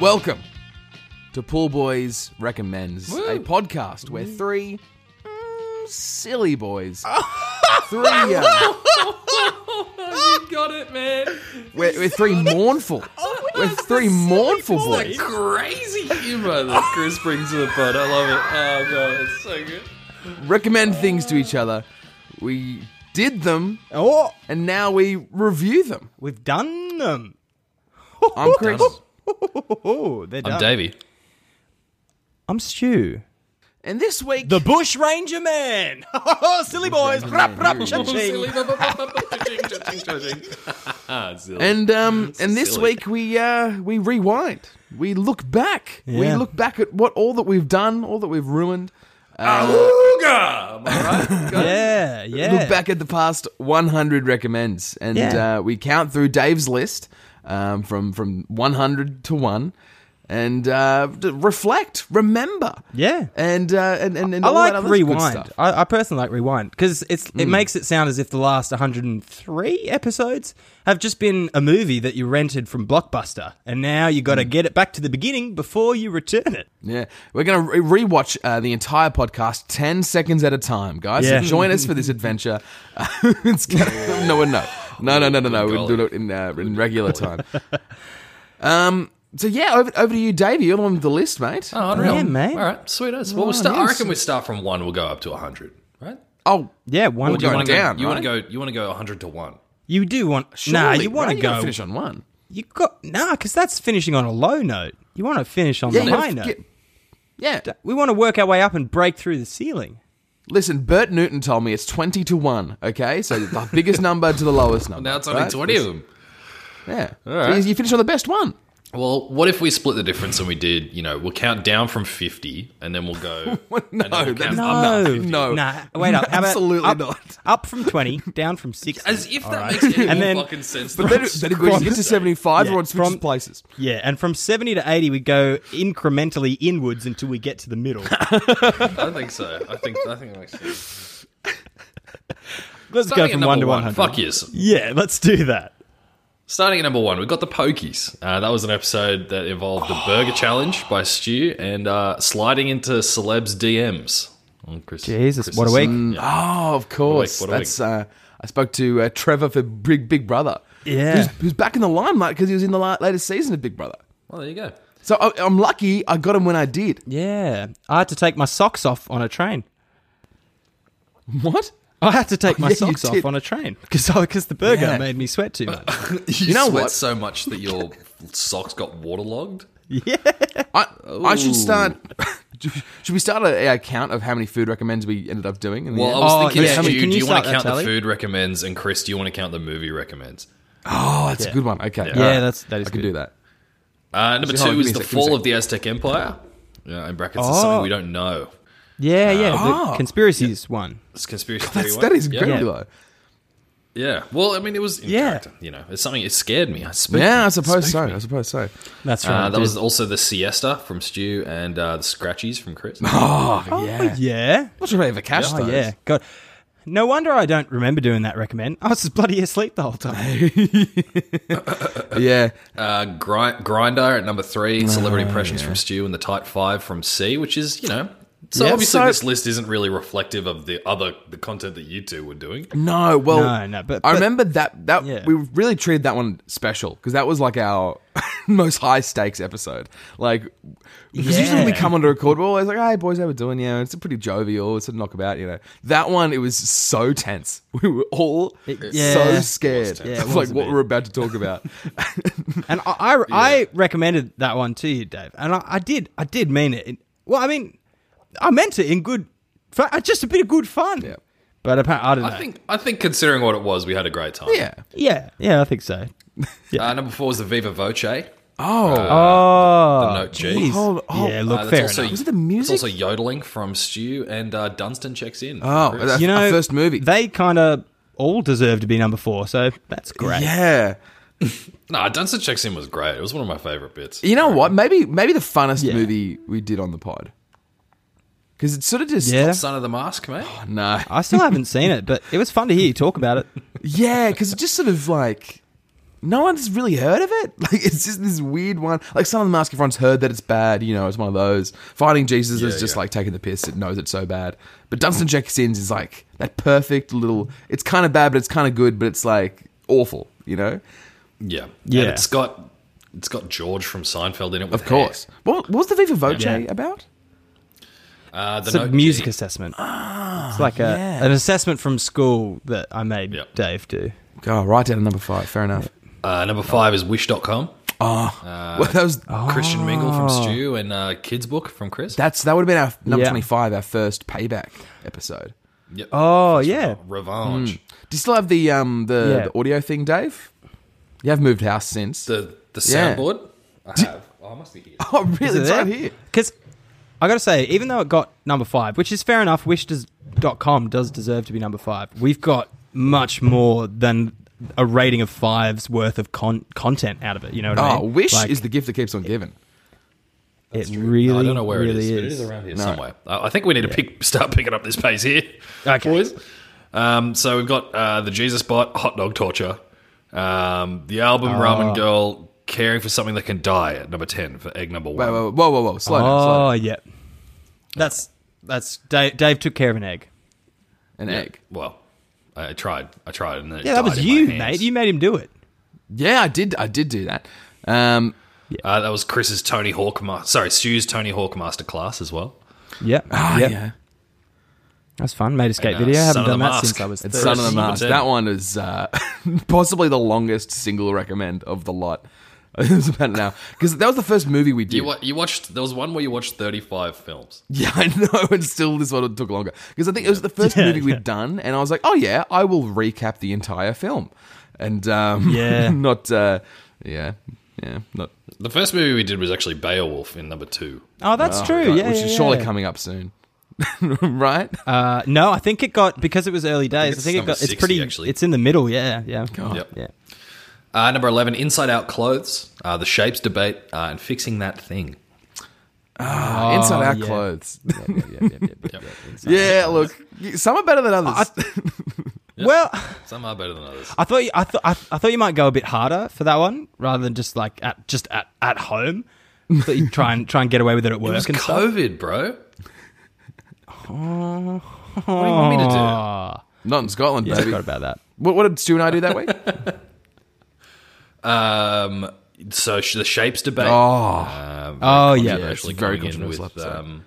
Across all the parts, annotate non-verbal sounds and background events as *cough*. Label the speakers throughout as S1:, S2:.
S1: Welcome to Pool Boys Recommends, a
S2: Woo.
S1: podcast where three mm, silly
S2: *laughs*
S1: boys, three, uh,
S2: you got it, man. Oh,
S1: we're, we're three
S2: *laughs*
S1: mournful, we're three mournful boys.
S2: Crazy humor that Chris brings to the pod. I love it. Oh god, it's so good.
S1: recommend things to each other. We did them,
S3: Oh,
S1: and now we review them.
S3: we've done them. *laughs*
S1: I'm Chris,
S3: Oh, they're done.
S2: I'm Davey.
S3: I'm Stu.
S1: and this week
S3: The Bush Ranger Man. *laughs* Oh, silly boys. Rup, rup,
S2: Oh,
S3: cha-ching.
S2: *laughs* Ah,
S1: and um and this
S2: Silly.
S1: week we uh we rewind. We look back. We
S3: Yeah.
S1: look back at what all that we've done, all that we've ruined.
S2: Ah.
S3: Yeah, yeah.
S1: Look back at the past 100 recommends, and
S3: Yeah.
S1: uh, we count through Dave's list um, from from 100 to one, and uh, d- reflect, remember,
S3: Yeah.
S1: and uh, and and, and
S3: I
S1: all that
S3: like
S1: other good
S3: rewind.
S1: stuff. Hmm.
S3: I, I personally like rewind because it's it makes it sound as if the last 103 episodes have just been a movie that you rented from Blockbuster, and now you got to
S1: Hmm.
S3: get it back to the beginning before you return it.
S1: Yeah, we're going to re- rewatch uh, the entire podcast ten seconds at a time, guys.
S3: Yeah.
S1: So join us for this adventure. *laughs* Uh, it's gonna, *laughs* no one, no, no, no, no, no, no. We'll do it in uh, in
S3: *laughs*
S1: regular time. Um. So yeah, over, over to you, Davey. You're on the list, mate.
S2: Oh, *laughs* unreal.
S3: Yeah, mate.
S2: All right, sweet as. Well, we'll
S1: Oh,
S2: start. I
S1: yes.
S2: reckon we start from one. We'll go up to hundred. Right?
S1: Oh,
S3: Yeah, one.
S1: We'll
S2: do you
S1: go
S2: wanna
S1: down,
S2: Go, you want
S1: right?
S2: to go? You want to go hundred to one?
S3: you do want? nah,
S1: surely,
S3: you want
S1: right?
S3: to
S1: gotta
S3: go.
S1: finish on one.
S3: You got nah, because that's finishing on a low note. You want to finish on the
S1: you
S3: high
S1: gotta
S3: note.
S1: get- yeah.
S3: We want to work our way up and break through the ceiling.
S1: Listen, Bert Newton told me it's twenty to one. Okay, so the biggest *laughs* number to the lowest number.
S2: Now it's only
S1: right?
S2: twenty of them.
S1: Yeah.
S2: right.
S1: So you finish on the best one.
S2: Well, what if we split the difference and we did? You know, we'll count down from fifty, and then we'll
S1: *laughs*
S2: go.
S1: No,
S2: and then we'll
S1: that
S2: count
S1: is-
S2: up.
S1: not
S3: No,
S1: 50. No.
S3: Nah,
S1: *laughs*
S3: wait up. How about
S1: Absolutely
S3: up,
S1: not.
S3: Up *laughs* from twenty, down from
S2: *laughs*
S3: sixty.
S2: As if that makes
S1: *laughs*
S2: any
S3: And
S2: more
S3: then-
S2: fucking sense.
S1: But then, then if we get to seventy five,
S3: Yeah,
S1: everyone switches
S3: from-
S1: places.
S3: Yeah, and from 70 to 80, we go incrementally inwards until we get to the middle.
S2: I don't think so. I think I think it makes sense.
S3: Let's
S2: Starting
S3: go
S2: at
S3: from
S2: number
S3: 1 to 100.
S2: Fuck yes.
S3: Yeah, let's do that.
S2: Starting at number one, we got the Pokies. Uh, that was an episode that involved the Burger Challenge by Stu and uh, sliding into celebs DMs. On Chris,
S3: Jesus,
S2: Chris's Mm.
S3: what a week.
S2: son. Yeah.
S1: Oh, of course.
S2: What a week, what a
S1: That's. Uh, I spoke to uh, Trevor for Big Big Brother.
S3: Yeah.
S1: Who's, who's back in the limelight because he was in the la- latest season of Big Brother.
S2: Well, there you go.
S1: So I, I'm lucky I got him when I did.
S3: Yeah, I had to take my socks off on a train.
S1: What?
S3: I had to take my
S1: yeah, you
S3: socks off
S1: did.
S3: on a train because the burger
S1: Yeah.
S3: made me sweat too much.
S2: *laughs* You,
S1: know
S2: sweat
S1: what?
S2: so much that your socks got waterlogged.
S3: yeah.
S1: I, I should start. *laughs* should we start a, a count of how many food recommends we ended up doing? In the
S2: Well,
S1: end?
S2: I was
S3: Oh,
S2: thinking,
S3: yeah,
S2: Stu,
S3: can you
S2: do you want
S3: start
S2: to
S3: that
S2: count the
S3: tally?
S2: food recommends? And Chris, do you want to count the movie recommends?
S1: Oh, that's a good one. Okay.
S2: Yeah.
S1: All
S3: Yeah, that's- that is
S1: I could
S3: good.
S1: do that.
S2: Uh, number
S1: Hold on,
S2: two
S1: give me
S2: is
S1: a
S2: the
S1: sec, give me a
S2: fall
S1: sec.
S2: of the Aztec Empire. Yeah, in brackets, it's
S3: Oh.
S2: something we don't know.
S3: Yeah, yeah.
S1: Oh.
S3: The conspiracies one.
S2: It's conspiracy
S1: That's,
S2: theory.
S1: that
S2: one.
S1: is
S2: yeah.
S1: good
S3: Yeah.
S1: though.
S2: Yeah. Well, I mean, it was in
S3: Yeah.
S2: character, You know, it's something. It scared me. I spooked
S1: Yeah,
S2: me.
S1: I
S2: It
S1: suppose
S2: spooked
S1: so.
S2: me.
S1: I suppose so.
S3: That's right.
S2: Uh, that
S3: dude.
S2: was also the siesta from Stu and uh, the scratchies from Chris.
S1: *laughs* Oh, yeah.
S3: yeah.
S1: Not sure if I ever cashed
S3: Oh
S1: those.
S3: yeah, God. No wonder I don't remember doing that. Recommend. I was just bloody asleep the whole time.
S1: Yeah.
S2: Uh, Gri- Grinder at number three, celebrity impressions from Stu, and the tight five from C, which is you know. So
S1: Yeah,
S2: obviously,
S1: so-
S2: this list isn't really reflective of the other the content that you two were doing.
S1: No, well,
S3: No, no, but-
S1: I
S3: but-
S1: remember that that
S3: Yeah.
S1: we really treated that one special because that was like our *laughs* most high stakes episode. Like, 'cause usually when we
S3: Yeah.
S1: come on to record, we're always like, "Hey, boys, how we doing?" You know, it's a pretty jovial, it's a knockabout. You know, that one it was so tense. *laughs* We were all so
S3: yeah.
S1: scared
S2: It was
S3: tense.
S1: of
S3: Yeah, it
S1: like
S3: was a
S1: what
S3: bit.
S1: we we're about to talk
S3: *laughs*
S1: about.
S3: And I, I, I recommended that one to you, Dave. And I, I did, I did mean it. Well, I mean, I meant it in good, fa- uh, just a bit of good fun.
S1: Yeah.
S3: But apparently, I don't know.
S2: I think I think considering what it was, we had a great time.
S1: yeah.
S3: yeah, yeah, I think so.
S2: Uh, number four was the Viva Voce.
S1: Oh,
S3: Oh,
S2: note G.
S3: jeez.
S1: Hold- hold-
S3: yeah,
S2: Uh,
S3: look,
S2: that's
S3: fair
S2: also,
S3: enough.
S1: Was it the music?
S2: It's also yodeling from Stu and uh, Dunstan checks in. from
S1: Oh,
S2: Chris.
S1: that's
S3: You know,
S1: our first movie.
S3: They kind of all deserve to be number four, so that's great.
S1: Yeah.
S2: No, Dunster Checks In was great. It was one of my favorite bits.
S1: You know what? Maybe maybe the funnest
S3: Yeah.
S1: movie we did on the pod. Because it's sort of just
S3: Yeah.
S2: Son of the Mask, mate.
S1: no,
S3: I still haven't seen it, but it was fun to hear you talk about it.
S1: yeah, because it just sort of like no one's really heard of it. *laughs* Like it's just this weird one. Like some of the mask everyone's heard that it's bad. You know, it's one of those. Finding Jesus is
S2: Yeah,
S1: just
S2: yeah.
S1: like taking the piss. It knows it's so bad. But Dunstan Jack Sins is like that perfect little. It's kind of bad, but it's kind of good. But it's like awful. You know,
S2: Yeah,
S3: Yeah.
S2: And it's got it's got George from Seinfeld in it. With
S1: of course. What, what was the Viva Voce
S3: Yeah.
S1: about?
S2: hair. Uh, the
S3: It's a
S2: note-
S3: music assessment. it's like a,
S1: yeah.
S3: an assessment from school that I made
S2: Yep.
S3: Dave do.
S1: Oh, right down to number five. Fair enough.
S2: Uh, number five is Wish.com.
S1: Oh, well, that was
S2: Christian Mingle from
S3: Oh.
S2: Stu and uh, Kids Book from Chris.
S1: That's that would have been our number
S3: Yeah.
S1: twenty five, our first payback episode.
S2: Yep.
S3: Oh yeah,
S2: Revenge.
S1: Do you still have the um the,
S3: Yeah.
S1: the audio thing, Dave? You have moved house since.
S2: The the
S1: Yeah.
S2: soundboard. I have. Oh, I must be here.
S1: *laughs* oh, really? It's right here.
S3: Because I got to say, even though it got number five, which is fair enough, Wish does, .com does deserve to be number five. We've got much more than a rating of fives worth of con- content out of it. You know what I
S1: Oh,
S3: mean?
S1: wish
S3: Like,
S1: is the gift that keeps on giving.
S3: it really.
S2: I don't know where
S3: really
S2: it is, but it is around here somewhere. I I think we need to pick, start picking up this pace here,
S3: *laughs* Okay.
S2: boys. Um, so we've got uh, the Jesus Bot, Hot Dog Torture, um, the album
S3: Ah.
S2: Ramen Girl, Caring for Something That Can Die at number ten for egg number
S1: Wait,
S2: one.
S1: whoa, whoa, whoa, whoa! Slow down, slow down.
S3: Oh yeah, that's that's Dave, Dave took care of an egg.
S1: An egg.
S2: Well, I tried. I tried. And
S3: Yeah, that was you, mate. You made him do it.
S1: Yeah, I did. I did do that. Um,
S2: Uh, that was Chris's Tony Hawk. Ma- Sorry, Stu's Tony Hawk masterclass as well.
S3: Yeah,
S1: oh,
S3: yeah,
S1: yeah.
S3: that's fun. Made a skate
S2: And, uh,
S3: video. I
S2: Son
S3: haven't
S2: of the
S3: done that
S2: Mask.
S3: since I was.
S1: It's
S3: thirty.
S1: Son of the
S2: Number
S1: Mask.
S2: 10.
S1: That one is uh, *laughs* possibly the longest single recommend of the lot. *laughs* it was about now because that was the first movie we did.
S2: You, wa- you watched. There was one where you watched thirty-five films.
S1: *laughs* Yeah, I know. And still, this one took longer because I think it was the first
S3: Yeah,
S1: movie
S3: yeah.
S1: we'd done, and I was like, "Oh yeah, I will recap the entire film," and um, *laughs*
S3: Yeah.
S1: not uh, yeah, yeah, not
S2: The first movie we did was actually Beowulf in number two.
S3: Oh, that's true.
S1: right,
S3: yeah,
S1: which
S3: yeah,
S1: is surely
S3: yeah.
S1: coming up soon, *laughs* right?
S3: Uh, no, I think it got because it was early days. I
S2: it's
S3: think, it
S2: number
S3: got it's
S2: 60,
S3: pretty.
S2: actually.
S3: It's in the middle. Yeah, yeah,
S2: Yep.
S3: yeah.
S2: Uh, number 11, Inside Out Clothes, uh, The Shapes Debate, uh, and Fixing That Thing.
S1: Inside Out
S3: Oh, yeah.
S1: clothes. Yeah, *laughs* look, some are better than others.
S3: Well,
S2: Some are better than others.
S3: I thought you, I thought I, I thought you might go a bit harder for that one rather than just like at just at, at home. I thought you'd try and try and get away with it at work
S2: It was
S3: and stuff.
S2: COVID, bro. what do you want me to
S1: not in Scotland,
S3: Yeah, I
S1: baby.
S3: forgot about that.
S1: What, what did Stu and I do that
S3: *laughs*
S1: week?
S2: do? Um, so sh- The Shapes Debate.
S1: oh,
S2: Um,
S3: Oh,
S2: very
S3: yeah.
S2: controversially
S1: Yeah, it's very
S2: coming in
S1: controversial
S2: with
S1: episode.
S2: um,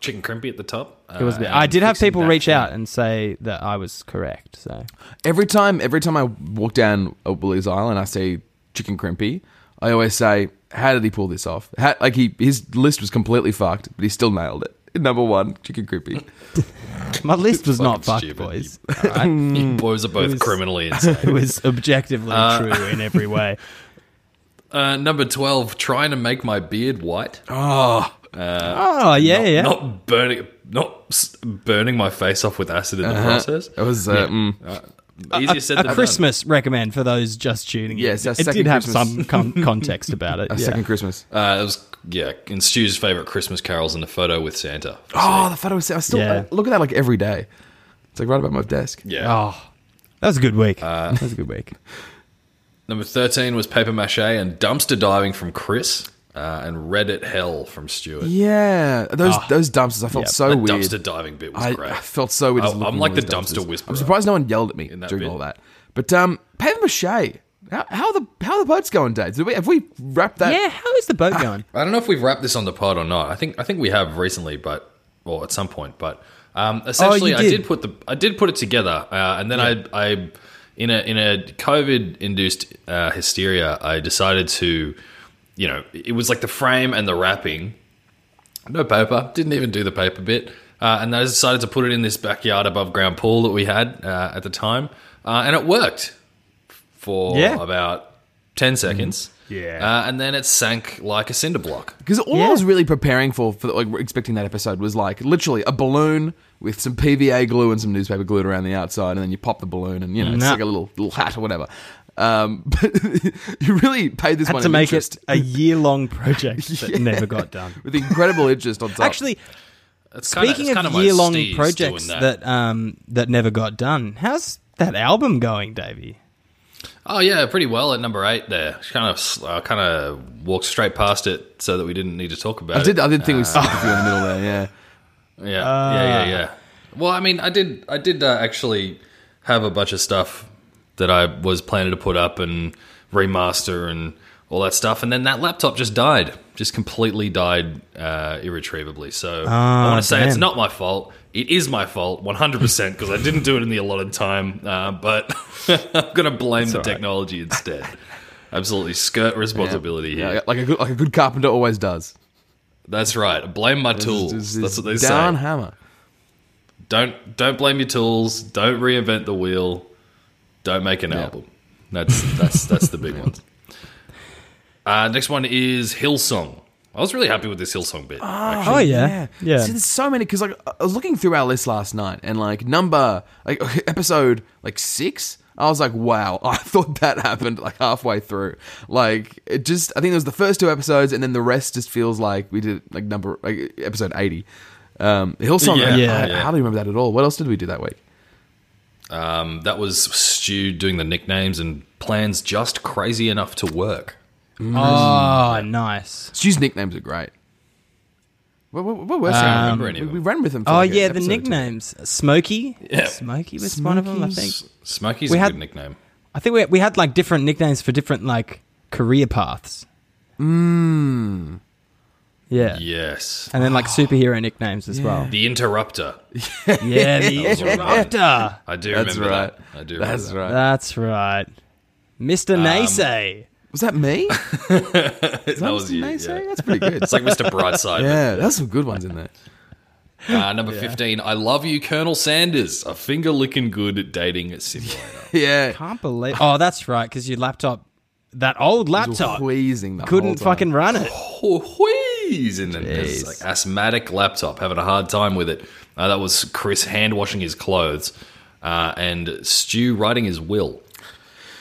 S2: Chicken Crimpy at the top. uh,
S3: It was. a bit- I did have people reach out and say that I was correct. So
S1: Every time, every time I walk down a Willie's aisle and I see chicken crimpy, I always say, "How did he pull this off? How, like he his list was completely fucked, but he still nailed it." *laughs* Number one, chicken crimpy.
S3: my list was not
S2: Fucking
S3: fucked,
S2: stupid. *laughs*
S3: boys.
S2: You boys are both
S3: was- *laughs*
S2: criminally insane.
S3: it was objectively true in every way.
S2: uh, number 12, Trying to Make My Beard White.
S3: Oh yeah, yeah.
S2: Not burning, not s- burning my face off with acid in the process.
S1: It was, uh, mm,
S2: Easier said
S3: Uh-huh. a
S2: than done.
S3: Christmas recommend for those just tuning in.
S1: Yes, our
S3: it
S1: second
S3: did have
S1: Christmas. *laughs*
S3: some con- context about it.
S1: a
S3: yeah.
S1: second Christmas.
S2: Uh, it was yeah, and Stu's favorite Christmas carols in the photo with Santa.
S1: Oh, the photo was. I still
S3: Yeah.
S1: I look at that like every day. It's like right about my desk.
S2: Yeah.
S3: Oh, that was a good week.
S1: Uh,
S3: that was a good week.
S2: Number thirteen was paper mache and dumpster diving from Chris, uh, and Reddit hell from Stuart.
S1: Yeah, those
S3: Ah.
S1: those dumpsters. I felt
S3: Yeah,
S1: so
S2: the
S1: weird.
S2: dumpster diving bit was
S1: I,
S2: great.
S1: I felt so weird. Just
S2: I'm
S1: looking
S2: like
S1: at
S2: the
S1: these
S2: dumpster whisperer
S1: I'm surprised no one yelled at me
S2: in that
S1: during
S2: bit.
S1: all that. But um, paper mache. How, how are the how are the boats going, Dave? Did we, have we wrapped that?
S3: Yeah, how is the
S1: uh,
S3: boat going?
S2: I don't know if we've wrapped this on the pod or not. I think I think we have recently, but or at some point. But um, essentially, I
S3: Oh, did.
S2: did put the I did put it together, uh, and then I I in a in a COVID induced uh, hysteria, I decided to, you know, it was like the frame and the wrapping. No paper. Didn't even do the paper bit. Uh, and I decided to put it in this backyard above ground pool that we had uh, at the time, uh, and it worked for
S3: Yeah. Mm-hmm.
S2: about ten seconds.
S3: Yeah.
S2: Uh, and then it sank like a cinder block.
S1: Because all I
S3: Yeah.
S1: was really preparing for, for like expecting that episode, was like literally a balloon with some PVA glue and some newspaper glued around the outside, and then you pop the balloon, and you know it's
S3: Nah.
S1: like a little little hat or whatever. Um, *laughs* but you really paid this
S3: Had
S1: one
S3: to
S1: an
S3: make
S1: interest
S3: it a year long
S1: *laughs*
S3: project that never got done.
S1: with incredible interest on top.
S3: Actually,
S2: It's kinda-
S3: speaking
S2: it's kinda
S3: of
S2: my
S3: year long
S2: Steve's
S3: projects
S2: doing
S3: that. um that never got done, how's that album going, Davey?
S2: Oh yeah, pretty well at number eight there. She kind of uh, kind of walked straight past it so that we didn't need to talk about
S1: I did.
S2: it.
S1: I did think
S3: Uh,
S1: we skipped a few in the middle
S2: *laughs*
S1: there. Yeah.
S2: Yeah,
S1: Uh,
S2: yeah, yeah, yeah. Well, I mean, I did I did uh, actually have a bunch of stuff that I was planning to put up and remaster and all that stuff, and then that laptop just died, just completely died uh, irretrievably. So
S1: Ah,
S2: I want to say it's
S3: damn.
S2: not my fault. It is my fault, one hundred percent, because I didn't do it in the allotted time. Uh, but *laughs* I'm going to blame the technology instead. Absolutely, skirt responsibility here.
S1: Yeah, like a good, like a good carpenter always does.
S2: That's right. Blame my tools.
S1: This is-
S2: That's what they say.
S1: Down hammer.
S2: don't don't blame your tools. Don't reinvent the wheel. Don't make an album. That's that's that's the
S1: *laughs*
S2: big ones. Uh, next one is Hillsong. I was really happy with this Hillsong bit.
S1: Ah.
S3: Oh *laughs* yeah. Yeah.
S1: See, there's so many because like I was looking through our list last night and like number like *laughs* episode like six, I was like, wow, *laughs* I thought that happened like halfway through. Like it just, I think it was the first two episodes, and then the rest just feels like we did like number like episode eighty. Um, Hillsong,
S2: Yeah.
S1: I-
S3: Yeah.
S1: I, hardly remember that at all. What else did we do that week?
S2: Um, that was Stu doing the nicknames and plans just crazy enough to work.
S3: Oh nice.
S1: Stu's nicknames are great. What, what, what were some?
S2: Um, I don't remember any
S1: we,
S2: of
S1: we
S2: them.
S1: ran with them. For
S3: Oh
S1: like an
S3: yeah, the
S1: episode or two.
S3: nicknames. Smokey.
S2: Yeah.
S3: Smokey was one of them, I think.
S2: Smokey's
S3: We
S2: a
S3: had-
S2: good nickname.
S3: I think we we had like different nicknames for different like career paths. Mmm. Yeah.
S2: Yes. *sighs*
S3: And then like superhero nicknames as well.
S2: The Interrupter.
S3: Yeah,
S2: *laughs*
S3: the
S2: was one of mine.
S3: interrupter.
S2: I do
S1: That's
S2: remember
S1: right.
S2: that. I do remember
S1: That's
S2: that.
S1: right.
S3: That's right. Mr.
S2: Um,
S3: Naysay.
S1: was
S2: *laughs*
S1: that me?
S2: That, was you.
S1: Nice, eh?
S2: yeah.
S1: That's pretty
S2: *laughs*
S1: good.
S2: It's like Mr. Brightside.
S1: *laughs*
S2: but
S1: yeah, there's some good ones in there.
S2: Uh, number 15, I love you, Colonel Sanders, a finger licking good dating simulator.
S1: *laughs* Yeah.
S3: Can't believe. Oh, that's right, because your laptop, that old laptop,
S1: Wheezing the whole
S3: couldn't
S1: time.
S3: fucking
S2: *gasps*
S3: run it.
S2: Wheeze in them. It's like asthmatic laptop, having a hard time with it. Uh, that was Chris hand washing his clothes uh, and Stu writing his will.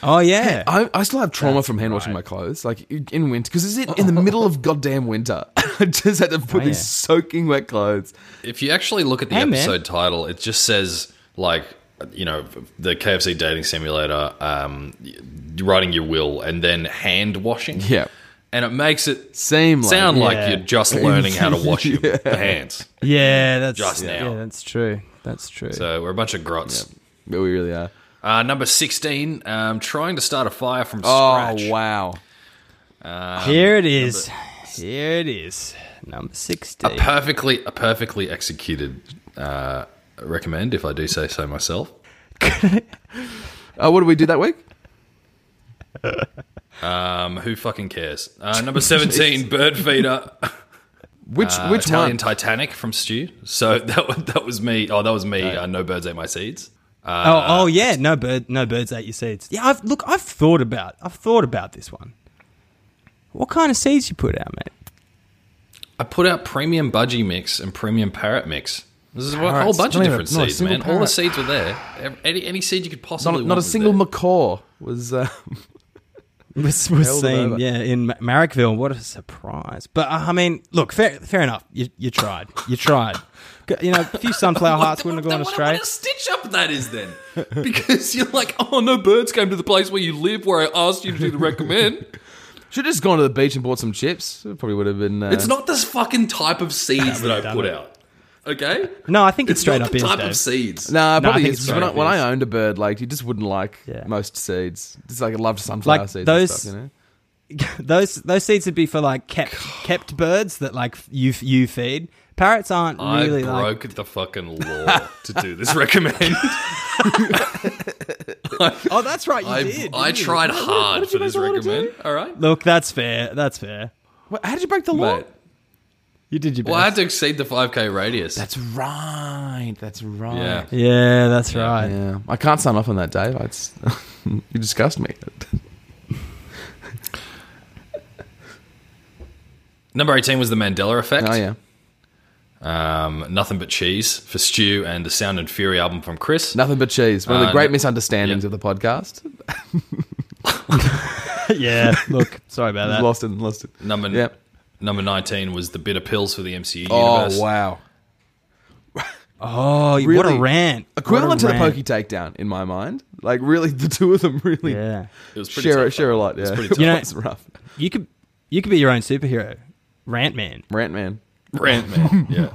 S3: Oh yeah.
S1: I, I still have trauma from hand washing my clothes, like in winter, because it's in- in the middle of goddamn winter. *laughs* I just had to put these
S3: Oh, yeah.
S1: soaking wet clothes.
S2: If you actually look at the
S3: Hey, man.
S2: episode title, it just says, like, you know, the KFC dating simulator, um, writing your will, and then hand washing.
S1: Yeah.
S2: And it makes it
S1: Same.
S2: sound
S1: like,
S2: like
S3: Yeah.
S2: you're just learning how to wash your hands.
S3: Yeah, that's
S2: Just
S3: yeah,
S2: now.
S3: that's true. That's true.
S2: So we're a bunch of grots.
S1: Yeah, we really are.
S2: Uh, number 16, um, trying to start a fire from
S1: Oh
S2: scratch.
S1: wow.
S3: Here it is. Here it is. Number sixteen.
S2: Perfectly, a perfectly executed uh, recommend, if I do say so myself. *laughs*
S1: Uh, what did we do that week?
S2: Um, who fucking cares? Uh,
S1: *laughs*
S2: number 17, Bird Feeder,
S1: Which
S2: uh,
S1: which
S2: Italian
S1: one?
S2: Titanic from Stu. So *laughs* that, wa- that was me. Oh, that was me. Uh, no Birds Ate My Seeds.
S3: oh,
S1: Uh,
S3: oh yeah. No bird. No birds ate your seeds. Yeah. I've, look, I've thought about. I've thought about this one. What kind of seeds you put out, mate? *laughs*
S2: I put out Premium Budgie Mix and Premium Parrot Mix. This is a whole
S1: Parrots.
S2: bunch
S1: Not
S2: of
S1: even-
S2: different
S1: not a
S2: seeds,
S1: single
S2: man. All the
S1: parrot.
S2: seeds were there. Ev- Any, any seed you could possibly
S1: Not, a-
S2: want
S1: not a
S2: was
S1: single
S2: there.
S1: macaw was. Uh, *laughs*
S3: was, was
S1: Held it
S3: seen,
S1: over.
S3: yeah, in Ma- Marrickville. What a surprise! But uh, I mean, look, fair, fair enough. You, you tried, you tried. G- You know, a few sunflower hearts wouldn't have gone
S2: what,
S3: astray.
S2: What a stitch up that is
S1: *laughs*
S2: then. Because you're like, oh, no birds came to the place where you live where I asked you to do the recommend.
S1: should have just gone to the beach and bought some chips. It probably would have been. Uh,
S2: It's not this fucking type of seeds that I put out. Okay?
S3: No, I think it's,
S2: It's
S3: straight
S2: not
S3: up
S2: the
S3: is,
S2: type
S3: Dave.
S2: of seeds.
S1: Nah,
S3: No, I
S1: probably
S3: think
S1: is.
S3: it's
S1: because When, I,
S3: right,
S1: when
S3: it is.
S1: I owned a bird, like you just wouldn't like
S3: Yeah.
S1: most seeds. Just like I loved sunflower
S3: Like,
S1: seeds.
S3: those-
S1: and stuff, you know?
S3: *laughs* those those seeds would be for like kept kept birds that like f- you f- you feed. Parrots aren't
S2: I
S3: really like.
S2: broke the
S1: *laughs*
S2: fucking law to do this recommend.
S3: Oh, that's right, you
S2: I,
S3: did.
S2: I
S3: didn't you?
S2: tried hard for
S1: you make
S2: this
S1: the law to do?
S2: recommend. All right?
S3: Look, that's fair. That's fair.
S1: Wait, how did you break the law?
S2: Mate.
S3: You did your best.
S2: Well, I had to exceed the 5K radius.
S1: That's right. That's right.
S2: yeah.
S3: yeah, that's right.
S1: Yeah, I can't sign off on that, Dave. I just, *laughs* you disgust me.
S2: Number 18 was the Mandela effect.
S1: Oh yeah,
S2: Um, nothing but cheese for Stew and the Sound and Fury album from Chris.
S1: nothing but cheese. One of the
S2: Uh, no-
S1: great misunderstandings
S2: yeah.
S1: of the podcast. *laughs*
S3: yeah, *laughs* look, sorry about that.
S1: lost it and lost it.
S2: Number
S1: Yep.
S2: number nineteen was the bitter pills for the MCU universe.
S1: Oh wow!
S3: Oh, what
S1: Really?
S3: a rant!
S1: Equivalent to
S3: What
S1: the
S3: a
S1: Pokey
S3: rant.
S1: takedown in my mind. Like really, the two of them really
S3: Yeah,
S2: It was pretty
S1: share
S2: tough,
S1: share a
S2: though.
S1: lot. Yeah,
S2: It was pretty
S1: *laughs* It
S2: tough.
S3: You know-
S1: was rough.
S3: you could you could be your own superhero, Rant Man.
S1: Rant man.
S2: Rant
S3: *laughs*
S2: Man, yeah,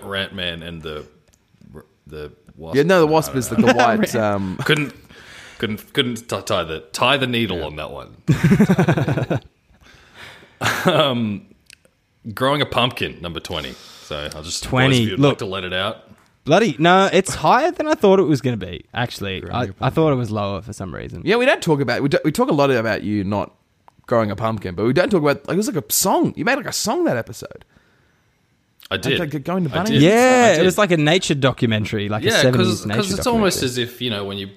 S2: *laughs* Rant Man, and the the wasp.
S1: Yeah, no,
S2: *laughs*
S1: the
S2: I
S1: wasp
S2: don't
S1: is
S2: know.
S1: the, the white. Um,
S2: couldn't couldn't couldn't t- tie the tie the needle on that one. *laughs* um, growing a pumpkin, number twenty. So I'll just
S3: 20.
S2: if you'd
S3: Look.
S2: like to let it out.
S3: Bloody no, it's higher than I thought it was going to be. Actually, I, I thought it was lower for some reason.
S1: yeah, we don't talk about we, do, we talk a lot about you not growing a pumpkin, but we don't talk about like it was like a song. You made like a song that episode.
S2: I did.
S1: like, get going to
S2: I
S1: Bunnings.
S2: did. I
S3: Yeah,
S2: did.
S3: it was like a nature documentary, like a
S2: yeah,
S3: seventies
S2: because
S3: nature documentary. Hmm.
S2: it's almost as if you know when you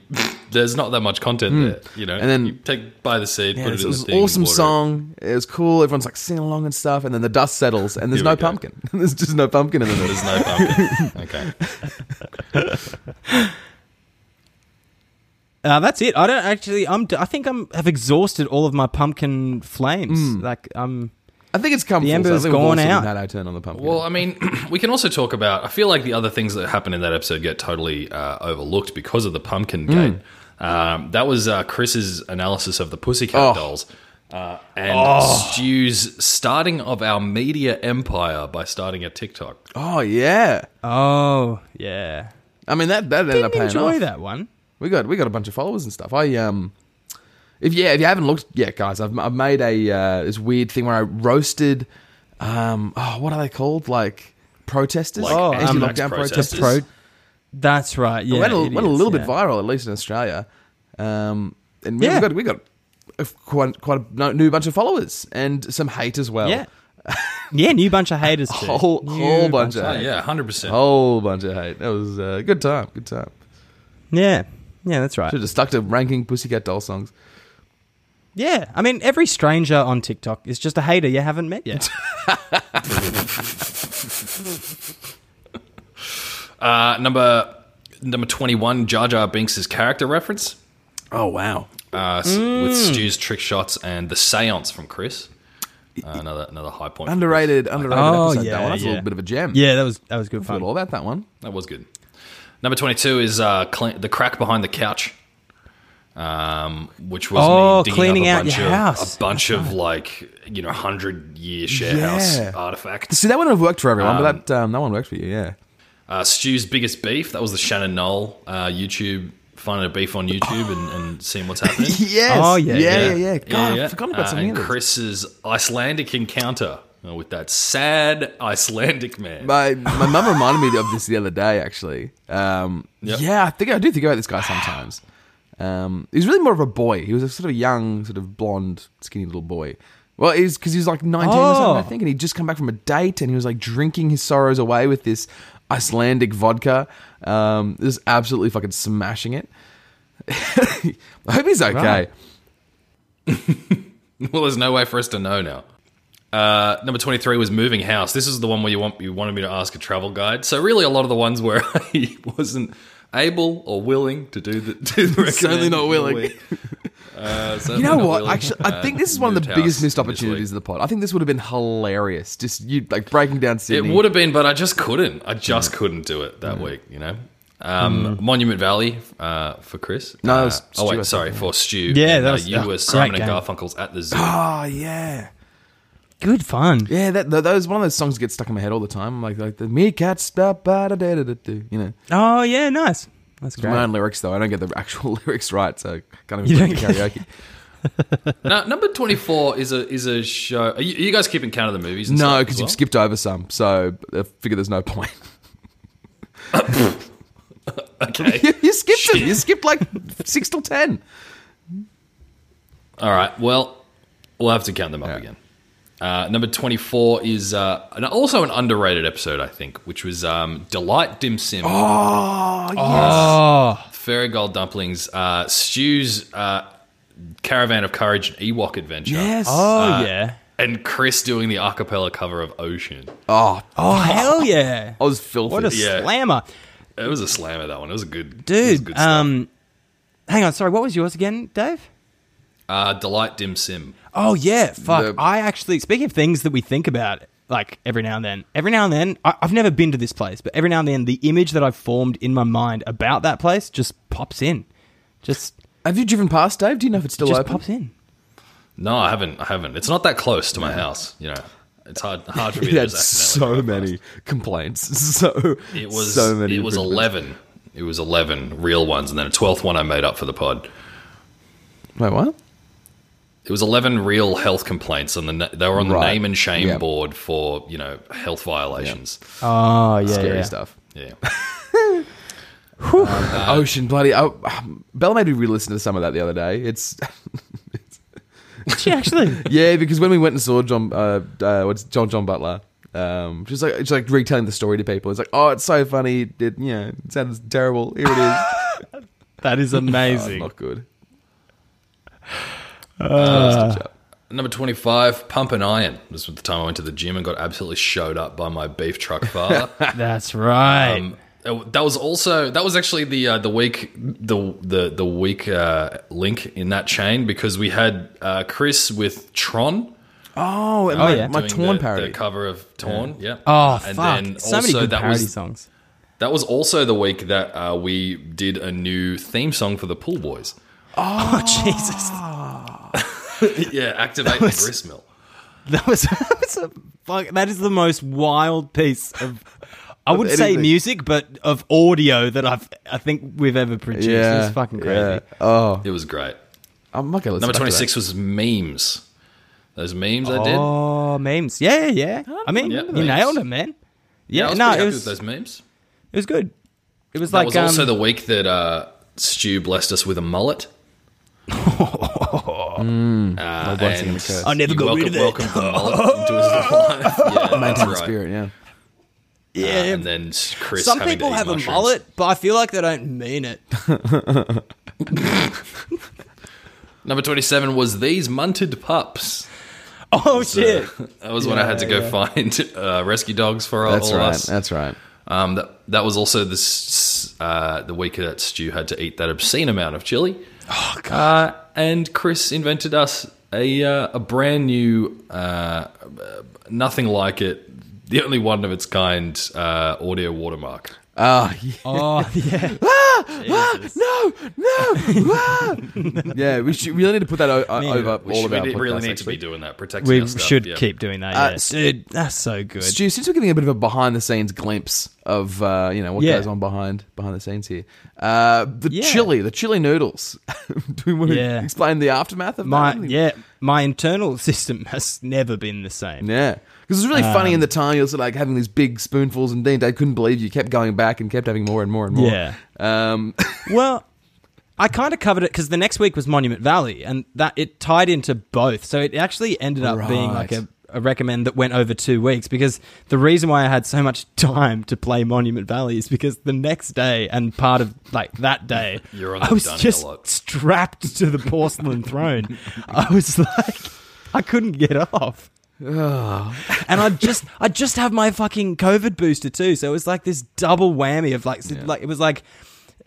S2: there's not that much content there. You know,
S1: And then-
S2: you take buy the seed,
S1: Yeah,
S2: put
S1: it
S2: it
S1: was,
S2: in
S1: it
S2: the
S1: was
S2: thing,
S1: an awesome
S2: water it.
S1: song. It was cool. Everyone's like singing along and stuff, and then the dust settles, and there's
S2: Here
S1: no
S2: we go.
S1: pumpkin. *laughs* there's just no pumpkin in the middle.
S2: There's no
S1: *laughs*
S2: pumpkin. okay.
S3: Uh, that's it. I don't actually. I'm. I think I'm. Have exhausted all of my pumpkin flames.
S1: Hmm.
S3: Like um, I'm.
S1: I think it's come.
S3: The
S1: full
S3: ember's
S1: circle. We've all
S3: gone
S1: seen
S3: out.
S1: That I turn on the pumpkin.
S2: Well, I mean, *clears throat* we can also talk about. I feel like the other things that happen in that episode get totally uh, overlooked because of the pumpkin gate. Um, that was uh, Chris's analysis of the Pussycat
S1: Oh.
S2: Dolls. Uh, and Stu's starting of our media empire by starting a TikTok.
S1: oh yeah.
S3: Oh yeah.
S1: I mean that that ended up paying
S3: Didn't enjoy
S1: off.
S3: that one.
S1: We got we got a bunch of followers and stuff. I um, if yeah, if you haven't looked yet, guys, I've I've made a uh, this weird thing where I roasted um, oh, what are they called? Like protesters,
S2: Like
S3: Oh, um,
S2: protesters.
S1: anti-lockdown
S2: Just-
S1: protesters.
S3: Pro. That's right. Yeah.
S1: It went, a, went a
S3: idiots,
S1: little bit
S3: yeah.
S1: viral, at least in Australia. Um, and we
S3: Yeah.
S1: got we got a, quite quite a no- new bunch of followers and some hate as well.
S3: Yeah. yeah. New bunch
S1: *laughs*
S3: of haters. Too.
S1: whole
S3: New
S1: whole bunch of
S2: Oh,
S1: hate.
S2: yeah, hundred percent.
S1: whole bunch of hate. That was a good time. Good time.
S3: Yeah. Yeah. That's right.
S1: Should have stuck to ranking Pussycat Doll songs.
S3: Yeah. I mean, every stranger on TikTok is just a hater you haven't met yet.
S2: Uh, number number twenty one, Jar Jar Binks' character reference
S1: Oh wow.
S2: uh, s- with Stu's trick shots and the seance from Chris. Uh, another another high point. for Chris.
S1: Underrated, underrated
S3: Oh,
S1: episode.
S3: yeah,
S1: that one. That's a
S3: yeah.
S1: little bit of a gem.
S3: yeah. That was that was good
S1: Forgot
S3: fun.
S1: all about that one.
S2: That was good. Number 22 is uh, clean, the crack behind the couch, um, which was
S3: Oh,
S2: me digging up
S3: cleaning
S2: a
S3: out
S2: bunch
S3: your
S2: of,
S3: house.
S2: A bunch of, like, you know, 100 year share
S1: Yeah.
S2: house artifacts.
S1: See, that wouldn't have worked for everyone, but that um, that one worked for you. Yeah.
S2: Uh, Stu's biggest beef, that was the Shannon Knoll uh, YouTube, finding a beef on YouTube and, and seeing
S1: *laughs*
S2: what's happening.
S1: Yes.
S3: Oh, yeah,
S1: Yeah.
S3: yeah.
S1: Yeah. yeah. God,
S2: Yeah, yeah.
S1: I forgot about
S2: Uh,
S1: something.
S2: And Chris's Icelandic encounter uh, with that sad Icelandic man.
S1: My my mum reminded me of this the other day. Actually, um,
S2: Yep.
S1: yeah, I think I do think about this guy sometimes. Um, he was really more of a boy. He was a sort of a young, sort of blonde, skinny little boy. Well, he's because he was like nineteen or
S3: Oh.
S1: something, I think, and he'd just come back from a date, and he was like drinking his sorrows away with this Icelandic vodka, um, just absolutely fucking smashing it. *laughs* I hope he's okay.
S3: Right.
S2: Well, there's no way for us to know now. Uh, number 23 was moving house. This is the one where you want you wanted me to ask a travel guide. So really, a lot of the ones where *laughs* I wasn't able or willing to do the. To the
S1: Certainly not willing.
S2: Uh, certainly
S1: You know
S2: not
S1: what?
S2: willing.
S1: Actually, I
S2: Uh,
S1: think this is one of
S2: moved
S1: the
S2: house
S1: biggest missed
S2: this
S1: opportunities
S2: week.
S1: of the pod. I think this would have been hilarious. Just you like breaking down
S2: It
S1: Sydney.
S2: would have been, but I just couldn't. I just
S1: Mm.
S2: couldn't do it that week. You know, um, Monument Valley uh, for Chris.
S1: No, that
S2: Uh,
S1: was
S2: oh
S1: Stu, I
S2: wait,
S1: think,
S2: sorry for Stu.
S3: Yeah,
S2: And,
S3: that
S2: uh,
S3: was-
S2: you
S3: oh,
S2: were
S3: great
S2: Simon and
S3: game.
S2: Garfunkel's at the zoo.
S1: Oh yeah,
S3: Good fun.
S1: yeah. That, that, that was one of those songs that gets stuck in my head all the time. Like like the meerkat stop ba da da da da do. You know,
S3: Oh yeah. Nice. That's
S1: my
S3: great.
S1: own lyrics though. I don't get the actual *laughs* lyrics right, so can't
S3: You
S1: even play
S3: don't get- *laughs*
S1: karaoke.
S2: now, number twenty four is a is a show. Are you, are you guys keeping count of the movies? And
S1: no,
S2: stuff
S1: because
S2: as
S1: you've
S2: well?
S1: skipped over some, so I figure there's no point. *laughs*
S2: Okay.
S1: *laughs* you, you skipped them. You skipped like *laughs* six till ten.
S2: All right. Well, we'll have to count them up again. Uh, number 24 is uh, an, also an underrated episode, I think, which was um, Delight Dim Sim,
S1: Oh,
S3: Oh.
S2: Gold Dumplings, uh, Stew's uh, Caravan of Courage and Ewok Adventure,
S1: yes. Uh,
S3: Oh yeah.
S2: and Chris doing the a cappella cover of Ocean.
S1: Oh, I *laughs*
S3: Oh hell yeah.
S1: was filthy.
S3: What a
S2: Yeah.
S3: slammer,
S2: It was a
S1: um,
S2: slammer, that one. It was a good it was
S3: dude.
S2: good stuff.
S3: um, hang on, sorry. What was yours again, Dave?
S2: Uh, Delight Dim Sim.
S3: Oh yeah, fuck.
S1: The-
S3: I actually speaking of things that we think about like every now and then. Every now and then, I, I've never been to this place, but every now and then, the image that I've formed in my mind about that place just pops in. Just
S1: Have you driven past, Dave? Do you know if it's still
S3: just
S1: open?
S3: pops in.
S2: No, I haven't. I haven't. It's not that close to my house. You know, it's hard hard
S1: *laughs*
S2: for me
S1: It
S2: to
S1: had
S2: just
S1: so
S2: accidentally drive
S1: many complaints. *laughs* So
S2: past. It was
S1: so many.
S2: It was
S1: improvements.
S2: eleven. It was eleven real ones, and then a twelfth one I made up for the pod.
S1: Wait, what?
S2: It was eleven real health complaints, and the, na- they were on the
S1: Right.
S2: name and shame
S1: Yeah.
S2: board for you know health violations.
S3: Oh yeah,
S1: Scary
S3: yeah. *laughs*
S1: stuff.
S2: Yeah. *laughs* Uh,
S1: Ocean, bloody. Oh, *sighs* um, Bella made me re-listen to some of that the other day. It's *laughs*
S3: She actually.
S1: yeah, because when we went and saw John, uh, uh, what's John John Butler, um, she's like she's like retelling the story to people. It's like, oh, it's so funny. It, you know, it sounds terrible. Here it is. Oh,
S3: That is
S1: it's
S2: *laughs*
S3: amazing.
S1: not good.
S2: Number 25, Pump and Iron. This was the time I went to the gym and got absolutely showed up by my beef truck
S1: *laughs*
S2: father.
S3: That's right.
S2: um, that was also that was actually the uh, the weak the the the weak uh, link in that chain because we had uh, Chris with Tron
S1: Oh, and my,
S3: yeah.
S1: my
S2: doing
S1: torn
S2: the,
S1: parody.
S2: the cover of Torn. Yeah.
S3: oh fuck! so many good
S2: that
S3: parody
S2: was
S3: songs.
S2: that was also the week that uh, we did a new theme song for the Pool Boys.
S3: *laughs* Oh Jesus,
S2: yeah, activate the grist mill.
S3: *laughs* that was, that was a fuck. That is the most wild piece of. I would say
S1: anything.
S3: music, but of audio that I've I think we've ever produced.
S1: yeah,
S3: It's fucking crazy.
S1: yeah. Oh,
S2: It was great.
S1: I'm not gonna listen.
S2: Number
S1: back to that.
S2: 26 was memes. Those memes I did. Oh,
S3: Oh, memes. Yeah, yeah. yeah. I mean,
S2: Yeah,
S3: you
S2: memes.
S3: nailed it, man.
S2: Yeah,
S3: Yeah,
S2: I was
S3: no,
S2: pretty
S3: it
S2: happy
S3: was
S2: with those memes.
S3: it was good. It was
S2: That
S3: like
S2: was also
S3: um,
S2: the week that uh, Stu blessed us with a
S1: *laughs*
S2: mullet. uh,
S1: blessing
S2: and
S1: and a curse.
S3: I never
S2: he
S3: got
S2: welcome,
S3: rid of it.
S2: welcomed the
S3: *laughs*
S2: mullet into his life. Yeah, that's
S1: Mountain
S2: right.
S1: Spirit. Yeah.
S2: Uh,
S3: yeah.
S2: and then Chris.
S3: Some
S2: having
S3: people
S2: to eat
S3: have
S2: mushrooms.
S3: a mullet, but I feel like they don't
S2: *laughs*
S3: mean it.
S2: Number twenty-seven was these munted pups.
S3: Oh
S2: uh,
S3: shit!
S2: *laughs* That was when I had to go find uh, rescue dogs for all,
S1: That's
S2: all
S1: right.
S2: us.
S1: That's right.
S2: Um, that that was also this uh, the week that Stu had to eat that obscene amount of chili. Oh god! Uh, and Chris invented us a uh, a brand new, uh, uh, nothing like it, the only one of its kind uh, audio watermark.
S1: Oh, yeah.
S3: Oh yeah.
S1: no, no. ah! *laughs* yeah, we should, we really need to put that o- o- over
S2: We,
S1: all
S2: should-
S1: of
S2: we
S1: our
S2: did- really
S1: podcasts,
S2: need to
S1: actually.
S2: be doing that. Protecting
S3: we
S2: our stuff,
S3: should
S2: yeah.
S3: keep doing that.
S1: Uh,
S3: yeah.
S1: so-
S3: Dude, that's so good.
S1: Stu, since we're getting a bit of a behind the scenes glimpse of uh, you know what
S3: Yeah.
S1: goes on behind behind the scenes here, uh, the
S3: Yeah.
S1: chili, the chili noodles. *laughs* Do we want to
S3: Yeah.
S1: explain the aftermath of
S3: my
S1: that?
S3: yeah, my internal *laughs* system has never been the same.
S1: Yeah. Because it's really funny in the time you're sort of like having these big spoonfuls, and then I couldn't believe you kept going back and kept having more and more and more.
S3: Yeah.
S1: Um,
S3: Well, I kind of covered it because the next week was Monument Valley, and that it tied into both. So it actually ended up being like
S1: Right.
S3: a, a recommend that went over two weeks because the reason why I had so much *laughs* time to play Monument Valley is because the next day and part of like that day,
S2: You're on
S3: I
S2: the
S3: was
S2: dunning a
S3: just
S2: lot.
S3: strapped to the porcelain throne. I was like, I couldn't get off.
S1: Ah,
S3: and I just I just have my fucking COVID booster too, so it was like this double whammy of like so like it was like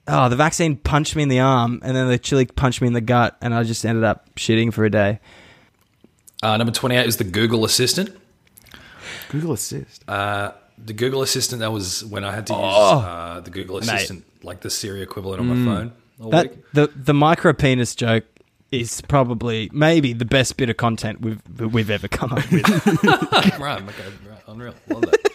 S3: oh the vaccine punched me in the arm and then the chili punched me in the gut and I just ended up shitting for a day.
S2: Uh, number twenty-eight is the Google Assistant. Uh,
S1: Google Assist. Uh,
S2: The Google Assistant. That was when I had to use
S3: Oh. Mm.
S2: uh, the Google Assistant, like the Siri equivalent on my phone. All
S3: That
S2: week.
S3: the the micro penis joke is probably maybe the best bit of content we've that we've ever come
S2: *laughs*
S3: up with.
S2: right, okay, right, uh, unreal, love that.
S1: *laughs*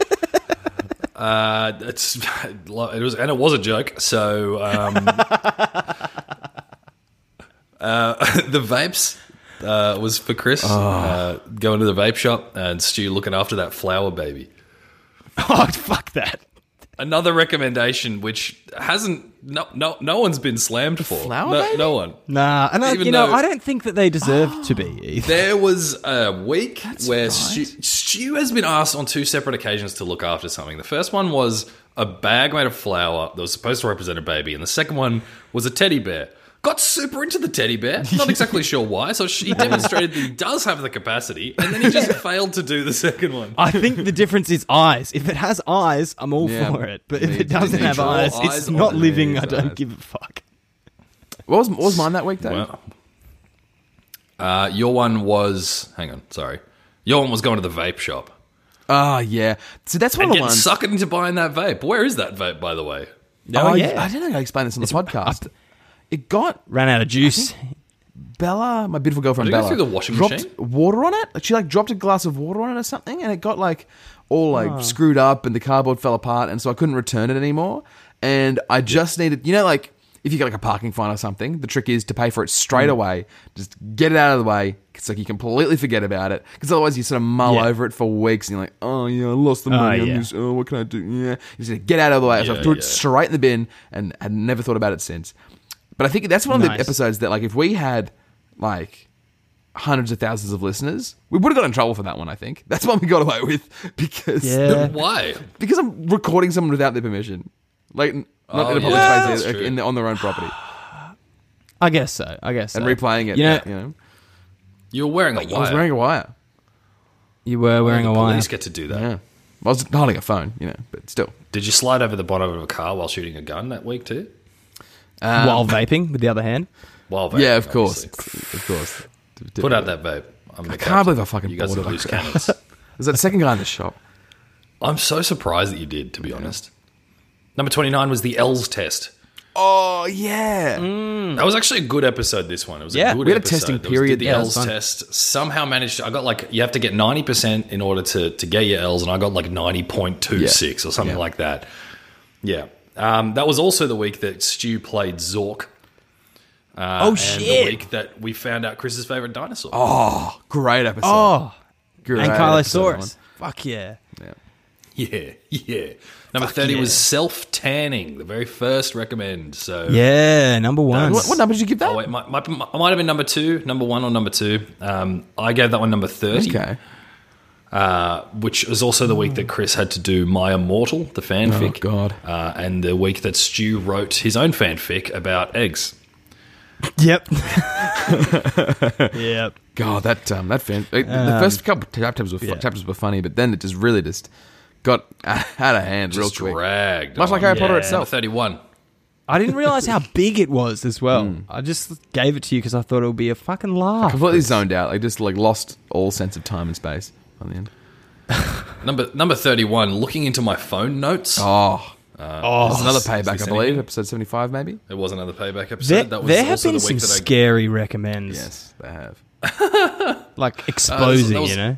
S2: Uh, *laughs* it's it was and it was a joke. So um,
S1: *laughs*
S2: uh, *laughs* the vapes uh, was for Chris
S1: Ah.
S2: uh, going to the vape shop and Stu looking after that flower baby.
S3: oh fuck that.
S2: Another recommendation which hasn't no no no one's been slammed for
S1: Flower
S2: no,
S1: baby?
S2: no one.
S3: Nah, and I,
S2: Even
S3: you know
S2: though-
S3: I don't think that they deserve
S2: *gasps*
S3: to be either.
S2: There was a week where
S1: right.
S2: Stu, Stu has been asked on two separate occasions to look after something. The first one was a bag made of flour that was supposed to represent a baby, and the second one was a teddy bear. Got super into the teddy bear. Not
S1: *laughs*
S2: exactly sure why. So he demonstrated that he does have the capacity, and then he just failed to do the second one.
S3: I think the difference is eyes. If it has eyes, I'm all
S1: Yeah.
S3: for it. But
S1: You
S3: if
S1: need-
S3: it doesn't
S2: you need
S3: have
S2: your
S3: eyes,
S2: eyes
S3: it's
S2: on
S3: not
S2: it.
S3: living.
S1: Yeah,
S3: I don't
S1: eyes.
S3: give a fuck.
S1: What was, what was mine that week, Dave?
S2: Wow. Uh, your one was. Hang on, sorry. Your one was going to the vape shop.
S1: Ah, yeah. So that's one of the
S2: Getting
S1: ones.
S2: suckered into buying that vape. Where is that vape, by the way?
S1: Oh,
S3: Oh,
S1: yeah.
S3: yeah.
S1: I don't think I explained this on the
S2: uh,
S1: podcast. It got
S3: Ran out of juice.
S1: Bella, my beautiful girlfriend
S2: Did it go
S1: Bella,
S2: through the washing
S1: dropped
S2: machine?
S1: water on it. Like, She like dropped a glass of water on it or something, and it got like all like screwed up, and the cardboard fell apart, and so I couldn't return it anymore. And I just needed, you know, like if you get like a parking fine or something, the trick is to pay for it
S2: Hmm.
S1: straight away. Just get it out of the way, it's like you completely forget about it, because otherwise you sort of mull
S3: Yeah.
S1: over it for weeks, and you're like, oh yeah, I lost the money. on
S3: yeah.
S1: this. Oh, what can I do? Yeah, you just need to get out of the way. so I
S2: Yeah,
S1: threw it
S2: yeah.
S1: straight in the bin, and had never thought about it since. But I think that's one of the
S3: Nice.
S1: episodes episodes that like if we had like hundreds of thousands of listeners, we would have got in trouble for that one. I think that's one we got away with *laughs* because
S3: Yeah.
S2: Why?
S1: because I'm recording someone without their permission, like n- not in a
S2: Oh,
S1: public
S2: yeah,
S1: space,
S2: that's
S1: like,
S2: true.
S1: in the, on their
S2: *sighs*
S1: own property
S3: I guess so. I guess so.
S1: and replaying it.
S3: You know,
S1: you know?
S2: You're wearing a wire.
S1: I was wearing a wire.
S3: you were wearing
S2: the
S3: a wire.
S2: police get to do that.
S1: Yeah, I was holding a phone, you know, but still.
S2: Did you slide over the bottom of a car while shooting a gun that week too?
S1: Um,
S3: while vaping with the other hand.
S2: While vape,
S1: yeah, of course,
S2: obviously.
S1: of course.
S2: Put out that vape. I'm I
S1: can't believe I fucking
S2: you guys
S1: bought
S2: are
S1: it.
S2: loose cannons.
S1: *laughs*
S2: *laughs*
S1: There's that second guy in the shop.
S2: I'm so surprised that you did, to be honest. Number 29 was the L's test.
S1: Oh yeah.
S2: That was actually a good episode. This one, it was
S3: Yeah,
S2: a good
S1: Hmm. we had a
S2: episode.
S1: testing
S2: It was-
S1: period.
S2: Did the
S1: Yeah, it
S2: L's
S1: was fun.
S2: test somehow managed. I got like you have to get ninety percent in order to to get your L's, and I got like ninety point two six or something
S1: Yeah.
S2: like that. Yeah, um, that was also the week that Stu played Zork. Uh,
S3: Oh,
S2: and
S3: shit.
S2: The week that we found out Chris's favorite dinosaur.
S1: Oh, great episode.
S3: Oh,
S1: great
S3: and
S1: episode, that one.
S3: Kylosaurus. Fuck yeah.
S2: yeah, yeah. Number thirty
S3: yeah.
S2: was self tanning, the very first recommend. So
S3: Yeah, number one.
S1: What, what number did you give that?
S2: Oh, wait, my, my, my, I might have been number two, number one, or number two. Um, I gave that one number thirty.
S1: okay.
S2: uh, which was also the week that Chris had to do My Immortal, the fanfic.
S1: Oh, God.
S2: Uh, and the week that Stu wrote his own fanfic about eggs. *laughs*
S3: Yep. yep.
S1: God, that um, that fan. like, the first couple chapters were fu- chapters were funny, but then it just really just got *laughs* out of hand
S2: Just
S1: real quick.
S2: dragged.
S1: Much like
S2: on.
S1: Harry Potter
S2: Number
S3: Yeah.
S1: itself.
S2: 31.
S3: I didn't realize how big it was as well.
S2: Hmm.
S3: I just gave it to you because I thought it would be a fucking laugh.
S1: Completely zoned out. Like just like lost all sense of time and space on the end.
S2: Number, number 31, looking into my phone notes.
S1: Oh,
S3: Oh,
S1: another
S2: is
S1: payback,
S2: this
S1: I believe.
S2: anything?
S1: Episode seventy-five, maybe.
S2: It was another payback episode.
S3: there,
S2: that was
S3: there have
S2: also
S3: been
S2: the
S3: some
S2: week that I
S3: scary recommends,
S1: Yes, they have.
S3: like exposing,
S2: Uh, was-
S3: you know.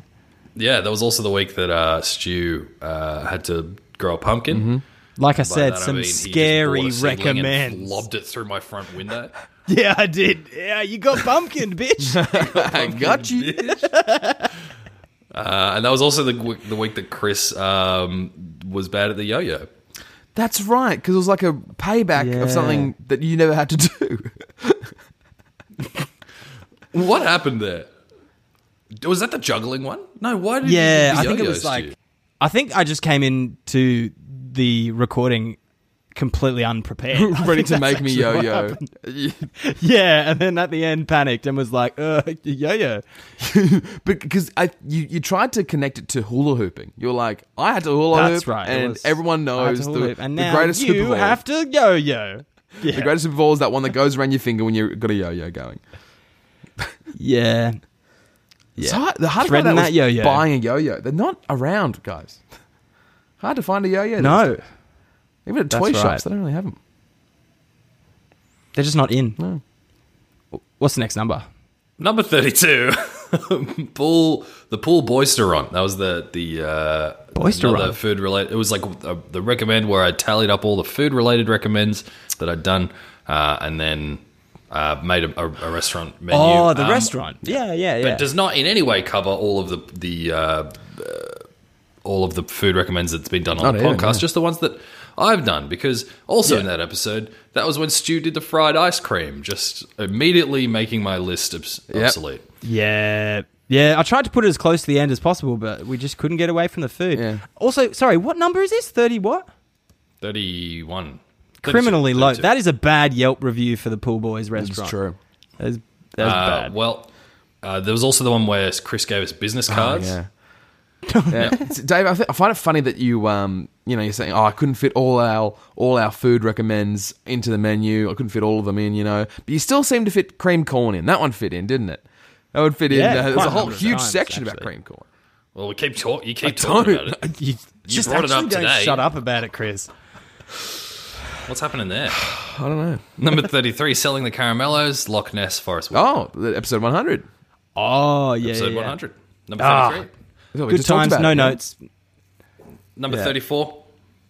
S2: Yeah, that was also the week that uh, Stu uh, had to grow a pumpkin.
S3: Like I
S2: By
S3: Mm-hmm. said,
S2: that I
S3: some
S2: mean he just bought
S3: scary
S2: a seedling and
S3: recommends.
S2: Lobbed it through my front window.
S3: *laughs* Yeah, I did. Yeah, you got pumpkin,
S2: *laughs*
S3: bitch.
S1: *laughs* I got you.
S3: *laughs*
S2: Uh, and that was also the, w- the week that Chris um, was bad at the yo yo.
S1: That's right, because it was like a payback
S3: Yeah.
S1: of something that you never had to do.
S2: What happened there? Was that the juggling one? No, why did
S3: Yeah,
S2: you do
S3: I
S2: the
S3: think it
S2: yo-yos
S3: was
S2: to
S3: like
S2: you?
S3: I think I just came into the recording completely unprepared.
S1: *laughs*
S3: I
S1: Ready
S3: think
S1: to
S3: that's
S1: make me
S3: actually what
S1: yo-yo. *laughs*
S3: happened. *laughs* Yeah, and then at the end panicked and was like, uh, yo-yo.
S1: *laughs* because I you, you tried to connect it to hula hooping. You're like, I had to hula hoop,
S3: That's right. it
S1: and
S3: was-
S1: everyone
S3: I had
S1: knows
S3: to
S1: the,
S3: hula hoop, and
S1: the
S3: now
S1: greatest
S3: you
S1: Super Bowl.
S3: have to yo-yo. Yeah.
S1: The greatest Super Bowl is that one that goes around your finger when you've got a yo-yo going.
S3: yeah.
S1: It's hard, the hardest
S3: Threading
S1: part of
S3: that
S1: that, was
S3: yo-yo.
S1: buying a yo-yo. They're not around, guys. Hard to find a yo-yo. these
S3: No,
S1: days. even at
S3: That's
S1: toy
S3: right.
S1: shops, they don't really have them.
S3: they're just not in.
S1: No.
S3: What's the next number?
S2: Number thirty-two, *laughs* Paul the Paul Boisteron. That was the the uh,
S3: Boisteron?
S2: another food related. It was like uh the recommend where I tallied up all the food related recommends that I'd done, uh, and then uh, made a, a, a restaurant menu.
S3: Oh, the
S2: Um,
S3: restaurant. Yeah, yeah,
S2: But
S3: yeah.
S2: does not in any way cover all of the the uh, uh, all of the food recommends that's been done on
S1: Not
S2: the
S1: even,
S2: podcast.
S1: yeah.
S2: Just the ones that I've done because also in that episode that was when Stu did the fried ice cream, just immediately making my list obs- obsolete.
S3: yeah. Yeah, I tried to put it as close to the end as possible, but we just couldn't get away from the food.
S1: Yeah.
S3: Also, sorry, what number is this? 30 what?
S2: Thirty one.
S3: Criminally low. That is a bad Yelp review for the Pool Boys restaurant.
S1: It's true.
S3: That's, that's
S2: uh,
S3: bad.
S2: well. Uh, there was also the one where Chris gave us business cards.
S3: *laughs*
S1: Yeah. yeah. So, *laughs* Dave, I, th- I find it funny that you, um, you know, you're saying, "Oh, I couldn't fit all our all our food recommends into the menu. I couldn't fit all of them in, you know." But you still seem to fit cream corn in. That one fit in, didn't it? That would fit
S3: Yeah,
S1: in. Uh, there's
S3: quite
S1: a
S3: a
S1: whole
S3: number of
S1: huge
S3: times,
S1: section about
S3: actually.
S1: cream corn.
S2: Well, we keep talking. You keep
S1: Don't.
S2: talking about it.
S3: *laughs* You, just
S2: brought it
S3: actually
S2: up
S3: don't
S2: today.
S3: shut up about it, Chris.
S2: What's happening there?
S1: I don't know.
S2: Number thirty-three, selling the caramellos, Loch Ness Forest. Walk,
S1: Oh, the episode 100.
S3: Oh yeah,
S2: episode
S3: yeah, yeah.
S2: one hundred. Number
S3: Ah.
S2: thirty-three.
S1: That's what we
S3: Good
S1: just talked
S3: times,
S1: about,
S3: no
S1: yeah.
S3: notes.
S2: Number
S3: Yeah.
S2: 34,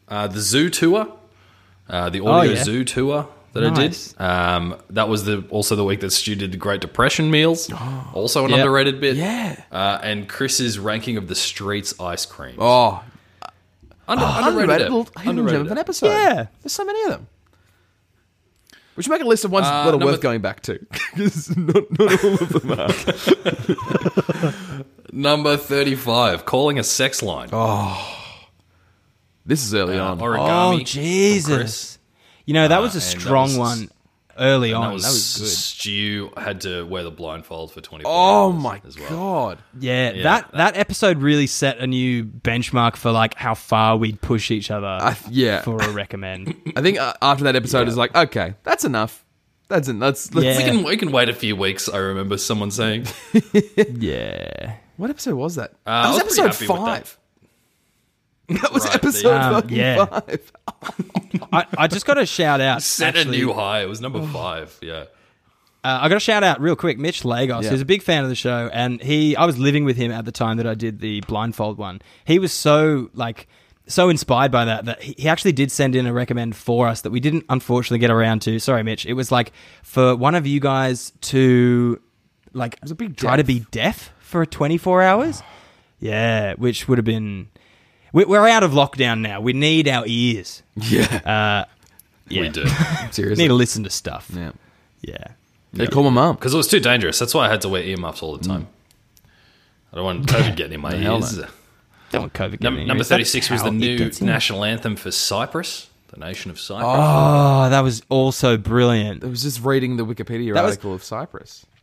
S2: uh, the zoo tour, uh, the audio
S3: yeah.
S2: zoo tour that
S3: Nice.
S2: I did. Um, that was the also the week that Stu did the Great Depression meals, also an
S3: Yeah.
S2: underrated bit.
S1: Yeah.
S2: Uh, and Chris's ranking of the streets ice cream.
S1: Oh,
S2: Under-
S1: underrated.
S2: underrated.
S1: little
S2: ep-
S1: hidden gem
S2: underrated
S1: of
S2: ep.
S1: an episode.
S3: Yeah.
S1: There's so many of them. We should make a list of ones
S2: Uh,
S1: that are
S2: number-
S1: worth going back to. *laughs* 'Cause not, not all of them are.
S2: Number 35, calling a sex line.
S1: This is early
S2: Uh,
S1: on.
S2: origami.
S3: oh Jesus! You know that was a
S2: Uh, and that
S3: strong
S2: was-
S3: one early on.
S2: That was,
S3: Oh, good.
S2: Stu had to wear the blindfold for 24
S1: oh
S2: hours
S1: my
S2: as well.
S1: god.
S3: Yeah, that, that episode really set a new benchmark for like how far we'd push each other.
S1: yeah.
S3: for
S1: *laughs*
S3: a recommend.
S1: I think uh, after that episode is like, okay, that's enough. That's en- that's, let's
S2: We
S3: Yeah.
S2: can, we can wait a few weeks, I remember someone saying. Uh,
S3: yeah,
S1: What episode was that?
S2: I
S1: that was,
S2: was pretty
S1: episode
S2: happy with that.
S1: 5. *laughs* That, was
S2: Right,
S1: episode
S2: the-
S3: Um,
S1: fucking
S3: yeah. *laughs*
S1: 5.
S3: I, I just got to shout out.
S2: *laughs* Set
S3: actually, oh.
S2: a new high. It was number five. Yeah.
S3: Uh, I got to shout out real quick, Mitch Lagos,
S1: Yeah.
S3: who's a big fan of the show, and he, I was living with him at the time that I did the blindfold one. He was so like so inspired by that that he he actually did send in a recommend for us that we didn't unfortunately get around to. Sorry, Mitch. It was like for one of you guys to like
S1: a big
S3: try to
S1: deaf.
S3: be deaf for 24 hours. yeah, which would have been. we- We're out of lockdown now. We need our ears.
S1: *laughs* Yeah.
S2: We do.
S1: Seriously.
S3: Need to listen to stuff.
S1: yeah.
S3: yeah.
S1: They call my mum.
S2: Because it was too dangerous. That's why I had to wear earmuffs all the time. I don't want COVID getting in my
S1: hell
S2: ears.
S3: Don't want COVID.
S2: Num- number
S3: getting in your ears. That's
S2: 36 was
S3: how
S2: the
S3: it
S2: new
S3: gets in.
S2: national anthem for Cyprus, the nation of Cyprus.
S3: Oh, that was also brilliant.
S1: I was just reading the Wikipedia
S3: That was-
S1: article of Cyprus. *laughs*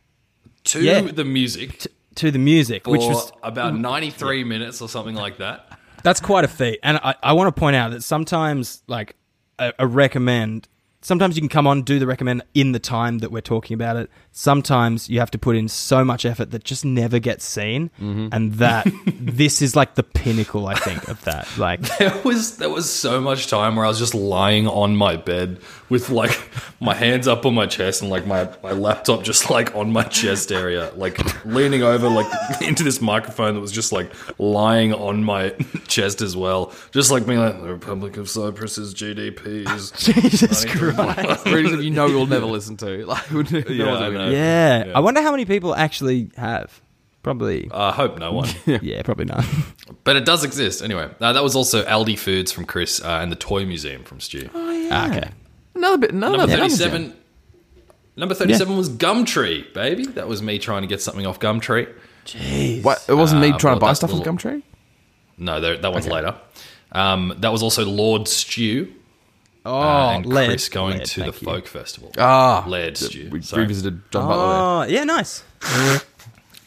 S2: To
S3: yeah.
S2: the music,
S3: To the music,
S2: which
S3: which
S2: for
S3: was Mm.
S2: about 93 minutes or something like that.
S3: that's quite a feat. And I, I want to point out that sometimes, like a, a recommend, sometimes you can come on do the recommend in the time that we're talking about it. Sometimes you have to put in so much effort that just never gets seen, and that *laughs* this is like the pinnacle, I think, of that. *laughs* Like,
S2: There was there was so much time where I was just lying on my bed with like my hands up on my chest and like my, my laptop just like on my chest area, like leaning over like *laughs* into this microphone that was just like lying on my *laughs* chest as well. Just like being like the Republic of Cyprus's GDP is
S3: Jesus
S1: Readings that you know you'll never listen to. *laughs* Like, would no
S2: Yeah,
S1: one's
S2: I
S1: gonna-
S2: know.
S3: yeah. I wonder how many people actually have. Probably,
S2: *laughs* I hope no
S1: *laughs*
S2: one.
S3: yeah, probably *laughs* not.
S2: But it does exist anyway. Uh, that was also Aldi Foods from Chris uh, and the Toy Museum from Stu.
S3: Ah, okay.
S1: Another bit. Another
S2: Number
S1: another jam.
S2: thirty-seven. Number thirty-seven was Gumtree, baby. That was me trying to get something off Gumtree.
S1: What, it wasn't me
S2: Uh,
S1: trying to
S2: well,
S1: buy
S2: that
S1: stuff on
S2: little-
S1: Gumtree.
S2: No, that, that one's later. Um, that was also Lord Stew
S3: Oh,
S2: uh, and
S3: lead.
S2: Chris going
S3: Lead,
S2: to the
S3: thank you.
S2: folk festival.
S1: Ah,
S2: Laird
S1: that
S2: Stew.
S1: We
S2: Sorry.
S1: revisited John Butler. there.
S3: Oh, yeah, nice.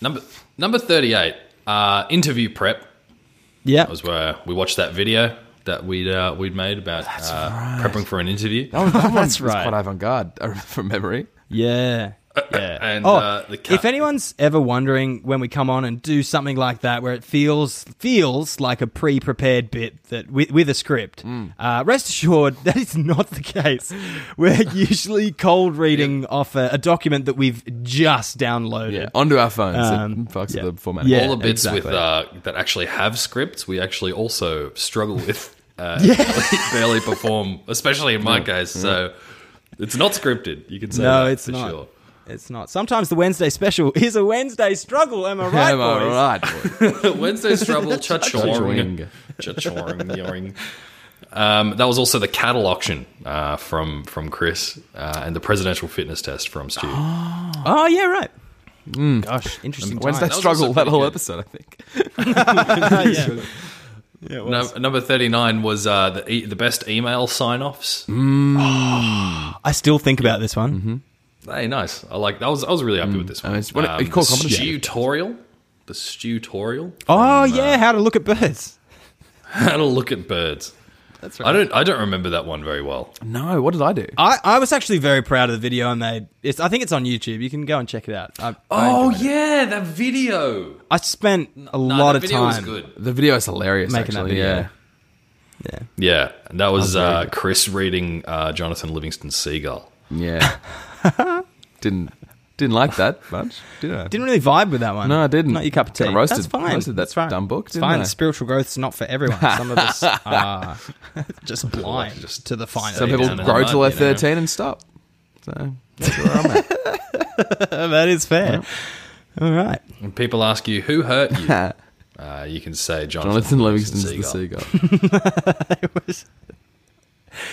S2: Number number thirty-eight. Uh, interview prep
S3: Yeah.
S2: was where we watched that video that we'd uh, we'd made about uh, prepping for an interview.
S1: That one, that
S3: *laughs* That's
S1: one was
S3: right.
S1: quite avant-garde *laughs* I remember from memory.
S3: Yeah. Yeah.
S2: uh, and,
S3: oh,
S2: uh, the cat-
S3: if anyone's ever wondering when we come on and do something like that, where it feels feels like a pre-prepared bit that with, with a script,
S2: Mm.
S3: uh, rest assured *laughs* that is not the case. We're *laughs* usually cold reading off a, a document that we've just downloaded.
S1: Yeah, onto our phones.
S3: Um,
S1: it fucks
S3: yeah.
S1: with the formatting.
S3: Yeah.
S2: all the bits with
S3: exactly.
S2: uh, that actually have scripts, we actually also struggle with.
S3: *laughs*
S2: Uh, *laughs* barely perform, especially in my case. So it's not scripted. You can say
S3: Mm-hmm. No,
S2: that
S3: it's
S2: for
S3: not.
S2: sure. *laughs*
S3: It's not. Sometimes the Wednesday special *laughs* is a Wednesday struggle. Am I right,
S1: Am I
S3: boys?
S2: *laughs*
S1: right, boys?
S3: *laughs*
S2: Wednesday's trouble, cha-choring.
S1: Cha-choring.
S2: Cha-choring, yoring. Um, that was also the cattle auction uh, from from Chris uh, and the presidential fitness test from Stu.
S3: Oh yeah, right.
S2: Mm.
S3: Gosh, interesting.
S1: When's that
S2: was
S1: struggle?
S2: also
S1: That whole
S2: pretty good.
S1: episode, I think.
S3: time. Oh, yeah. Yeah, *gasps* it was.
S2: Num- number thirty nine was uh, the e- the best email sign offs.
S3: I still think about this one.
S2: Hey, nice. I like. I was I was really happy with this one. Um,
S1: And it's- when it- you
S2: the
S1: call competition.
S2: tutorial. The tutorial. *laughs*
S3: uh, Oh yeah, how to look at birds.
S2: How to look at birds.
S3: That's
S2: I don't. I don't remember that one very well.
S1: No, what did I do?
S3: I, I was actually very proud of the video I made. It's, I think it's on YouTube. You can go and check it out. I, I enjoyed
S2: Oh,
S3: it.
S2: yeah, that video.
S3: I spent a
S2: No,
S3: lot
S2: that
S3: of
S2: video
S3: time.
S2: Was good.
S1: The video is hilarious.
S3: Making that
S1: actually,
S3: video.
S1: yeah.
S3: Yeah.
S2: Yeah, and that was uh, Chris reading uh, Jonathan Livingston Seagull.
S1: Yeah. didn't didn't like that much, did I?
S3: Didn't really vibe with that one.
S1: No, I didn't.
S3: Not your cup of tea.
S1: Kinda roasted-
S3: That's fine.
S1: roasted that
S3: That's fine.
S1: dumb book,
S3: It's
S1: didn't
S3: fine.
S1: I?
S3: Spiritual growth's not for *laughs* everyone. Some of us are *laughs* just blind
S2: Just
S3: to the finest.
S1: Some
S2: Stay
S1: people
S2: down in
S1: grow
S2: the mud,
S1: till they're
S2: you know.
S1: thirteen and stop. So that's where I'm at.
S3: Oh, that is fair. All right.
S2: When people ask you who hurt
S1: *laughs*
S2: you,
S1: Yeah.
S2: uh, you can say Jonathan,
S1: Jonathan Livingston's
S2: Seagull.
S1: the seagull. *laughs*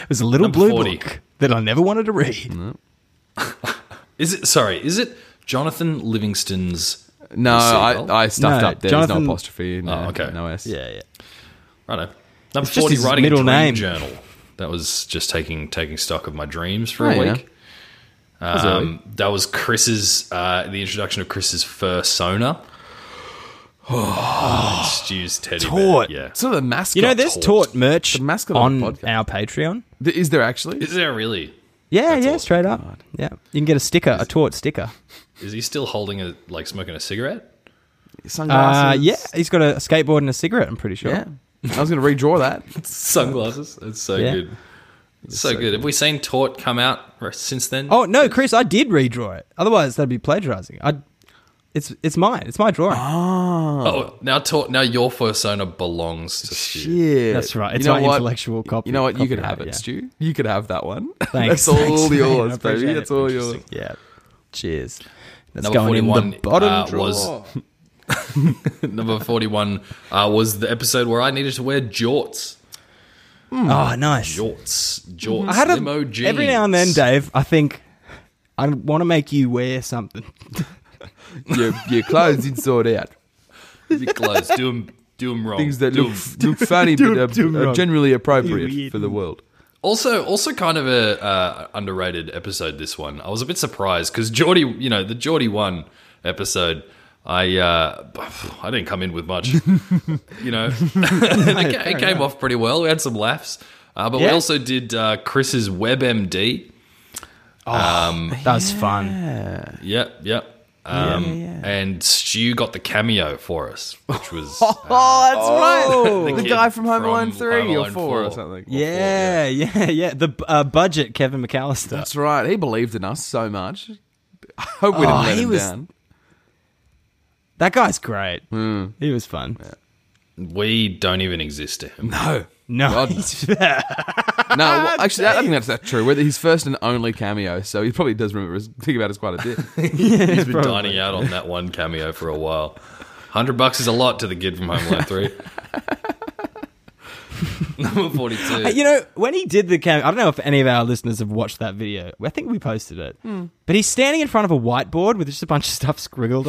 S3: It was a little
S2: Number
S3: blue
S2: 40.
S3: book that I never wanted to read.
S2: Is it? Sorry, is it Jonathan Livingston's?
S1: No,
S2: The seagull?
S1: I, I stuffed
S3: No,
S1: up there. There's
S3: Jonathan-
S1: no apostrophe. No,
S2: Oh, okay.
S1: No S.
S3: Yeah, yeah.
S2: Righto. Number
S3: just
S2: forty,
S3: his
S2: writing
S3: middle
S2: a dream
S3: name.
S2: journal. That was just taking taking stock of my dreams for
S1: Oh,
S2: a
S1: yeah.
S2: week.
S1: That's early.
S2: Um, that was Chris's uh, the introduction of Chris's fursona. Oh, Stu's teddy
S3: Taut.
S2: bear. Yeah,
S1: So the mascot.
S3: You know, there's
S2: Tort.
S3: taught merch
S1: The mascot
S3: on
S1: of the podcast.
S3: our Patreon.
S1: Th- Is there actually?
S2: is there really?
S3: Yeah, yeah,
S2: awesome.
S3: straight up. Yeah, you can get a sticker, a taught sticker.
S2: Is he still holding a like smoking a cigarette?
S1: Sunglasses.
S3: Uh, yeah, he's got a skateboard and a cigarette. I'm pretty sure.
S1: Yeah. I was going to
S2: *laughs*
S1: redraw that.
S2: Sunglasses. That's so
S3: Yeah.
S2: good. It's so, good. Have we seen Tort come out r- since then?
S3: Oh no, Chris, I did redraw it. Otherwise, that'd be plagiarizing. I, it's it's mine. It's my drawing.
S2: Oh, now Tort. Now your persona belongs to Stu.
S1: Shit.
S3: That's right. It's
S1: you know
S3: my
S1: what?
S3: intellectual copy-
S1: You know what? You could
S3: copyright,
S1: have it,
S3: yeah.
S1: Stu. You could have that one. *laughs*
S3: Thanks,
S1: That's all
S3: thanks, mate.
S1: yours,
S3: I appreciate
S1: baby.
S3: it.
S1: That's all yours.
S2: Interesting.
S3: Yeah. Cheers. That's
S2: Number
S3: going in the
S2: 41,
S3: bottom
S2: uh,
S3: drawer.
S2: was- *laughs* Number forty-one uh, was the episode where I needed to wear jorts.
S3: oh, nice.
S2: Jorts. Jorts.
S3: I had a,
S2: limo jeans.
S3: every now and then, Dave. I think I want to make you wear something.
S1: your, your clothes inside
S3: *laughs*
S1: out.
S2: Your clothes. Do them. wrong.
S1: Things that
S2: Do
S1: look
S2: 'em-
S1: look funny
S3: do-
S1: but are,
S3: do 'em
S1: are
S3: wrong.
S1: generally appropriate
S3: Weird.
S1: for the world.
S2: Also, also kind of a uh, underrated episode. This one, I was a bit surprised because Geordie, you know, the Geordie one episode, I uh, I didn't come in with much, *laughs* you know. *laughs*
S3: *laughs*
S2: it, ca- it came off pretty well. We had some laughs, uh, but we
S3: Yeah.
S2: also did uh, Chris's WebMD.
S3: That was fun.
S2: Yep, yep. Um, And Stu got the cameo for us, which was uh,
S1: Oh, that's
S2: the
S1: right.
S2: kid from Home Alone
S3: Yeah, yeah, yeah. The uh, budget, Kevin McAllister.
S1: That's right. He believed in us so much. I hope we didn't
S3: Oh,
S1: let
S3: he
S1: him
S3: was-
S1: down.
S3: that guy's great.
S2: Hmm.
S3: He was fun.
S2: We don't even exist to him.
S1: No.
S3: No,
S1: God,
S3: *laughs*
S1: No, well, actually, I think that's that true. Whether his first and only cameo, so he probably does remember his, think about us quite a
S3: *laughs*
S1: bit.
S2: *laughs* He's been dining out on that one cameo for a while. Hundred bucks is a lot to the kid from Home Alone Three. *laughs* Number forty-two.
S3: you know when he did the cameo. I don't know if any of our listeners have watched that video. I think we posted it.
S2: Hmm.
S3: But he's standing in front of a whiteboard with just a bunch of stuff scribbled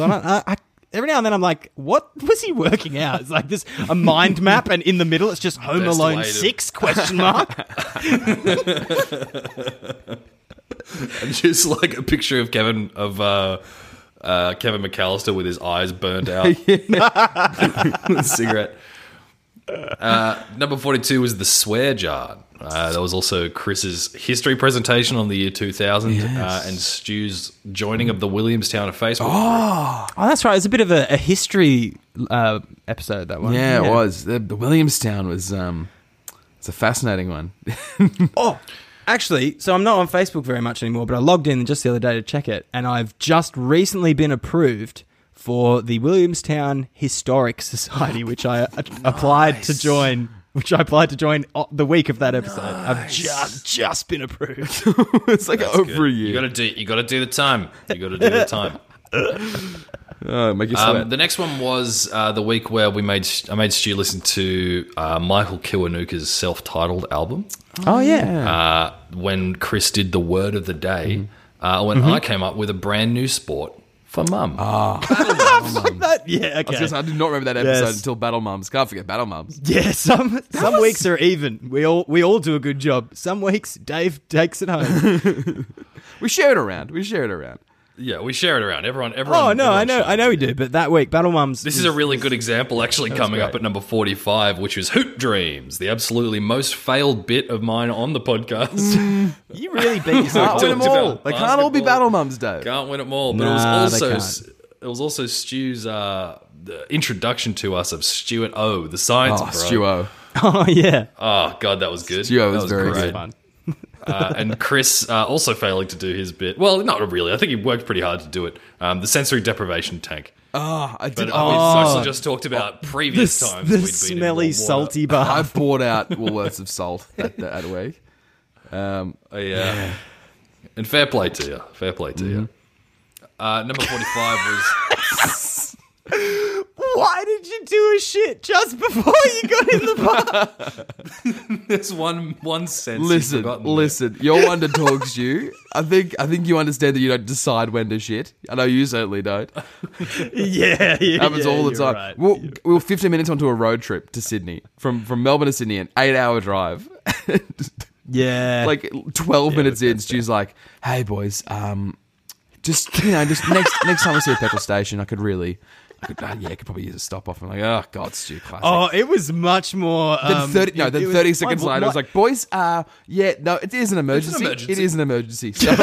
S2: *laughs*
S3: on it. I, I, every now and then, I'm like, "What was he working out?" It's like this a mind map, and in the middle, it's just Home
S2: Best
S3: Alone
S2: way to- *laughs*
S3: Six question mark.
S2: *laughs* Just like a picture of Kevin of uh, uh, Kevin McAllister with his eyes burned out, *laughs* cigarette. Uh, number forty-two was the swear jar. Uh, that was also Chris's history presentation on the year two thousand, uh, and Stu's joining of the Williamstown Facebook.
S3: oh, that's right. It's a bit of a, a history uh, episode. That one.
S1: Yeah, it was. The, the Williamstown was um, it's a fascinating one.
S3: Oh, actually, so I'm not on Facebook very much anymore, but I logged in just the other day to check it, and I've just recently been approved for the Williamstown Historic Society, which I a- applied to join. Which I applied to join o- the week of that episode. I've just just
S1: *laughs*
S3: been approved.
S1: it's like over a
S2: You
S1: year.
S2: gotta do. You gotta do the time. You gotta do the time.
S1: Oh, make you sweat.
S2: Um, the next one was uh, the week where we made I made Stu listen to uh, Michael Kiwanuka's self-titled album.
S3: oh yeah,
S2: Uh, when Chris did the word of the day,
S3: Mm-hmm.
S2: uh, when I came up with a brand new sport for mum.
S3: Ah. That- yeah.
S1: I, was
S3: Okay.
S1: gonna say, I did not remember that episode
S3: Yes.
S1: until Battle Mums. Can't forget Battle Mums.
S3: Yeah. Some some weeks are even. We all we all do a
S1: *laughs*
S3: good job. Some weeks Dave takes it home.
S1: We share it around. We share it around.
S2: Yeah, we share it around. Everyone, everyone.
S3: Oh no,
S2: everyone
S3: I know,
S2: shares.
S3: I know we do. But that week, Battle Mums.
S2: This is a really good example, actually, coming up
S1: great.
S2: at number 45, which is Hoop Dreams, the absolutely most failed bit of mine on the podcast.
S3: Mm. you
S1: *laughs*
S3: really beat yourself.
S1: Can't win
S2: talked
S1: them all.
S2: about
S1: They can't all be
S2: basketball.
S1: battle mums, though.
S2: *laughs* Can't win them all, but
S3: Nah,
S2: it was
S3: they
S2: also it was also Stu's uh, the introduction to us of Stuart O, the science
S1: Oh,
S2: bro.
S1: Stuo.
S3: *laughs* oh yeah,
S2: Oh god, that was good.
S1: Stuart
S2: that
S1: was very
S2: great.
S1: good.
S3: fun.
S2: *laughs* Uh, and Chris uh, also failing to do his bit. Well, not really. I think he worked pretty hard to do it. Um, the sensory deprivation tank.
S1: Oh, I did.
S2: But
S1: I-
S2: oh, we also just talked about
S3: The,
S2: previous
S3: s-
S2: times
S3: the
S2: we'd been
S3: smelly,
S2: in more water.
S3: salty bar.
S1: I bought out Woolworths of salt that,
S2: *laughs*
S1: that week. Um,
S2: Oh, yeah. And fair play to you. Fair play to you.
S1: Mm-hmm.
S2: Uh, number 45 was. *laughs*
S3: Why did you do a shit just before you got in the
S1: *laughs*
S3: bar?
S2: There's one, one sense. you've
S1: listen,
S2: forgotten there.
S1: listen. You're one to talk to you. I think. I think you understand that you don't decide when to shit. I know you certainly
S2: *laughs*
S1: don't.
S3: yeah, *laughs* yeah,
S1: happens
S3: yeah,
S1: all the
S3: you're
S1: time.
S3: right.
S1: We'll, we were 15 minutes onto a road trip to Sydney from from Melbourne to Sydney, an eight hour drive. *laughs*
S3: Yeah,
S1: like 12 minutes in, Stu's like, "Hey boys, um, just you know, just next *laughs* next time I see a petrol station, I could really, I could, uh, yeah, I could probably use a stop off." I'm like, "Oh God, Stu, classic."
S3: Oh, it was much more.
S1: Then
S3: Um,
S1: thirty no,
S3: it-
S1: then
S3: it was-
S1: thirty seconds
S3: my-
S1: later, I was
S3: my-
S1: like, "Boys, uh, yeah, no, it is an emergency.
S2: emergency.
S1: It is an *laughs* emergency. So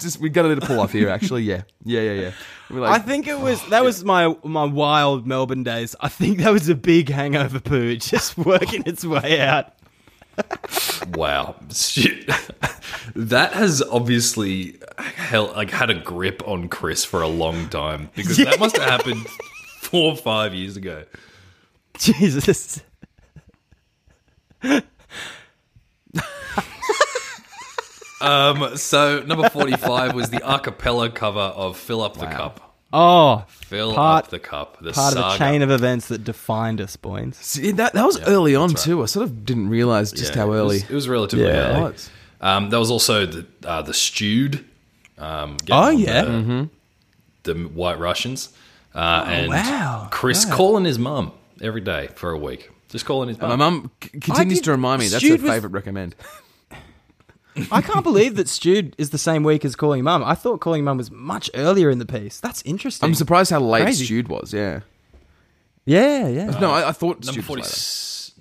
S1: just we got a little pull off here, actually. Yeah, yeah, yeah, yeah." We're
S3: I
S1: like, oh,
S3: think it was that was my my wild Melbourne days. I think that was a big hangover poo, *laughs* just working its way out. *laughs*
S2: Wow. Shit. *laughs* that has obviously hell, like had a grip on Chris for a long time because that must have happened four or five years ago.
S3: Jesus.
S2: Um, so, number 45 was the acapella cover of Fill Up the Cup.
S3: Oh,
S2: Fill
S3: Part-
S2: Up the Cup. The
S3: part
S2: saga.
S3: of the chain of events that defined us, boys.
S1: See, that, that was early on too. I sort of didn't realize just
S2: Yeah,
S1: how
S2: it
S1: early.
S2: was- It was, relatively
S3: Yeah.
S2: early.
S1: It was.
S2: Um, that was also the uh, the stewed. Um, getting
S3: Oh,
S2: on
S3: yeah.
S2: the, the White Russians. Uh, and
S3: Oh, wow.
S2: Chris calling his mum every day for a week. Just calling
S3: Oh,
S2: his mum.
S1: My mum c- continues
S3: did-
S1: to remind me that's her
S3: Stude was-
S1: favorite recommend.
S3: I can't believe that Stude is the same week as Calling Mum. I thought Calling Mum was much earlier in the piece. That's interesting.
S1: I'm surprised how late
S3: Crazy.
S1: Stude was. Yeah.
S3: yeah, yeah,
S1: No, I, I thought
S2: number
S1: Stude
S2: forty.
S1: was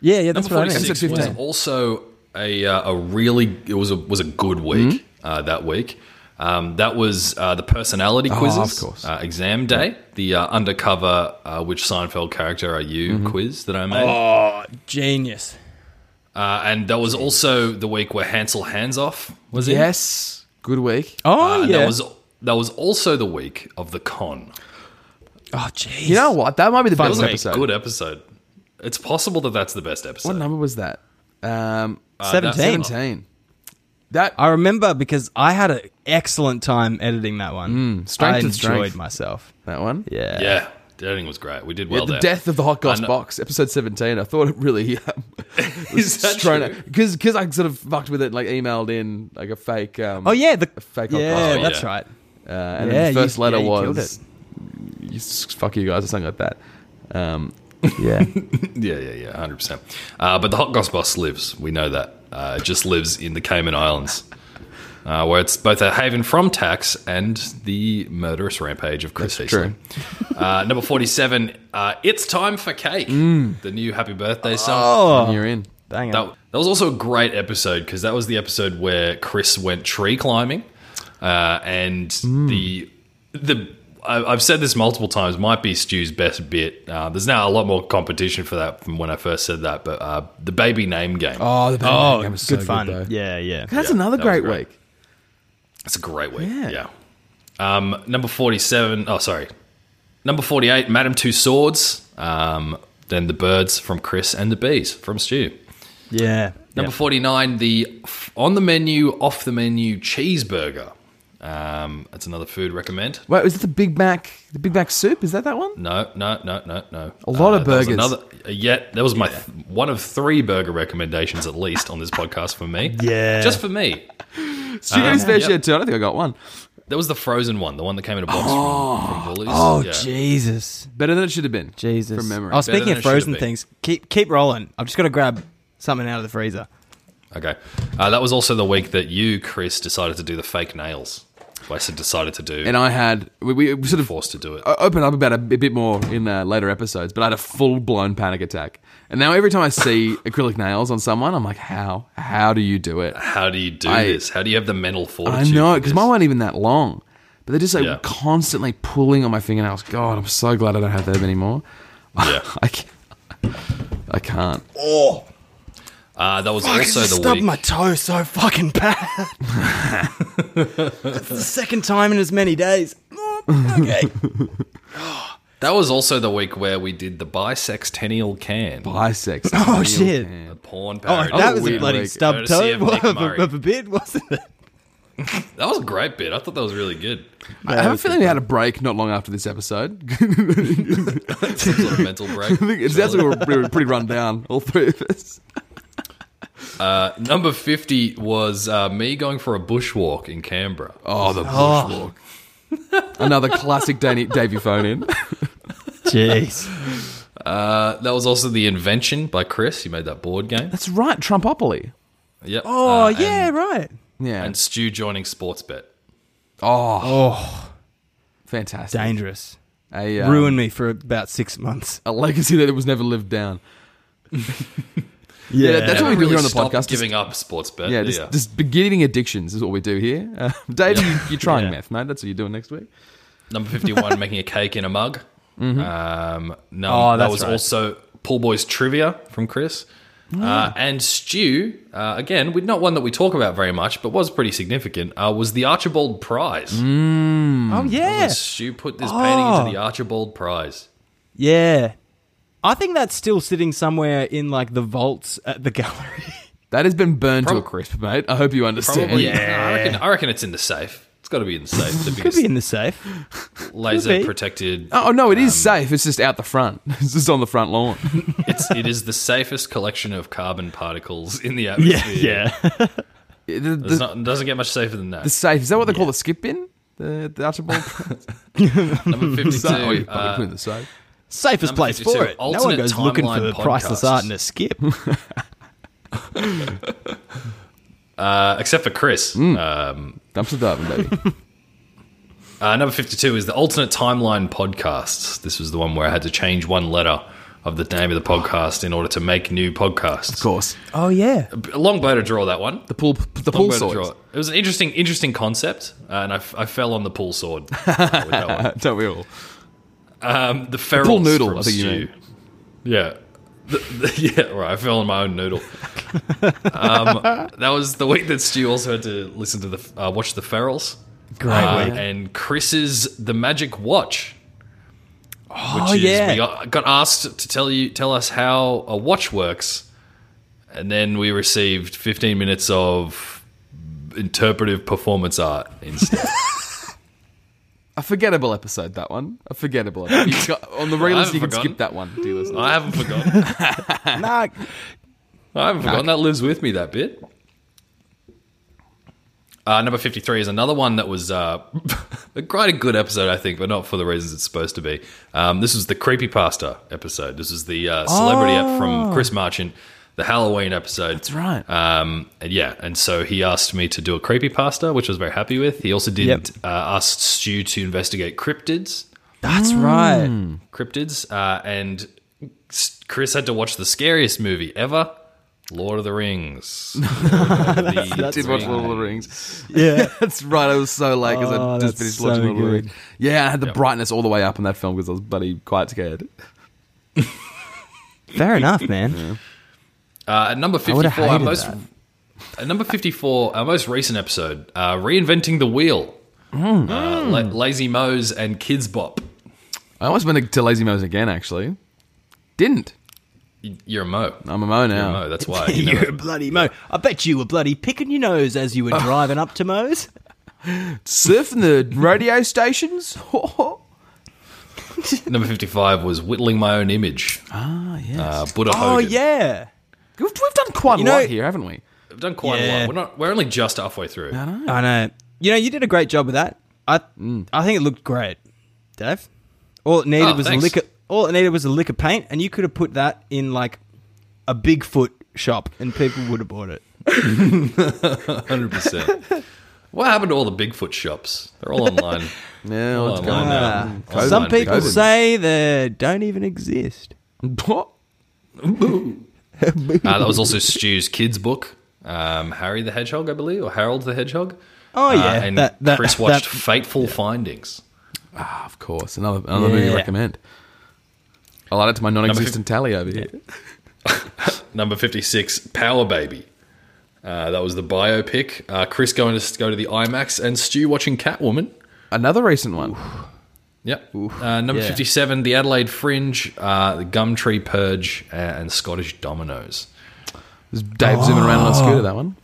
S3: yeah, yeah. That's
S2: Number
S3: what I
S2: forty
S3: mean.
S2: six
S1: Episode
S2: was
S1: 15.
S2: also a uh, a really it was a was a good week
S3: Mm-hmm.
S2: uh, that week. Um, that was uh, the
S3: Oh,
S2: personality quizzes,
S1: of course.
S2: Uh, exam day, the uh, undercover uh, which Seinfeld character are you
S3: Mm-hmm.
S2: quiz that I made.
S3: Oh, genius.
S2: Uh, and that was also the week where Hansel hands off was in.
S1: Yes. Good week.
S3: Oh
S2: Uh, and
S3: yeah.
S2: That was that was also the week of the con.
S3: oh jeez.
S1: You know what? That might be the
S2: That
S1: best
S2: was a
S1: episode.
S2: good episode. It's possible that that's the best episode.
S1: What number was that? Um,
S2: Uh,
S3: Seventeen.
S2: that's-
S1: 17. That
S3: I remember because I had an excellent time editing that one.
S2: Mm,
S1: strength
S3: I
S1: to
S3: enjoyed
S1: strength.
S3: myself.
S1: that one.
S3: Yeah.
S2: Yeah, the editing was great. We did well
S1: Yeah, the
S2: there.
S1: death of the hot goss
S2: I know-
S1: box, episode seventeen. I thought it really *laughs*
S3: *laughs*
S1: um,
S2: Is that true?
S1: because because I sort of fucked with it, like emailed in like a fake. Um,
S3: Oh yeah, the
S1: fake hot
S3: Yeah,
S1: goss
S2: Oh,
S1: box.
S3: that's
S2: yeah.
S3: right.
S1: Uh, and
S3: Yeah,
S1: then the
S3: you-
S1: first letter
S3: yeah, you killed
S1: was you s- "fuck you guys" or something like that. Um, *laughs*
S3: Yeah.
S2: *laughs* Yeah, yeah, yeah, hundred percent. Uh, but the hot goss boss lives. We know that. Uh, it just lives in the Cayman
S1: *laughs*
S2: Islands, uh, where it's both a haven from tax and the murderous rampage of Chris
S1: That's
S2: Easton. Uh, number forty-seven. Uh, it's time for cake.
S1: Mm.
S2: The new Happy Birthday song.
S1: and you're in.
S3: Oh, Dang it.
S2: That, that was also a great episode because that was the episode where Chris went tree climbing, uh, and
S1: Hmm.
S2: the the I, I've said this multiple times might be Stu's best bit. Uh, there's now a lot more competition for that from when I first said that, but uh, the baby name game.
S1: Oh, the
S3: oh,
S1: game
S3: good
S1: was so
S3: fun.
S1: though.
S3: yeah, yeah.
S1: That's
S2: Yeah,
S1: another
S2: that was
S1: great,
S2: great.
S1: week.
S2: It's a great week.
S1: Yeah.
S2: Yeah. Um, number 47. Oh, sorry. Number 48, Madam Two Swords. Um, then the birds from Chris and the bees from Stu.
S3: Yeah.
S2: Number 49, the f- on the menu, off the menu cheeseburger. Um, that's another food recommend.
S1: Wait, is it the Big Mac? The Big Mac soup? Is that that one?
S2: No, no, no, no, no.
S1: A lot of
S2: that was
S1: burgers.
S2: Another, uh, yeah, that was my th- one of three burger recommendations at least on this podcast for me.
S3: Yeah.
S2: Just for me.
S1: Studios
S2: Um,
S1: fair
S2: yep.
S1: share too. I don't think I got one.
S2: That was the frozen one, the one that came in a box from, from Woolies.
S3: Oh
S2: Yeah.
S3: Jesus.
S1: Better than it should have been.
S3: Jesus.
S1: From memory.
S3: Oh,
S2: Better
S3: speaking
S2: than
S3: of
S2: it should have
S3: frozen
S2: been.
S3: things, keep keep rolling. I've just got to grab something out of the freezer.
S2: Okay. Uh, that was also the week that you, Chris, decided to do the fake nails. I s- decided to do.
S1: And Oh, I had we, we sort of
S2: forced to do it.
S1: I open up about a, bit more in uh, later episodes, but I had a full blown panic attack. And now every time I
S2: *laughs*
S1: see acrylic nails on someone, I'm like, how? How do you do it?
S2: How do you do
S1: I-
S2: this? How do you have the mental
S1: I
S2: fortitude?
S1: know
S2: for
S1: because
S2: this?
S1: mine weren't even that long, but they're just like
S2: Yeah.
S1: constantly pulling on my fingernails. God, I'm so glad I don't have them anymore.
S2: Yeah.
S1: I can't. I can't.
S3: Oh,
S2: Uh, that was
S3: I
S2: also
S3: just
S2: the
S3: stubbed
S2: week.
S3: my toe so fucking bad. *laughs* That's the second time in as many days. Oh, *laughs* okay.
S2: that was also the week where we did the bisextennial can. *laughs*
S1: Bisex.
S3: Oh, shit.
S2: the porn
S3: Oh,
S2: parody.
S3: that was a
S1: weird
S3: bloody
S1: week.
S3: stub
S2: Courtesy
S3: toe
S2: of Nick
S3: of,
S2: Murray.
S3: a- of a bit, wasn't it?
S2: that was a great bit. I thought that was really good.
S1: I have a feeling we had a break not long after this episode. *laughs* I
S2: Some sort of mental
S1: *laughs*
S2: break.
S1: think it sounds like we were- we were pretty run down, all three of us.
S2: uh, Number 50 was uh, me going for a bushwalk in Canberra.
S1: Oh, the bushwalk. Another classic Danny, Davey phone in.
S3: Jeez.
S2: Uh, that was also the invention by Chris. He made that board
S1: *laughs*
S2: game.
S1: That's right, Trumpopoly.
S2: Yep.
S3: *laughs* Oh,
S2: Uh, and-
S3: yeah, right.
S1: Yeah.
S2: And Stu joining sports bet.
S1: oh,
S3: Oh,
S1: fantastic.
S3: dangerous.
S1: A, um,
S3: Ruined me for about six months.
S1: A legacy that it was never lived down.
S3: *laughs* Yeah,
S1: That's what we
S2: Never
S1: do here on the
S2: stopped
S1: podcast, just-
S2: Giving up sports bet.
S1: Yeah,
S2: Yeah.
S1: just, just beginning addictions is what we do here. Uh, Dave, you, you're trying
S3: Yeah.
S1: meth, mate. That's what you're doing next week.
S2: Number 51, making a cake in a mug. Um, no,
S3: Mm-hmm. Oh,
S2: that
S3: that's
S2: was
S3: right. Mm.
S2: also Pool Boys Trivia from Chris. Uh, and Stu, uh, again, with not one that we talk about very much, but was pretty significant, uh, was the Archibald Prize.
S3: oh, yeah.
S2: Stu put this painting into
S3: Oh.
S2: the Archibald Prize.
S3: Yeah. I think that's still sitting somewhere in like the vaults at the gallery. *laughs*
S1: That has been burned to a
S2: Prob-
S1: crisp, mate. I hope you understand.
S2: Probably. I, reckon, I reckon it's in the safe. It's got to be in the
S3: *laughs*
S2: safe. The
S3: Could
S2: biggest
S3: be in the safe.
S2: laser
S3: be. *laughs* Ah.
S2: protected.
S1: Oh no, it is safe. It's just out the front. *laughs* It's just on the front lawn.
S2: It's, it is the safest collection of carbon particles in the atmosphere.
S1: The- the-
S2: It's not, it doesn't get much safer than that.
S1: the safe. Is that what they call the skip bin? The, the Archibald.
S3: *laughs*
S2: Number 52.
S1: oh, you
S2: uh,
S1: probably put it in the safe.
S3: *laughs* Safest
S2: Number
S3: place
S2: 52,
S3: for it. No one
S2: alternate
S3: goes looking for
S2: timeline
S3: priceless
S2: podcasts.
S3: art in a skip.
S2: uh, except for Chris.
S3: Mm.
S2: Um,
S1: Dumpster diving, baby.
S2: uh, number 52 is the alternate timeline podcasts. This was the one where I had to change one letter of the name of the podcast in order to make new podcasts.
S1: of course.
S3: oh, yeah.
S2: A long blow to draw that one.
S1: The pool. The
S2: Long
S1: pool
S2: bow to
S1: sword.
S2: draw. It was an interesting, interesting concept, uh, and I, f- I fell on the pool
S1: *laughs*
S2: sword. uh, with that one.
S1: Don't we all?
S2: Um, the ferals
S1: Pool noodle,
S2: from
S1: I think you
S2: Stew.
S1: mean.
S2: Yeah. The- the- *laughs* yeah, right. I fell on my own noodle. um, that was the week that Stu also had to listen to the uh, watch the ferals.
S3: Great
S2: Uh,
S3: week.
S2: and Chris's the magic watch.
S3: Oh,
S2: which is
S3: yeah.
S2: we got got asked to tell you tell us how a watch works, and then we received 15 minutes of interpretive performance art instead.
S1: A forgettable episode. That one. A forgettable. Episode. You got- on the re-list,
S2: haven't
S1: you can
S2: forgotten. Oh,
S1: skip that one, dear listeners.
S2: I haven't forgotten.
S3: Nah,
S2: I haven't forgotten. That lives with me. That bit. Uh, number 53 is another one that was uh, *laughs* a quite a good episode, I think, but not for the reasons it's supposed to be. Um, this was the Creepypasta episode. This is the uh, celebrity app from Chris Marchant, the Halloween episode. That's
S1: right.
S2: Um, and yeah, and so he asked me to do a Creepypasta, which I was very happy with. He also did
S3: Yep.
S2: uh, ask Stu to investigate cryptids
S3: that's
S2: Mm.
S3: right.
S2: cryptids, uh, and s- Chris had to watch the scariest movie ever. Lord of the Rings. Lord of the
S1: I did watch
S2: Rings.
S1: Lord of the Rings.
S3: Yeah.
S1: That's right. I was so late because
S3: Oh,
S1: I just
S3: that's
S1: finished
S3: so
S1: watching Lord of the
S3: good.
S1: Rings. Yeah, I had the brightness all the way up in that film because I was bloody quite scared.
S3: *laughs* Fair enough, man. *laughs*
S2: Uh, at number
S3: would've
S2: fifty-four, our
S3: hated
S2: most
S3: that.
S2: *laughs* at number fifty-four, our most recent episode, uh, reinventing the wheel. Uh, La- Lazy Mo's and Kids Bop.
S1: I almost went to Lazy Mo's again. Actually, didn't.
S2: Y- You're a mo.
S1: I'm a mo
S2: You're a
S1: now.
S2: mo. That's
S3: *laughs*
S2: why. You
S3: You're
S2: never-
S3: a bloody mo. I bet you were bloody picking your nose as you were driving up to Mo's.
S1: Surfing the radio stations. *laughs*
S2: number fifty-five was whittling my own image.
S1: Ah, yes.
S2: Uh, Buddha
S3: Oh,
S2: Hogan.
S3: yeah.
S1: we've, we've done quite
S3: You
S1: a
S3: know-
S1: lot here, haven't we?
S2: We've done quite a
S3: Yeah.
S2: lot. We're not. We're only just halfway through. *laughs*
S3: I know. You know, you did a great job with that. I I think it looked great, Dave. All it needed
S2: Mm. Oh,
S3: was
S2: thanks.
S3: a lick. Of, all it needed was a lick of paint, and you could have put that in like a Bigfoot shop, and people would have bought it.
S2: hundred percent. What happened to all the Bigfoot shops? They're all
S3: *laughs*
S2: online.
S1: Yeah,
S2: all
S1: what's going
S2: online
S1: on?
S2: now.
S3: Ah,
S2: Online
S3: some
S2: Bigfoot.
S3: people say they don't even exist.
S1: What?
S2: Uh, that was also Stu's kids' book, um, Harry the Hedgehog, I believe, or Harold the Hedgehog.
S3: Oh,
S2: Uh,
S3: yeah,
S2: and
S3: that- that-
S2: Chris watched
S3: that-
S2: Fateful Findings.
S1: Ah, of course. Another another movie
S3: Yeah.
S1: to recommend. I'll add it to my non-existent tally over here.
S2: Number fifty-six, Power Baby. Uh, that was the biopic. Uh, Chris going to go to the IMAX and Stu watching Catwoman.
S1: Another recent one.
S2: Yep. Uh, number
S3: Yeah.
S2: 57, the Adelaide Fringe, uh, the Gumtree Purge, uh, and Scottish Dominoes.
S1: There's Dave zooming around on a scooter. That one.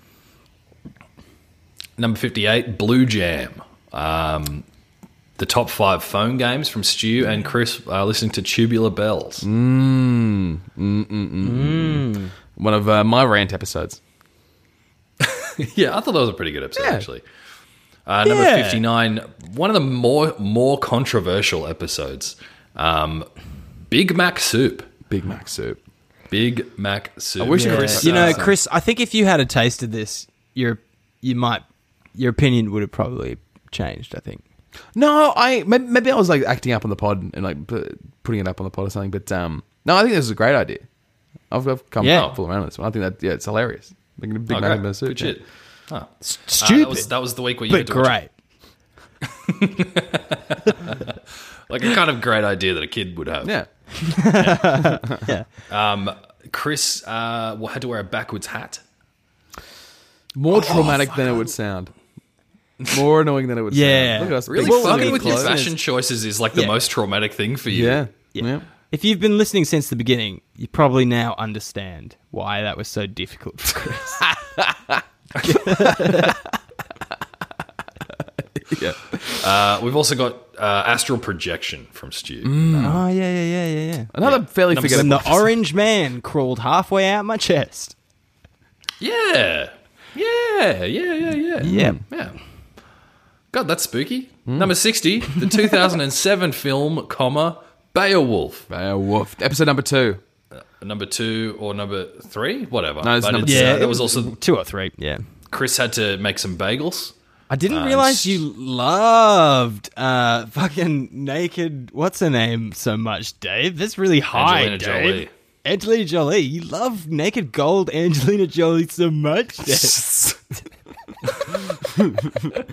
S2: Number 58, Blue Jam. Um, the top five phone games from Stu and Chris uh, listening to Tubular Bells.
S1: Mm. One of uh, my rant episodes.
S2: *laughs* yeah, I thought that was a pretty good episode,
S1: Yeah.
S2: actually. Uh, number
S3: Yeah.
S2: 59, one of the more, more controversial episodes um, Big Mac Soup.
S1: Big Mac soup.
S2: Big Mac Soup. I
S1: wish Chris-
S3: you know,
S1: uh,
S3: Chris, I think if you had a taste of this, your you might your opinion would have probably changed. I
S2: Ah,
S3: think.
S1: No, I maybe, maybe I was like acting up on the pod and like pu- putting it up on the pod or something. But um, no, I think this is a great idea. I've, I've come
S3: Yeah.
S1: full around on this one. I think that yeah, it's hilarious. Like a big
S2: Okay,
S1: Mac and a soup.
S2: Oh, Good
S1: yeah.
S2: shit. Huh. Uh,
S3: Stupid,
S2: that, was, that was the week where you
S3: but
S2: had to watch
S3: great.
S2: like a kind of great idea that a kid would have.
S1: Yeah.
S2: Um, Chris uh, w- had to wear a backwards hat.
S1: More traumatic than it would sound. More annoying than it would
S3: Yeah.
S1: sound. Look at us.
S2: Really
S1: big
S3: Well,
S2: fucking
S1: silly
S2: with your
S1: clothes.
S2: fashion choices is like the
S3: Yeah.
S2: most traumatic thing for you.
S1: Yeah.
S3: Yeah.
S1: Yeah.
S3: If you've been listening since the beginning, you probably now understand why that was so difficult for Chris.
S1: Yeah.
S2: *laughs* Uh, we've also got uh, astral projection from Stu.
S3: oh yeah, yeah, yeah, yeah, yeah.
S1: Another fairly
S2: Number
S3: When
S1: forgettable.
S3: the orange man crawled halfway out my chest.
S2: Yeah, yeah, yeah, yeah, yeah,
S3: Yeah.
S2: yeah. God, that's spooky. Number sixty, the 2007 *laughs* film, comma Beowulf.
S1: *laughs* Beowulf. Episode number two.
S2: Number two or number three, whatever.
S1: No, it's
S2: But
S1: number
S2: it's,
S1: two.
S2: Uh, that was also
S3: two or three. Uh, Yeah.
S2: Chris had to make some bagels.
S3: I didn't realize you loved uh, fucking naked. What's her name so much, Dave? That's really high,
S2: Angelina
S3: Dave.
S2: Jolie.
S3: Angelina Jolie. You love naked gold Angelina Jolie so *laughs* much. Dave.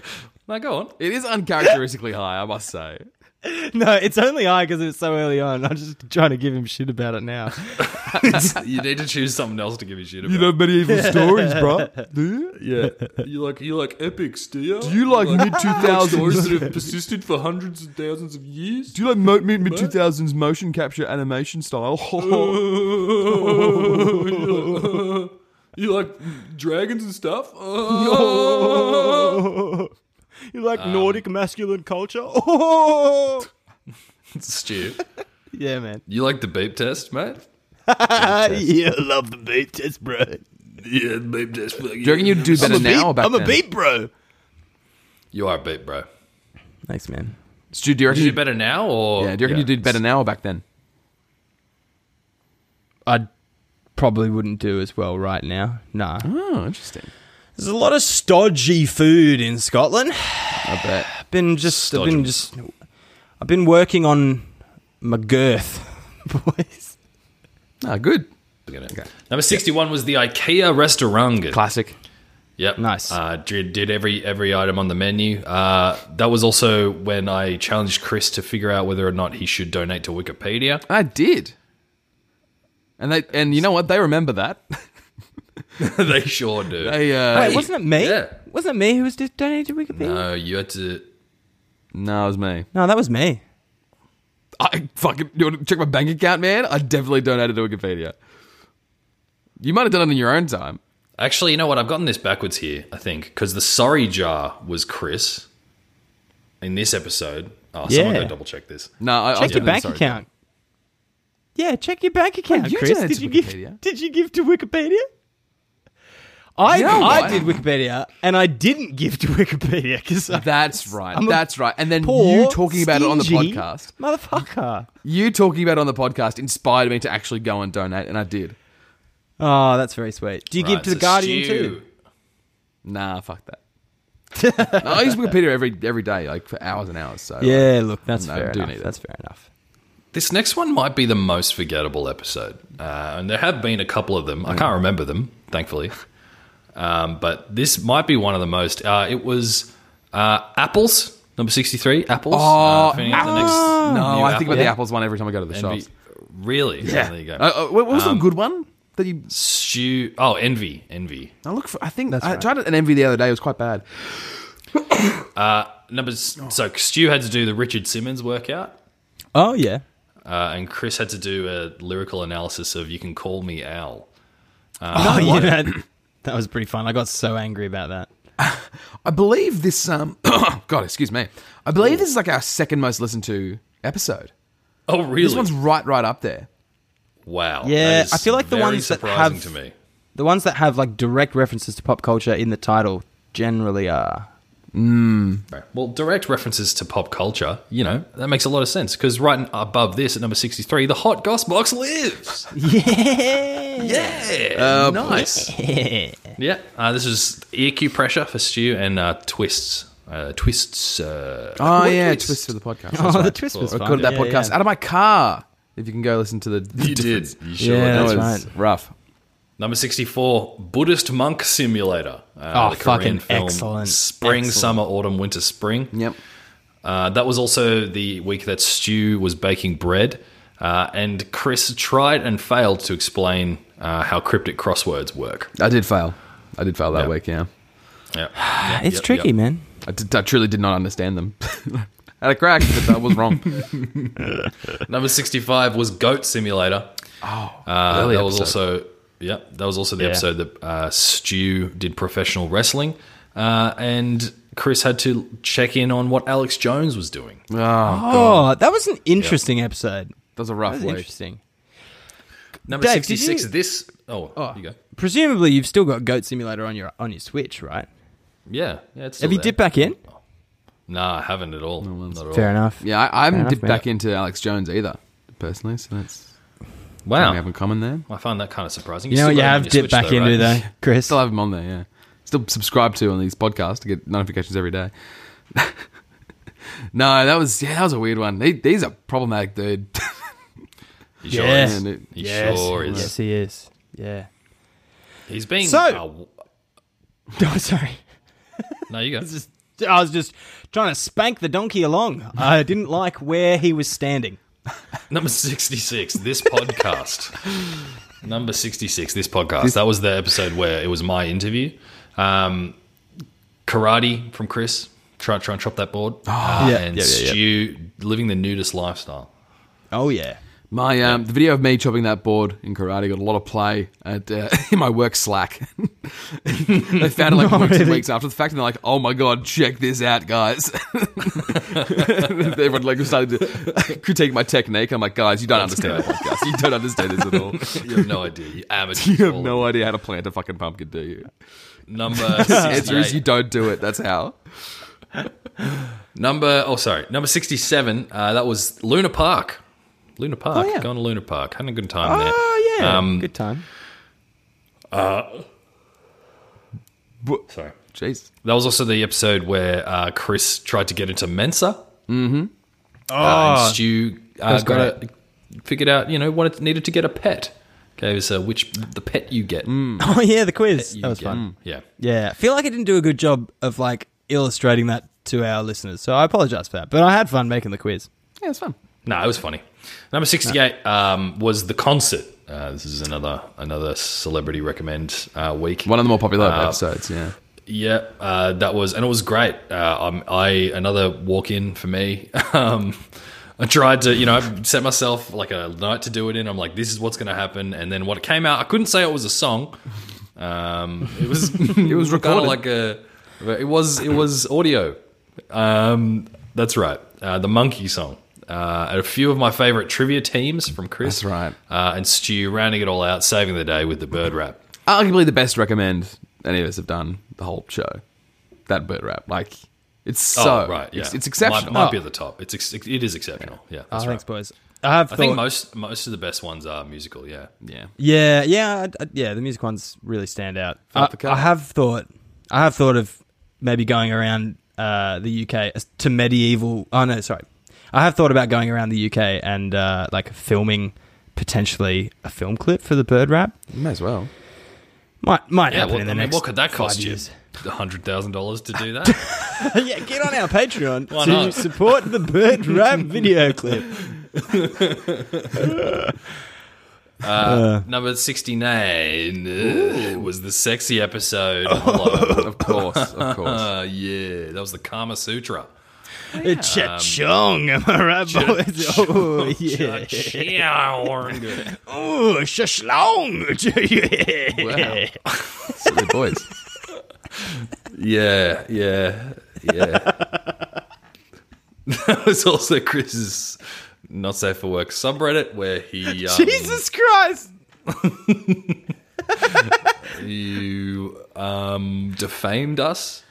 S1: *laughs*
S2: Now go on.
S1: It is uncharacteristically high, I must *laughs* say.
S3: no, it's only high because it's so early on. I'm just trying to give him shit about it now.
S2: *laughs* you need to choose something else to give you shit about.
S1: You know medieval stories, bro. Do you? *laughs* Yeah.
S2: You like you like epics, do you?
S1: Do you like mid two thousands?
S2: have persisted for hundreds and thousands of years?
S1: *laughs* Do you like mo- mid two thousands motion capture animation
S2: *laughs*
S1: style? *laughs*
S2: You like dragons and
S1: *laughs*
S2: stuff? *laughs*
S3: *laughs* you like Nordic masculine culture? *laughs* Oh!
S2: Stu,
S3: yeah, man. Ah,
S2: you like the beep test, mate?
S3: yeah, I love the beat test, bro.
S2: Yeah, beep test. Do
S1: you reckon you'd do better
S3: I'm a beat,
S1: now or back
S3: I'm a
S1: then?
S3: beat, bro.
S2: You are a beep, bro.
S3: Thanks, man.
S1: Stu, do you reckon
S2: Do you do
S1: you
S2: better now or?
S1: yeah, do you reckon you did better now or back then?
S3: I probably wouldn't do as well right now. Nah.
S1: Oh, interesting.
S3: There's a lot of stodgy food in Scotland.
S1: I bet.
S3: I've been just I've
S2: Stodgy.
S3: been just I've been working on my girth, *laughs* boys.
S1: Ah, good.
S2: Okay. Number sixty-one was the IKEA restaurant.
S1: Classic.
S2: Yep.
S3: Nice.
S2: Uh, did, did every every item on the menu. Uh, that was also when I challenged Chris to figure out whether or not he should donate to Wikipedia. *laughs*
S1: I did. And they and you know what? They remember that.
S2: they sure do.
S1: They uh
S3: Wait, wasn't it me?
S2: yeah.
S3: Wasn't it me who was just donated to Wikipedia?
S2: No, you had to.
S1: No, it was me.
S3: No, that was me.
S1: I fucking you want to check my bank account, man? I definitely donated to Wikipedia. You might have done it in your own time.
S2: Actually, you know what? I've gotten this backwards here. I think because the sorry jar was Chris in this episode. Oh, someone
S3: Yeah.
S2: go double check this.
S1: No, I, I was
S3: Check your
S1: doing it,
S3: bank
S1: sorry.
S3: account. Yeah, check your bank account,
S1: you
S3: Chris.
S1: donated
S3: Did
S1: to
S3: you give
S1: Wikipedia.
S3: Did you give to Wikipedia? I,
S1: Yeah,
S3: I
S1: why?
S3: did Wikipedia and I didn't give to Wikipedia because I'm
S1: That's right.
S3: I'm a
S1: that's right. And then
S3: poor,
S1: you talking about it on the
S3: stingy
S1: podcast.
S3: motherfucker.
S1: You talking about it on the podcast inspired me to actually go and donate, and I did.
S3: Oh, that's very sweet. Do you give
S2: Right,
S3: to the
S2: so
S3: Guardian
S2: Stu.
S3: too? *laughs*
S1: Nah, fuck that. I use Wikipedia every every day, like for hours and hours. So
S2: Uh,
S3: Yeah, look, that's
S1: No,
S3: fair
S1: do
S3: enough.
S1: need it.
S3: That's fair enough.
S2: This next one might be the most forgettable episode, uh, and there have been a couple of them. I can't remember them, thankfully, um, but this might be one of the most. Uh, it was uh, apples number sixty-three. Apples.
S1: Oh,
S2: uh, if any of the next
S1: no,
S2: new
S1: I think about the
S2: apple-
S1: apples one every time I go to the
S2: Envy-
S1: shops.
S2: Really? Yeah. There you go. Um,
S1: Uh, uh, what what was the good one that you?
S2: Stew. Oh, envy. Envy.
S1: I look for. I think I tried an envy the other day. It was quite bad.
S2: Numbers. So Stu had to do the Richard Simmons workout,
S3: Oh yeah.
S2: uh, and Chris had to do a lyrical analysis of "You Can Call Me Al."
S1: Uh, *laughs*
S3: oh yeah. That, that was pretty fun. I got so angry about that.
S1: I believe this. Um, *coughs* God, excuse me. I believe this is like our second most listened to episode.
S2: Oh,
S1: This
S2: really?
S1: one's right, right up there.
S2: wow.
S3: Yeah,
S2: that is
S3: I feel like the
S2: very
S3: ones that
S2: surprising
S3: have-
S2: to me.
S3: The ones that have like direct references to pop culture in the title generally
S1: *laughs*
S3: are.
S2: Right. Well, direct references to pop culture, you know, that makes a lot of sense because right above this at number 63, the hot goss box lives.
S3: Yeah.
S2: Yeah. nice. Yeah. Uh, this is EQ pressure for Stu and uh, twists. Uh, twists. Uh,
S1: Oh
S2: what
S1: yeah,
S2: twists?
S1: twist for the podcast.
S3: Oh,
S1: That's
S3: the
S1: right.
S3: twist was
S1: I
S3: fun.
S1: recorded that
S3: Yeah,
S1: podcast
S3: yeah.
S1: out of my car. If you can go listen to the, the
S2: You
S1: difference.
S2: did. You sure
S3: Yeah,
S1: That
S2: did.
S3: that's
S1: was
S3: right.
S1: rough.
S2: Number 64, Buddhist Monk Simulator. Uh,
S3: Oh,
S2: the Korean
S3: fucking
S2: film.
S3: excellent.
S2: Spring,
S3: Excellent.
S2: summer, autumn, winter, spring.
S1: Yep.
S2: Uh, that was also the week that Stu was baking bread, uh, and Chris tried and failed to explain uh, how cryptic crosswords work.
S1: I did fail. I did fail that
S2: Yep.
S1: week. Yeah.
S2: Yeah.
S3: *sighs*
S2: Yeah,
S3: Ah, It's
S2: yep,
S3: tricky,
S2: yep.
S3: man.
S1: I, did, I truly did not understand them. *laughs* Had a crack, but I was wrong.
S2: Number sixty-five was Goat Simulator.
S1: Oh,
S2: Uh,
S1: early
S2: that was
S1: episode.
S2: also yeah. That was also the
S3: Yeah.
S2: episode that uh, Stu did professional wrestling, uh, and Chris had to check in on what Alex Jones was doing.
S1: Oh,
S3: Oh, that was an interesting episode.
S1: that was a
S3: That
S1: rough
S3: was
S1: week.
S3: interesting.
S2: Number
S3: Dave, did
S2: sixty-six.
S3: you-
S2: This oh, you go.
S3: Presumably, you've still got Goat Simulator on your on your Switch, right?
S2: Yeah, yeah. It's
S3: Have you dipped back in?
S2: Nah, I haven't at all. Not at all.
S3: Fair enough.
S1: Yeah, I, I haven't
S3: enough,
S1: dipped
S3: mate.
S1: back into Alex Jones either, personally. So that's something we have
S2: Wow.
S1: in common there.
S2: I find that kind of surprising.
S3: You know what
S2: still
S3: you
S2: got it on
S3: have
S2: your
S3: dipped
S2: Switch,
S3: back
S2: though,
S3: into
S2: right?
S3: though, Chris.
S1: Still have him on there. Yeah, still subscribe to on these podcasts to get notifications every day. *laughs* no, that was yeah, that was a weird one. He, he's a problematic dude. *laughs*
S2: He sure
S3: Yes.
S2: is.
S1: Yeah, dude.
S2: He
S3: Yes,
S2: sure is.
S3: yes, he is. Yeah.
S2: He's being.
S3: So-
S2: uh, w-
S3: *laughs* Oh, sorry.
S2: no, you go.
S3: Just- I was just trying to spank the donkey along. I didn't like where he was standing.
S2: Number 66, this
S3: *laughs*
S2: podcast. Number 66, this podcast. That was the episode where it was my interview. Um, karate from Chris. Try, try and chop that board. Uh,
S3: Ah, Yeah.
S2: and
S3: Yeah, yeah, yeah.
S2: Stu living the nudist
S3: *laughs*
S2: lifestyle.
S3: Oh yeah.
S1: My um, the video of me chopping that board in karate got a lot of play at uh, *laughs* in my work Slack. *laughs* they found it like
S3: *laughs* Not
S1: weeks and
S3: really.
S1: weeks after the fact, and they're like, "Oh my god, check this out, guys!" *laughs* Everyone like started to *laughs* critique my technique. I'm like, "Guys, you don't understand the podcast. You don't understand this at
S3: *laughs*
S1: all.
S2: You have no idea. You amateur.
S1: You have no idea how to plant a fucking pumpkin, do you?"
S3: *laughs*
S2: Number
S1: *laughs* The answer is you
S2: 68.
S1: don't do it. That's how.
S2: Number, oh, sorry. Number 67, uh, that was Luna Park. Luna Park.
S3: Oh, yeah.
S2: Going to Luna Park. Having a good time there.
S3: Oh yeah.
S2: Um,
S3: Good time.
S2: Sorry.
S1: Jeez.
S2: That was also the episode where uh, Chris tried to get into Mensa. Mm-hmm.
S3: Um,
S2: Uh, and Stu uh,
S3: Ah, was
S2: got a, figured out, you know, wanted needed to get a pet. Gave us a which the pet you get.
S3: *laughs* Oh yeah, the quiz.
S2: You
S3: That was
S2: get.
S3: fun.
S2: Yeah.
S3: Yeah, I feel like I didn't do a good job of like illustrating that to our listeners, so I apologize for that. But I had fun making the quiz.
S1: Yeah, it's fun.
S2: No, it was funny. Number sixty-eight um, was the concert. Uh, this is another another celebrity recommend uh, week.
S1: One of the more popular
S2: Uh,
S1: episodes. Yeah.
S2: Yeah, uh, that was, and it was great. Uh, um, I another walk in for me. *laughs* Um, I tried to, you know, I set myself like a night to do it in. I'm like, this is what's going to happen, and then what came out, I couldn't say it was a song. Um, it
S1: *laughs*
S2: was, it
S1: was recorded.
S2: like a, it was, it was audio. Um, that's right, uh, the monkey song. Uh, and a few of my favorite trivia teams from Chris.
S1: That's right.
S2: Uh, and Stu rounding it all out, saving the day with the bird rap.
S1: arguably the best recommend any of us have done the whole show. That bird rap, like it's so
S2: oh, right, yeah.
S1: it's, it's exceptional.
S2: Might, might be at the top. It's ex- it is exceptional. Yeah, that's
S3: Oh,
S2: right.
S3: Thanks, boys. I have
S2: I
S3: thought.
S2: think most most of the best ones are musical. Yeah,
S1: Oh, yeah,
S3: yeah, yeah, I- I- yeah. The music ones really stand out. I,
S1: the cover.
S3: I have thought. I have thought of maybe going around uh, the UK as- to medieval. Oh no, sorry. I have thought about going around the UK and uh, like filming potentially a film clip for the Bird Rap.
S1: May as well.
S3: Might might
S2: Yeah,
S3: happen
S2: what,
S3: in the
S2: I mean,
S3: next.
S2: what could that
S3: five
S2: cost you? *laughs*
S3: years.
S2: hundred thousand dollars to do that?
S3: *laughs* yeah, get on our Patreon
S2: Why
S3: to
S2: not?
S3: support
S2: *laughs*
S3: the Bird Rap video clip.
S2: Number sixty nine uh, was the sexy
S3: *laughs* Oh.
S2: episode. Hello.
S1: Of
S2: *laughs*
S1: course, of course.
S2: Uh, yeah, that was the Kama
S3: *laughs*
S2: Sutra. Um,
S3: Cha chong, am I right, boys? Oh yeah.
S2: yeah, Warren. Good.
S3: Oh, *laughs* shalong.
S1: Wow. Silly boys.
S2: Yeah, yeah,
S3: *laughs*
S2: yeah. *laughs* that was also Chris's not safe for work subreddit where he um,
S3: Jesus Christ.
S2: you um defamed us.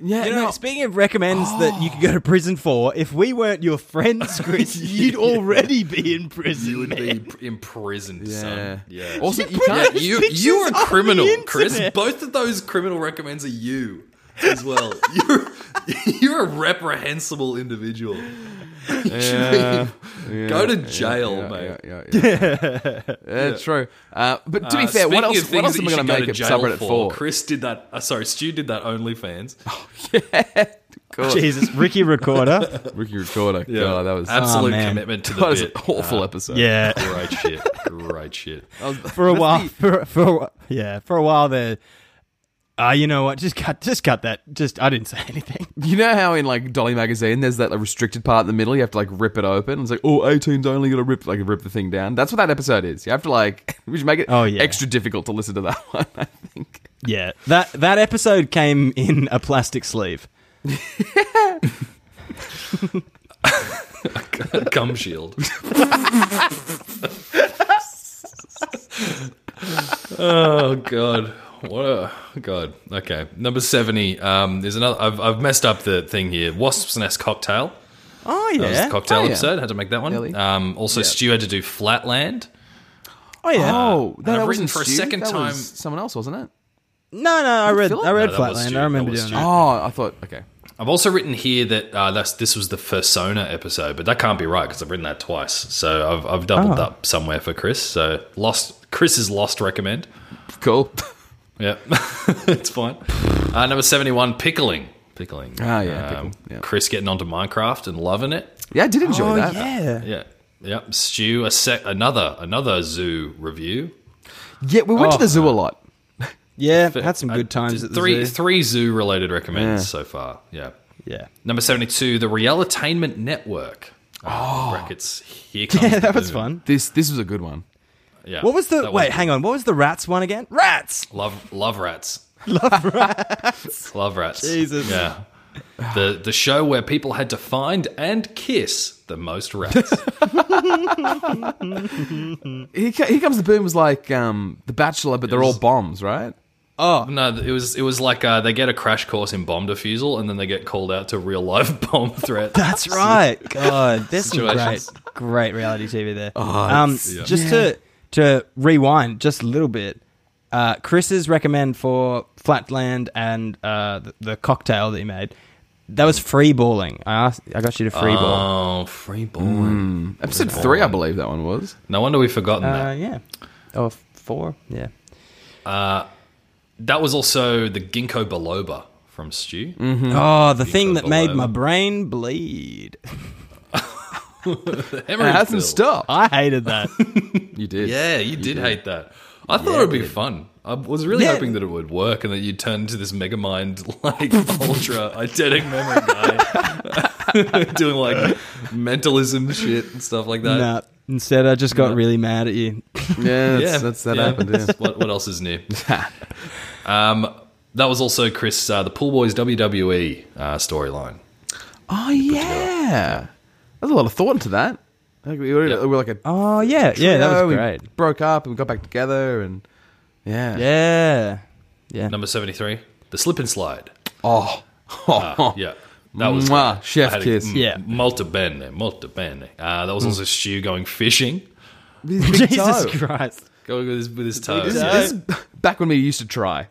S1: Yeah,
S3: You know, speaking of recommends that you could go to prison for, if we weren't your *laughs* friends, Chris, you'd already be in prison.
S2: You would
S3: man.
S2: *laughs* be pr- imprisoned, son. Yeah.
S1: Also, you
S3: put
S1: can't.
S3: those
S2: you
S3: pictures
S2: you are
S3: on
S2: a
S3: the
S2: criminal, Chris.
S3: internet.
S2: Both of those criminal recommends are you as
S1: *laughs*
S2: well. You're you're a reprehensible individual. You should be- *laughs* go to jail,
S1: yeah,
S2: mate.
S1: Yeah, yeah, *laughs* yeah. Yeah, true. Uh, but to be
S2: Uh,
S1: fair,
S2: speaking
S1: what
S2: of
S1: else? What
S2: things
S1: else
S2: that
S1: am
S2: you
S1: I
S2: should
S1: going to
S2: go
S1: make
S2: to
S1: a
S2: jail
S1: subreddit for? Oh,
S2: Chris did that. Uh, sorry, Stu did that. OnlyFans.
S1: Of course.
S3: Jesus, Ricky Recorder.
S1: Ricky Recorder. Yeah, that was Oh,
S2: absolute
S3: man.
S2: commitment to the
S1: *laughs* that was an
S2: bit. Uh,
S1: awful episode.
S3: yeah,
S2: Great shit. Great shit.
S3: for a while, for, for a while- yeah, for a while there. Ah, you know what? Just cut, just cut that. Just I didn't say anything.
S1: You know how in like Dolly magazine, there's that like, restricted part in the middle. You have to like rip it open. It's like oh, 18's only gonna rip like rip the thing down. That's what that episode is. You have to like *laughs* we should make it
S3: Oh, yeah.
S1: extra difficult to listen to that *laughs* one. I think.
S3: Yeah, that that episode came in a plastic sleeve.
S2: Gum
S3: *laughs*
S2: shield. oh god. What a god. Okay. Number 70. Um there's another I've I've messed up the thing here. Wasp's Nest cocktail.
S3: Oh
S2: That was the cocktail
S1: Oh, yeah.
S2: episode. Had to make that
S1: Really?
S2: one. Um also Stu had to do Flatland.
S3: Oh yeah.
S1: Oh,
S2: and
S1: no,
S2: I've written
S1: that wasn't
S2: for a
S1: Stu.
S2: second
S1: That
S2: time-
S1: was someone else, wasn't it?
S3: no, no, I read,
S1: Philip?
S3: I read
S2: No, that was
S3: Flatland.
S2: Stu.
S3: I remember
S2: That was
S3: doing
S2: Stu.
S3: that.
S1: Oh, I thought okay.
S2: I've also written here that uh, that's this was the Fursona episode, but that can't be right because I've written that twice. So I've, I've
S3: Oh.
S2: doubled up somewhere for Chris. So lost Chris's lost recommend.
S1: Cool. *laughs*
S2: Yeah, *laughs* it's fine. Uh, number seventy-one, pickling, pickling. Um,
S1: Ah, yeah, pickle, yeah.
S2: Chris getting onto Minecraft and loving it.
S1: Yeah, I did enjoy that.
S3: Oh, yeah.
S2: Oh, Yeah, yeah. Stew, a sec- another another zoo review.
S1: Yeah, we went
S3: Oh.
S1: to the zoo a lot.
S3: Yeah, had some
S2: Uh,
S3: good times at the
S2: three
S3: zoo.
S2: three zoo related recommends so far. Yeah. *laughs*
S3: Yeah.
S2: Number seventy-two, the Realitainment Network. Oh, brackets. Here comes
S3: *laughs* Yeah,
S2: the
S3: that was
S2: boom.
S3: fun.
S1: This this was a good one.
S2: Yeah.
S3: What was the
S2: that Oh,
S3: wait? Hang on. What was the rats one again? Rats.
S2: Love love rats. Love rats. love rats.
S3: Jesus.
S2: Yeah. The the show where people had to find and kiss the most rats.
S1: Here, co- here comes the boom. Was like um, the Bachelor, but they're all bombs, right?
S2: no, it was it was like uh, they get a crash course in bomb defusal and then they get called out to real life *laughs* bomb threat.
S3: That's right.
S2: *laughs*
S3: God, there's some great,
S2: Situations.
S3: great reality TV there.
S2: Oh,
S3: um, just to to rewind just a little bit. Uh, Chris's recommend for Flatland and uh, the, the cocktail that he made. That was free balling. I asked, I got you to free ball.
S2: Oh, free balling.
S1: Episode three, I believe that one was.
S2: No wonder we've forgotten
S3: Uh,
S2: that.
S3: yeah. Oh, f- four. Yeah.
S2: That was also the ginkgo biloba from Stu.
S3: Oh, the thing that made
S2: below.
S3: my brain bleed.
S1: It hasn't
S2: Emeryville.
S1: stopped.
S3: *laughs* I hated that.
S1: You did.
S2: Uh, Yeah, you did hate that. I thought it would be fun. I was really
S3: Yeah.
S2: hoping that it would work and that you'd turn into this megamind *laughs* like ultra eidetic memory guy *laughs* doing like mentalism shit and stuff like that.
S3: *laughs* nah. Instead, I just got really mad at you.
S1: Yeah, that's, that's that
S2: yeah.
S1: happened. Yeah.
S2: What, what else is
S1: *laughs*
S2: new? um, that was also Chris, uh, the Pool Boys WWE uh, storyline.
S1: Oh yeah, there's a lot of thought into that. Like we were,
S2: Yeah.
S1: we were like a
S3: Oh yeah, yeah, that
S1: trio,
S3: was great.
S1: We broke up and we got back together, and yeah, *laughs*
S3: Yeah, yeah.
S2: Number 73, the slip and slide.
S1: Oh,
S2: Uh, yeah. That was
S1: Mwah,
S2: great.
S1: chef
S2: I had a-
S1: kiss. Hmm.
S2: m-
S3: Yeah.
S2: Molto bene, molto bene. Uh, that was also Stu going fishing.
S1: With his big
S3: Jesus
S2: *laughs*
S1: toe.
S3: Christ.
S2: Going with his, with his toes.
S1: This,
S2: yeah.
S1: this *laughs* back when we used to try.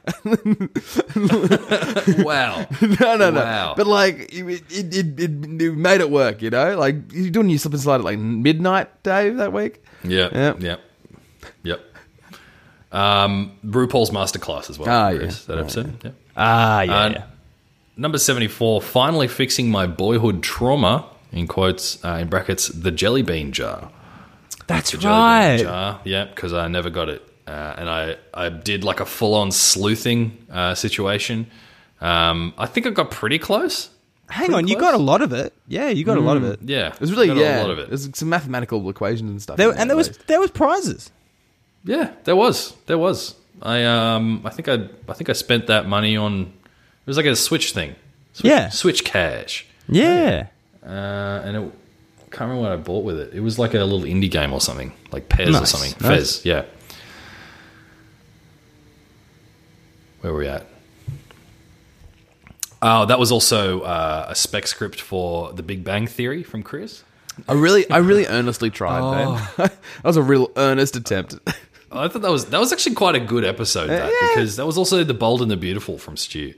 S1: *laughs*
S2: Wow.
S1: no, no, no.
S2: Wow.
S1: But like, it, it, it, it, it made it work, you know? Like, you're doing your slip and slide at like midnight, Dave, that week.
S2: Yeah.
S1: Yep.
S2: *laughs* Yep. Yep. Yep. Um, RuPaul's Masterclass as well.
S1: Ah,
S2: Chris,
S1: yeah.
S2: That episode. Yeah.
S3: Ah, yeah.
S2: Uh, Number 74, finally fixing my boyhood trauma, in quotes, uh, in brackets, the jelly bean jar.
S3: That's
S2: The jelly bean
S3: right.
S2: jar, yeah, because I never got it. Uh, and I, I did like a full on sleuthing uh, situation. Um, I think I got pretty close.
S3: Hang on, you
S2: close.
S3: got a lot of it. Yeah, you got a lot of it.
S2: Yeah.
S1: It was really,
S2: got
S1: yeah.
S2: A lot of it.
S1: There's some mathematical equations and stuff.
S3: There,
S1: in
S3: and there was
S1: at
S3: there was prizes.
S2: Yeah, there was. There was. I um I think I I think I spent that money on it was like a Switch thing. Switch,
S3: Yeah.
S2: Switch cash.
S3: Yeah.
S2: Uh and it can't remember what I bought with it. It was like a little indie game or something, like Pez or
S3: Nice,
S2: something.
S3: nice.
S2: Fez, yeah. Where were we at? Oh, that was also uh, a spec script for The Big Bang Theory from Chris.
S1: least. I really,
S2: *laughs*
S1: I really earnestly tried, man. *laughs* that was a real earnest attempt. *laughs*
S2: Oh, I thought that was that was actually quite a good
S3: Uh,
S2: episode that because that was also The Bold and the Beautiful from Stu.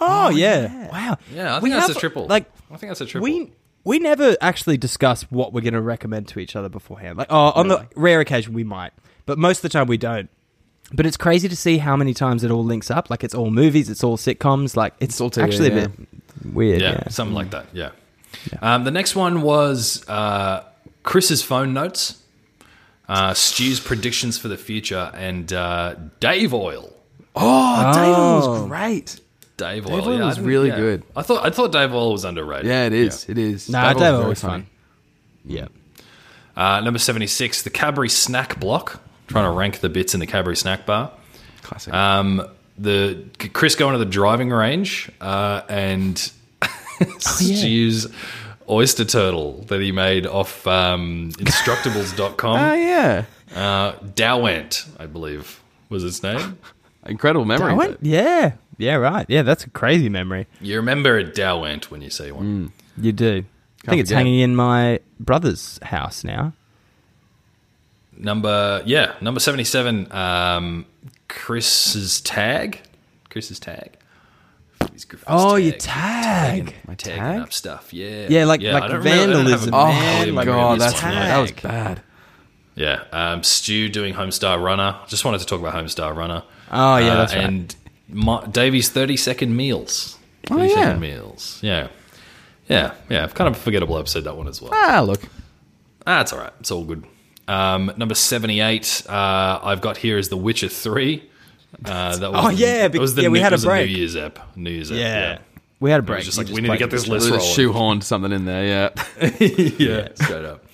S3: Oh, yeah. Wow.
S2: Yeah, I
S3: We
S2: think that's
S3: have-
S2: a triple.
S3: Like
S2: I think that's a triple.
S3: we we never actually discuss what we're going to recommend to each other beforehand. Like oh, on the rare occasion we might, but most of the time we don't. But it's crazy to see how many times it all links up. Like it's all movies, it's all sitcoms. Like it's,
S1: all
S3: all
S1: TV,
S3: actually
S1: yeah.
S3: a bit weird.
S2: yeah,
S3: Yeah.
S2: something like that. Yeah. Um, the next one was uh, Chris's phone notes, uh, Stu's predictions for the future, and uh, Dave Oil.
S1: Oh, Dave was great.
S2: Dave Oil,
S1: Oil
S2: yeah, I
S1: was
S2: didn't-
S1: really
S2: yeah.
S1: good.
S2: I thought I thought Dave Oil was underrated.
S1: Yeah, it is. It is.
S3: Nah,
S1: Dave was
S3: Dave
S1: very
S3: was fun. Yeah.
S2: Uh, number seventy six, the Cadbury snack block. Trying to rank the bits in the Cadbury snack bar.
S1: Classic.
S3: Uh,
S2: Um, the Chris going to the driving range uh, and
S1: Oh,
S2: *laughs* Stu's oyster turtle that he made off um,
S1: *laughs* oh,
S2: instructables.com.
S1: yeah.
S2: uh, Dowent, I believe, was its name.
S1: Incredible memory.
S3: I went. Yeah. Yeah. Right. Yeah. That's a crazy memory.
S2: You remember a Dowent when you see one.
S3: You do. I think it's
S1: forget.
S3: hanging in my brother's house now.
S1: Hmm.
S2: Number, yeah, number 77, um, Chris's tag. Chris's tag. He's Griffin's
S3: Oh, your
S2: tag.
S3: tag.
S1: My
S2: Tagging
S1: tag?
S2: up stuff, yeah.
S3: Yeah, like-
S2: I
S3: like
S2: don't remember- I don't have
S3: vandalism,
S2: a
S1: Oh,
S3: Man,
S2: memory
S1: my
S2: of
S1: God.
S2: this
S1: That's
S2: one.
S1: that was bad.
S2: Yeah, um, Stu doing Homestar Runner. Just wanted to talk about Homestar Runner. Uh,
S3: Oh, yeah, that's right.
S2: And my, Davey's thirty-second meals.
S1: Oh,
S2: Thirty second
S1: yeah.
S2: meals. Yeah, yeah, yeah. Kind of a forgettable episode that one as well.
S1: Ah, look.
S2: Ah, it's all right. It's all good. Um, number seventy-eight. Uh, I've got here is The Witcher Three. Uh, that was
S3: Oh,
S2: the-
S3: yeah,
S2: that was the
S3: yeah, we
S2: new-
S3: had
S2: it
S3: a
S2: was the
S3: break.
S2: New Year's app. New Year's app.
S3: Yeah. *laughs* We had a
S2: It
S3: break.
S2: was just
S3: You
S2: like we need to
S3: played
S2: get
S3: with
S2: this
S3: each
S2: list
S1: They
S2: rolling.
S1: just shoehorned something in there, yeah. *laughs*
S2: yeah, straight up.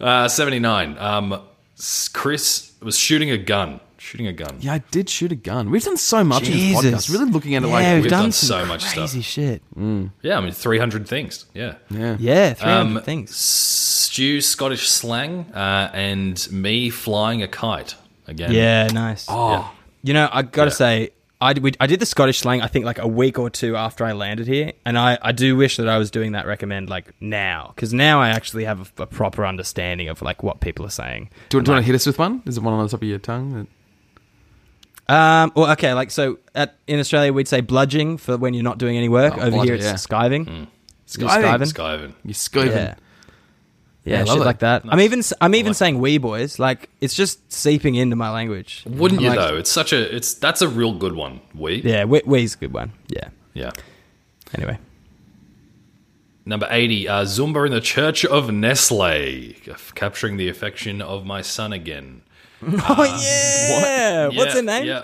S2: Uh, Seventy-nine. Um, s- Chris was shooting a gun. Shooting a gun.
S1: Yeah, I did shoot a gun. We've done so much
S3: Jesus.
S1: in this podcast. Really looking at it
S3: yeah,
S1: like
S3: we've,
S1: we've
S2: done
S3: done,
S2: so
S3: some
S2: much stuff.
S3: crazy shit.
S2: Mm-hmm. Yeah, I mean, 300 things. Yeah.
S1: Yeah.
S3: Yeah, 300
S2: Um,
S3: things.
S2: Stew, Scottish slang, uh, and me flying a kite again.
S3: Yeah, nice.
S1: Oh,
S3: You know, I got to
S2: Yeah.
S3: say, I, d- we, I did the Scottish slang, I think, like a week or two after I landed here. And I, I do wish that I was doing that recommend, like, now. Because now I actually have a, a proper understanding of, like, what people are saying.
S1: do, you, do you want to hit us with one? Is it one on the top of your tongue? that-
S3: Um, well, okay, like, so at, in Australia, we'd say bludging for when you're not doing any work.
S1: Oh,
S3: Over
S1: bludge,
S3: here, it's
S1: yeah.
S3: skiving.
S2: Mm.
S3: You're
S1: Skiving.
S2: Skyven.
S1: You're scoping.
S3: Yeah.
S1: Yeah,
S3: Yeah,
S1: love
S3: shit
S1: it.
S3: like that. I'm even s- I'm even
S2: like
S3: saying we boys. Like it's just seeping into my language.
S2: Wouldn't
S3: I'm
S2: you,
S3: like,
S2: though? It's such a, it's, that's a real good one. We.
S3: Yeah, we, we's a good one. Yeah.
S2: Yeah.
S3: Anyway.
S2: Number 80, uh, Zumba in the Church of Nestle, capturing the affection of my son again.
S3: Oh yeah. What's
S2: Yeah,
S3: her name?
S2: Yeah.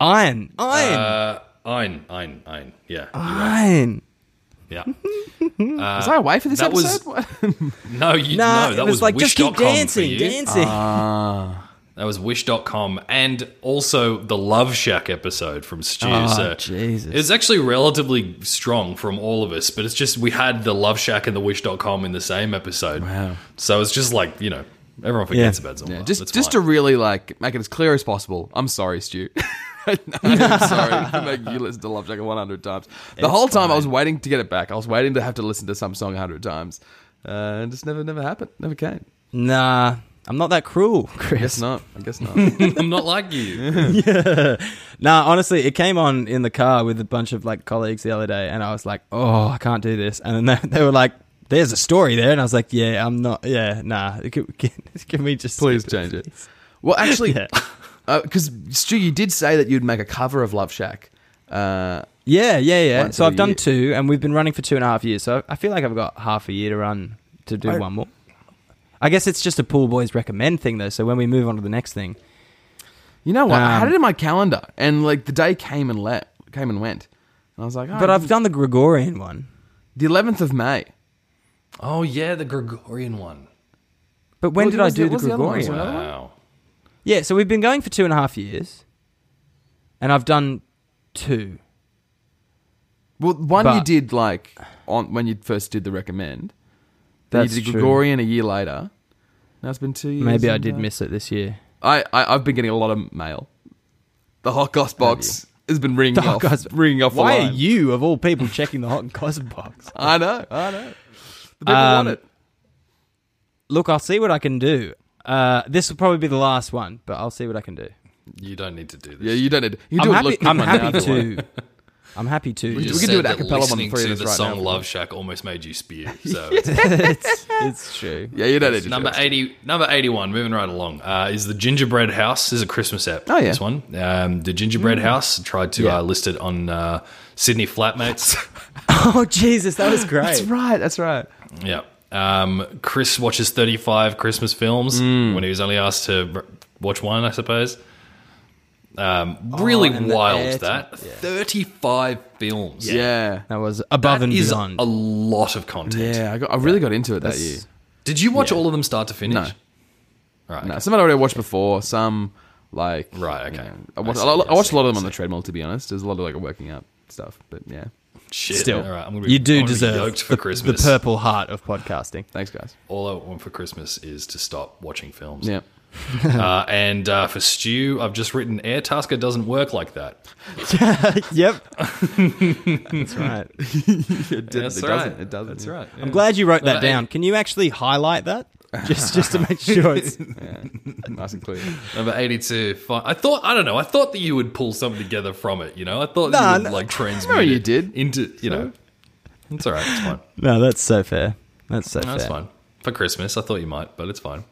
S3: Iron. Iron.
S2: Uh, Ein, Ein, Ein. Yeah.
S3: Iron.
S2: Yeah.
S1: Was I away for this
S2: that was-
S1: episode? *laughs* What?
S2: No, you,
S3: Nah,
S2: no,
S3: it
S2: that
S3: was,
S2: was
S3: like just keep
S2: wish.com for
S3: dancing,
S2: you.
S3: dancing.
S2: That was wish.com and also the Love Shack episode from Stu.
S3: Oh,
S2: so
S3: Jesus.
S2: It's actually relatively strong from all of us, but it's just we had the Love Shack and the wish.com in the same episode.
S1: Wow.
S2: So it's just like, you know, everyone forgets
S3: Yeah.
S2: about Zumba.
S1: Yeah, just
S2: That's
S1: just to
S2: *laughs* fine.
S1: really like make it as clear as possible. I'm sorry, Stu. *laughs*
S3: *laughs*
S1: I'm sorry for making you listen to Love Shack 100 times. The whole time I was waiting to get it back. I was waiting to have to listen to some song 100 times. Uh, and just never, never happened. Never came.
S3: Nah. I'm not that cruel, *laughs* Chris.
S1: Guess not. I guess
S3: *laughs*
S1: not.
S2: I'm not like
S1: *laughs*
S2: you.
S3: Nah, honestly, it came on in the car with a bunch of like colleagues the other day, and I was like, "Oh, I can't do this." And then they, they were like, "There's a story there," and I was like, "Yeah, I'm not. Yeah, nah. Can, *laughs* can, can we just
S1: Please change it. Well, actually, *laughs*
S3: Yeah.
S1: because Stu, you did say that you'd make a cover of Love Shack. Uh,
S3: Yeah, yeah, yeah.
S1: Once
S3: so
S1: a
S3: I've done
S1: year.
S3: two, and we've been running for two and a half years. So I feel like I've got half a year to run to do
S1: I-
S3: one more. I guess it's just a pool boys recommend thing though. So when we move on to the next thing,
S1: you know what? I had
S3: Um,
S1: it in my calendar, and like the day came and let came and went, and I was like, oh,
S3: but I've done the Gregorian one.
S1: the eleventh of May.
S2: Oh yeah, the Gregorian one.
S3: But when
S1: What
S3: did I
S1: was-
S3: do
S1: what
S3: the
S1: was the other one?
S3: Gregorian?
S1: Was it
S3: one?
S1: Another one?
S2: Wow.
S3: Yeah, so we've been going for two and a half years, and I've done two.
S1: Well, one you
S3: But-
S1: did like on when you first did the recommend. Then
S3: That's
S1: you did
S3: true.
S1: Gregorian a year later. Now it's been two years.
S3: Maybe I
S1: and,
S3: did
S1: uh,
S3: miss it this year.
S1: I, I I've been getting a lot of mail. The hot goss box has been ringing
S3: hot
S1: off,
S3: goss-
S1: ringing off. the
S3: Why are
S1: line.
S3: you, of all people, checking the hot and cosm box?
S1: I know, I know. The people
S3: Um,
S1: want it.
S3: Look, I'll see what I can do. Uh, this will probably be the last one, but I'll see what I can do.
S2: You don't need to do this.
S1: Yeah, you don't need. You
S3: I'm
S1: do
S3: happy,
S1: a look.
S3: I'm
S1: one now
S3: happy
S1: if you want.
S3: to. *laughs* I'm happy to.
S1: We
S2: You
S1: can
S2: just
S1: do
S2: said
S1: it
S2: that
S1: acapella on the
S2: listening
S1: three of
S2: to
S1: us
S2: the
S1: right
S2: song
S1: now.
S2: Love Shack almost made you
S1: *laughs*
S2: spew. So
S3: *laughs* it's, it's true.
S1: Yeah, you don't need to.
S2: number
S1: do it.
S2: eighty, number eighty-one. Moving right along uh, is the Gingerbread House. This is a Christmas app.
S1: Oh, yeah.
S2: this one. Um, the
S3: Mm.
S2: Gingerbread House tried to
S1: Yeah.
S2: uh, list it on uh, Sydney
S3: *laughs*
S2: Flatmates.
S3: Oh Jesus, that was great.
S1: That's right. That's right.
S2: Yeah. Um, Chris watches 35 Christmas films
S3: Mm.
S2: when he was only asked to r- watch one, I suppose. Um, really
S3: Oh, and the air
S2: wild
S3: time.
S2: that. 35 films.
S1: Yeah.
S3: *laughs* That was above
S2: That
S3: and
S2: is
S3: beyond.
S2: a lot of content.
S1: Yeah, I, got, I really got into it that year.
S2: Did you watch all of them start to finish?
S1: No.
S2: Right.
S1: No,
S2: okay.
S1: some I'd already watched before. Some like
S2: Right,
S1: you
S2: okay.
S1: know, I watched,
S2: I
S1: I
S2: see,
S1: I
S2: I
S1: watched
S2: see,
S1: a lot of them
S2: I
S1: on the
S2: see.
S1: treadmill. To be honest, there's a lot of like working out stuff. But yeah,
S2: Shit.
S3: Still,
S2: All right, I'm gonna be,
S3: you
S2: I'm
S3: do
S2: gonna be
S3: deserve
S2: yoked for
S3: the, the
S2: Christmas.
S3: purple heart of podcasting.
S1: thanks guys.
S2: all I want for Christmas is to stop watching films.
S1: Yeah.
S2: Uh, and uh, for Stu, I've just written Air Tasker doesn't work like that.
S3: *laughs* yep, that's right.
S1: It, did,
S2: That's
S1: it
S2: right.
S1: doesn't. It doesn't.
S2: That's
S1: yeah.
S2: right.
S3: I'm glad you wrote that
S2: Uh,
S3: down. Can you actually highlight that? Just just to make sure it's
S1: *laughs* Nice and clear.
S2: Number 82. Fine. I thought, I don't know, I thought that you would pull something together from it, you know? I thought
S3: Nah,
S2: you would,
S3: no-
S2: like, transmit
S1: No, you
S2: it
S1: did.
S2: into, you know. It's all right. It's
S1: *laughs*
S2: fine.
S3: No, that's so fair. That's so
S2: That's
S3: fair.
S2: fine. For Christmas, I thought you might, but it's fine.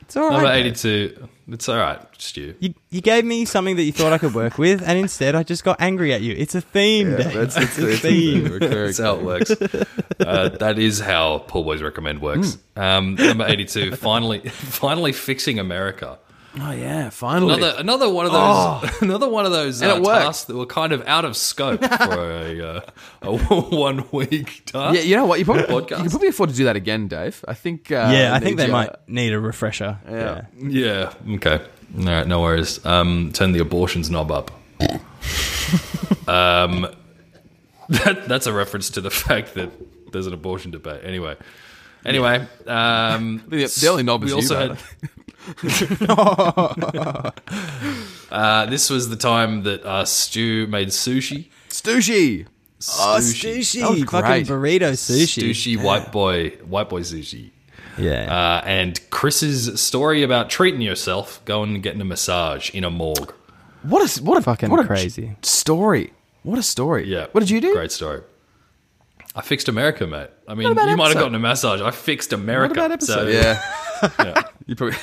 S3: It's all
S2: Number
S3: right.
S2: 82. It's all right, Stu.
S3: You, you gave me something that you thought I could work with, and instead I just got angry at you. It's a theme, Dave.
S1: That's it's, it's,
S3: theme.
S1: a recurring-
S2: That's how it works.
S1: *laughs*
S2: uh, that is how Poor Boys Recommend works.
S1: Hmm.
S2: Um, number 82. finally, *laughs* finally fixing America.
S1: Oh yeah, finally.
S2: Another, another one of those, *laughs* another one of those
S1: Oh. And
S2: uh,
S1: it worked.
S2: tasks that were kind of out of
S1: *laughs*
S2: scope for a, uh, a *laughs* one week task.
S1: Yeah, you know what? You probably you
S2: Podcast.
S1: can probably afford to do that again, Dave. I think. Uh,
S3: yeah, I think they
S1: you-
S3: might need a refresher.
S1: Yeah.
S2: Yeah. Okay. All right. No worries. Um, turn the abortions knob
S1: *laughs*
S2: up. um, *laughs* that, that's a reference to the fact that there's an abortion debate. Anyway. Anyway. Um,
S1: *laughs* The, the only knob
S2: we
S1: is you.
S2: also
S1: brother.
S2: had. *laughs* uh, this was the time that uh, Stu made sushi.
S1: Stooshy.
S3: Oh,
S1: sushi.
S3: sushi.
S1: That was
S3: fucking
S1: great.
S3: burrito sushi.
S2: Sushi, white boy, white boy sushi.
S3: Yeah.
S2: Uh, and Chris's story about treating yourself, going and getting a massage in a morgue.
S1: What a what a
S3: Fucking
S1: what a
S3: crazy.
S1: story. What a story.
S2: Yeah.
S1: What did you do?
S2: Great story. I fixed America, mate. I mean, you
S1: about
S2: might have
S1: episode?
S2: gotten a massage. I fixed America.
S1: What about episode?
S2: So,
S1: yeah. *laughs*
S2: *laughs*
S1: You probably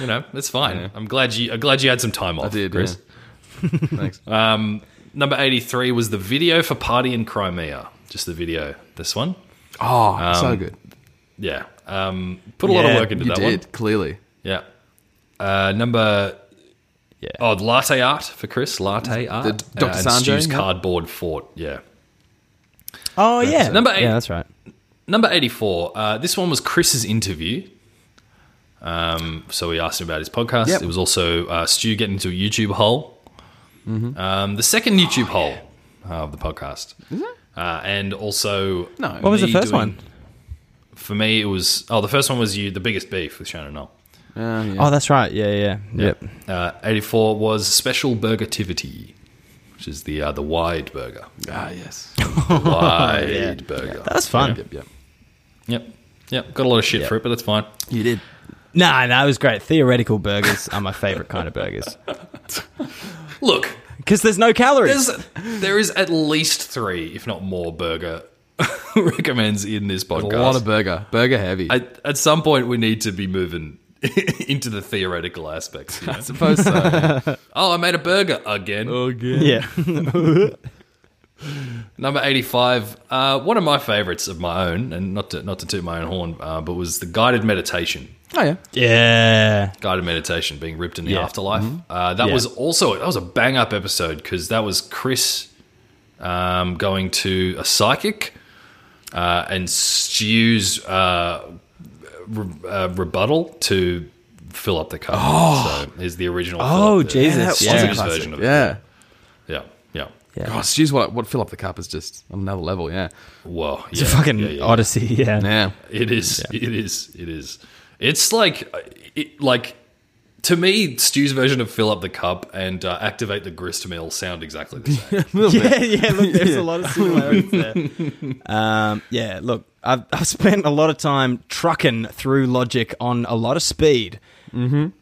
S2: You know, it's fine. I'm glad you. I'm glad you had some time off.
S1: I did.
S2: Chris.
S1: yeah. Thanks.
S2: Number eighty-three was the video for "Party in Crimea." Just the video. This one.
S1: oh,
S2: Um,
S1: so good.
S2: Yeah. Um, put a lot
S3: Yeah,
S2: of work into
S1: You
S2: that
S1: did
S2: one.
S1: clearly.
S2: Yeah. Uh, number.
S3: Yeah.
S2: Oh, latte art for Chris. Latte art.
S1: Dr.
S2: Uh, and
S1: Sanjay,
S2: Stu's
S1: yeah.
S2: cardboard fort. Yeah.
S3: oh, yeah.
S2: Number eight.
S3: Yeah, that's right.
S2: Number 84. Uh, this one was Chris's interview. Um, so we asked him about his podcast.
S1: Yep.
S2: It was also uh, Stu getting into a YouTube hole. Um, the second YouTube hole uh, of the podcast. Is it? Uh, and also.
S1: No.
S3: What was the
S2: me
S3: first
S2: doing-
S3: one?
S2: For me, it was. Oh, the first one was you, The Biggest Beef with Shannon Knoll.
S1: Uh, yeah.
S3: Oh, that's right. Yeah, yeah. Yep.
S2: Uh, 84 was Special Burgertivity, which is the, uh, the wide
S1: *laughs*
S2: burger.
S1: Ah, yes.
S2: The wide burger.
S3: That was fun.
S1: yep, yep.
S2: Yep. Yep. Got a lot of shit for it, but that's fine.
S1: You did.
S3: No, no, it was great. Theoretical burgers are my favorite kind of burgers
S2: Look,
S3: because there's no calories.
S2: there's there is at least three, if not more, burger *laughs* recommends in this podcast.
S1: A lot of burger, burger heavy. I
S2: at, at some point, we need to be moving *laughs* into the theoretical aspects. you know?
S1: suppose so.
S2: *laughs* Oh, I made a burger again.
S1: Oh.
S3: yeah, *laughs*
S2: Number eighty-five. Uh, one of my favorites of my own, and not to not to toot my own horn, uh, but was the guided meditation.
S1: Oh yeah,
S3: yeah.
S2: guided meditation being ripped in the
S3: Yeah. Mm-hmm.
S2: afterlife. Uh, that
S3: Yeah.
S2: was also that was a bang up episode because that was Chris um, going to a psychic uh, and Stu's uh, re- uh, rebuttal to fill up the cup. Oh, so is the original. fill
S3: Oh,
S2: up the-
S3: Jesus.
S2: Stu's
S3: Yeah, that was a
S1: classic.
S2: version of it.
S1: yeah.
S2: Yeah, yeah.
S1: God, excuse what what fill up the cup is just on another level. Yeah,
S2: Whoa, yeah,
S3: It's a fucking
S2: yeah, yeah.
S3: odyssey. *laughs* Yeah.
S1: yeah.
S2: It is. It is. It is. It's like, it, like to me, Stu's version of fill up the cup and uh, activate the grist mill sound exactly the
S1: *laughs*
S2: same.
S3: yeah, yeah.
S2: *laughs*
S3: Look, there's a lot of similarities there. Um, yeah, look, I've, I've spent a lot of time trucking through logic on a lot of speed.
S2: Number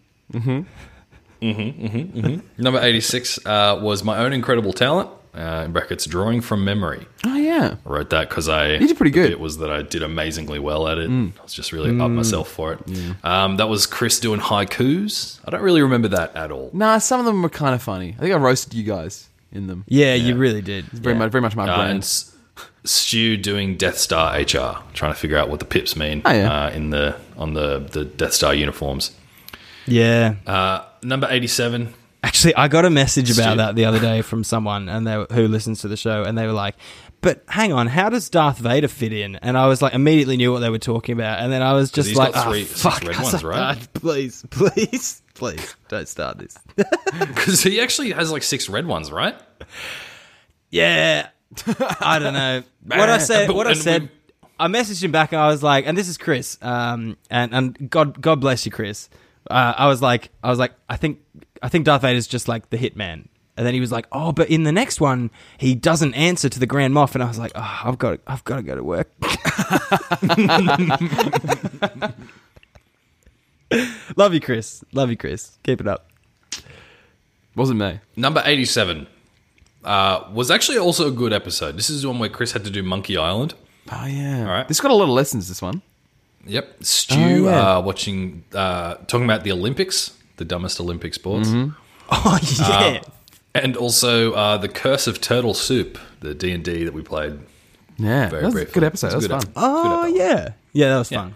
S2: eighty-six uh, was my own incredible talent. Uh, in brackets, drawing from memory.
S1: Oh yeah.
S2: I wrote that because I
S1: did pretty good. Mm.
S2: It was that I did amazingly well at it. I was just really up myself for it. Um, that was Chris doing haikus. I don't really remember that at all.
S1: Nah, some of them were kind of funny. I think I roasted you guys in them.
S3: Yeah, you really did.
S1: Very much, very much my
S2: Uh, and
S1: brand.
S2: S- Stu doing Death Star HR, trying to figure out what the pips mean
S1: Oh, yeah.
S2: uh, in the on the the Death Star uniforms.
S3: Yeah.
S2: Uh, number eighty-seven. *laughs*
S3: Actually, I got a message about
S2: Stu-
S3: that the other day from someone and they were, who listens to the show, and they were like, "But hang on, how does Darth Vader fit in?" And I was like, immediately knew what they were talking about, and then I was just
S2: he's
S3: like,
S2: got
S3: "Ah,
S2: three- six
S3: "Fuck,
S2: red
S3: I
S2: ones,
S3: was like,
S2: right?
S3: "Ah, please, *laughs* please, please, don't start this."
S2: Because he actually has like six red ones, right?
S3: Yeah. I don't *laughs* know. what I said
S2: But-
S3: what I
S2: and
S3: said
S2: we-
S3: I messaged him back and I was like, and this is Chris. Um and, and God God bless you, Chris. Uh, I was like I was like, I think I think Darth Vader's just like the hitman. And then he was like, Oh, but in the next one he doesn't answer to the Grand Moff and I was like, Oh, I've got I've gotta go to work. *laughs* Love you, Chris. Love you, Chris. Keep it up.
S1: Wasn't me.
S2: Number eighty-seven uh, was actually also a good episode. This is the one where Chris had to do Monkey Island.
S1: Oh yeah.
S2: right.
S1: This got a lot of lessons. This one.
S2: Yep, Stu
S1: Oh, yeah.
S2: uh, watching uh, talking about the Olympics, the dumbest Olympic sports,
S1: Mm-hmm.
S3: Oh yeah.
S2: and also uh, the Curse of Turtle Soup, the D and D that we played
S1: Yeah.
S2: very
S1: that was a
S2: briefly.
S1: good episode. That
S2: It's
S1: was
S2: a good ep-
S1: fun.
S2: good
S3: Oh
S2: episode.
S3: yeah, yeah, that was fun.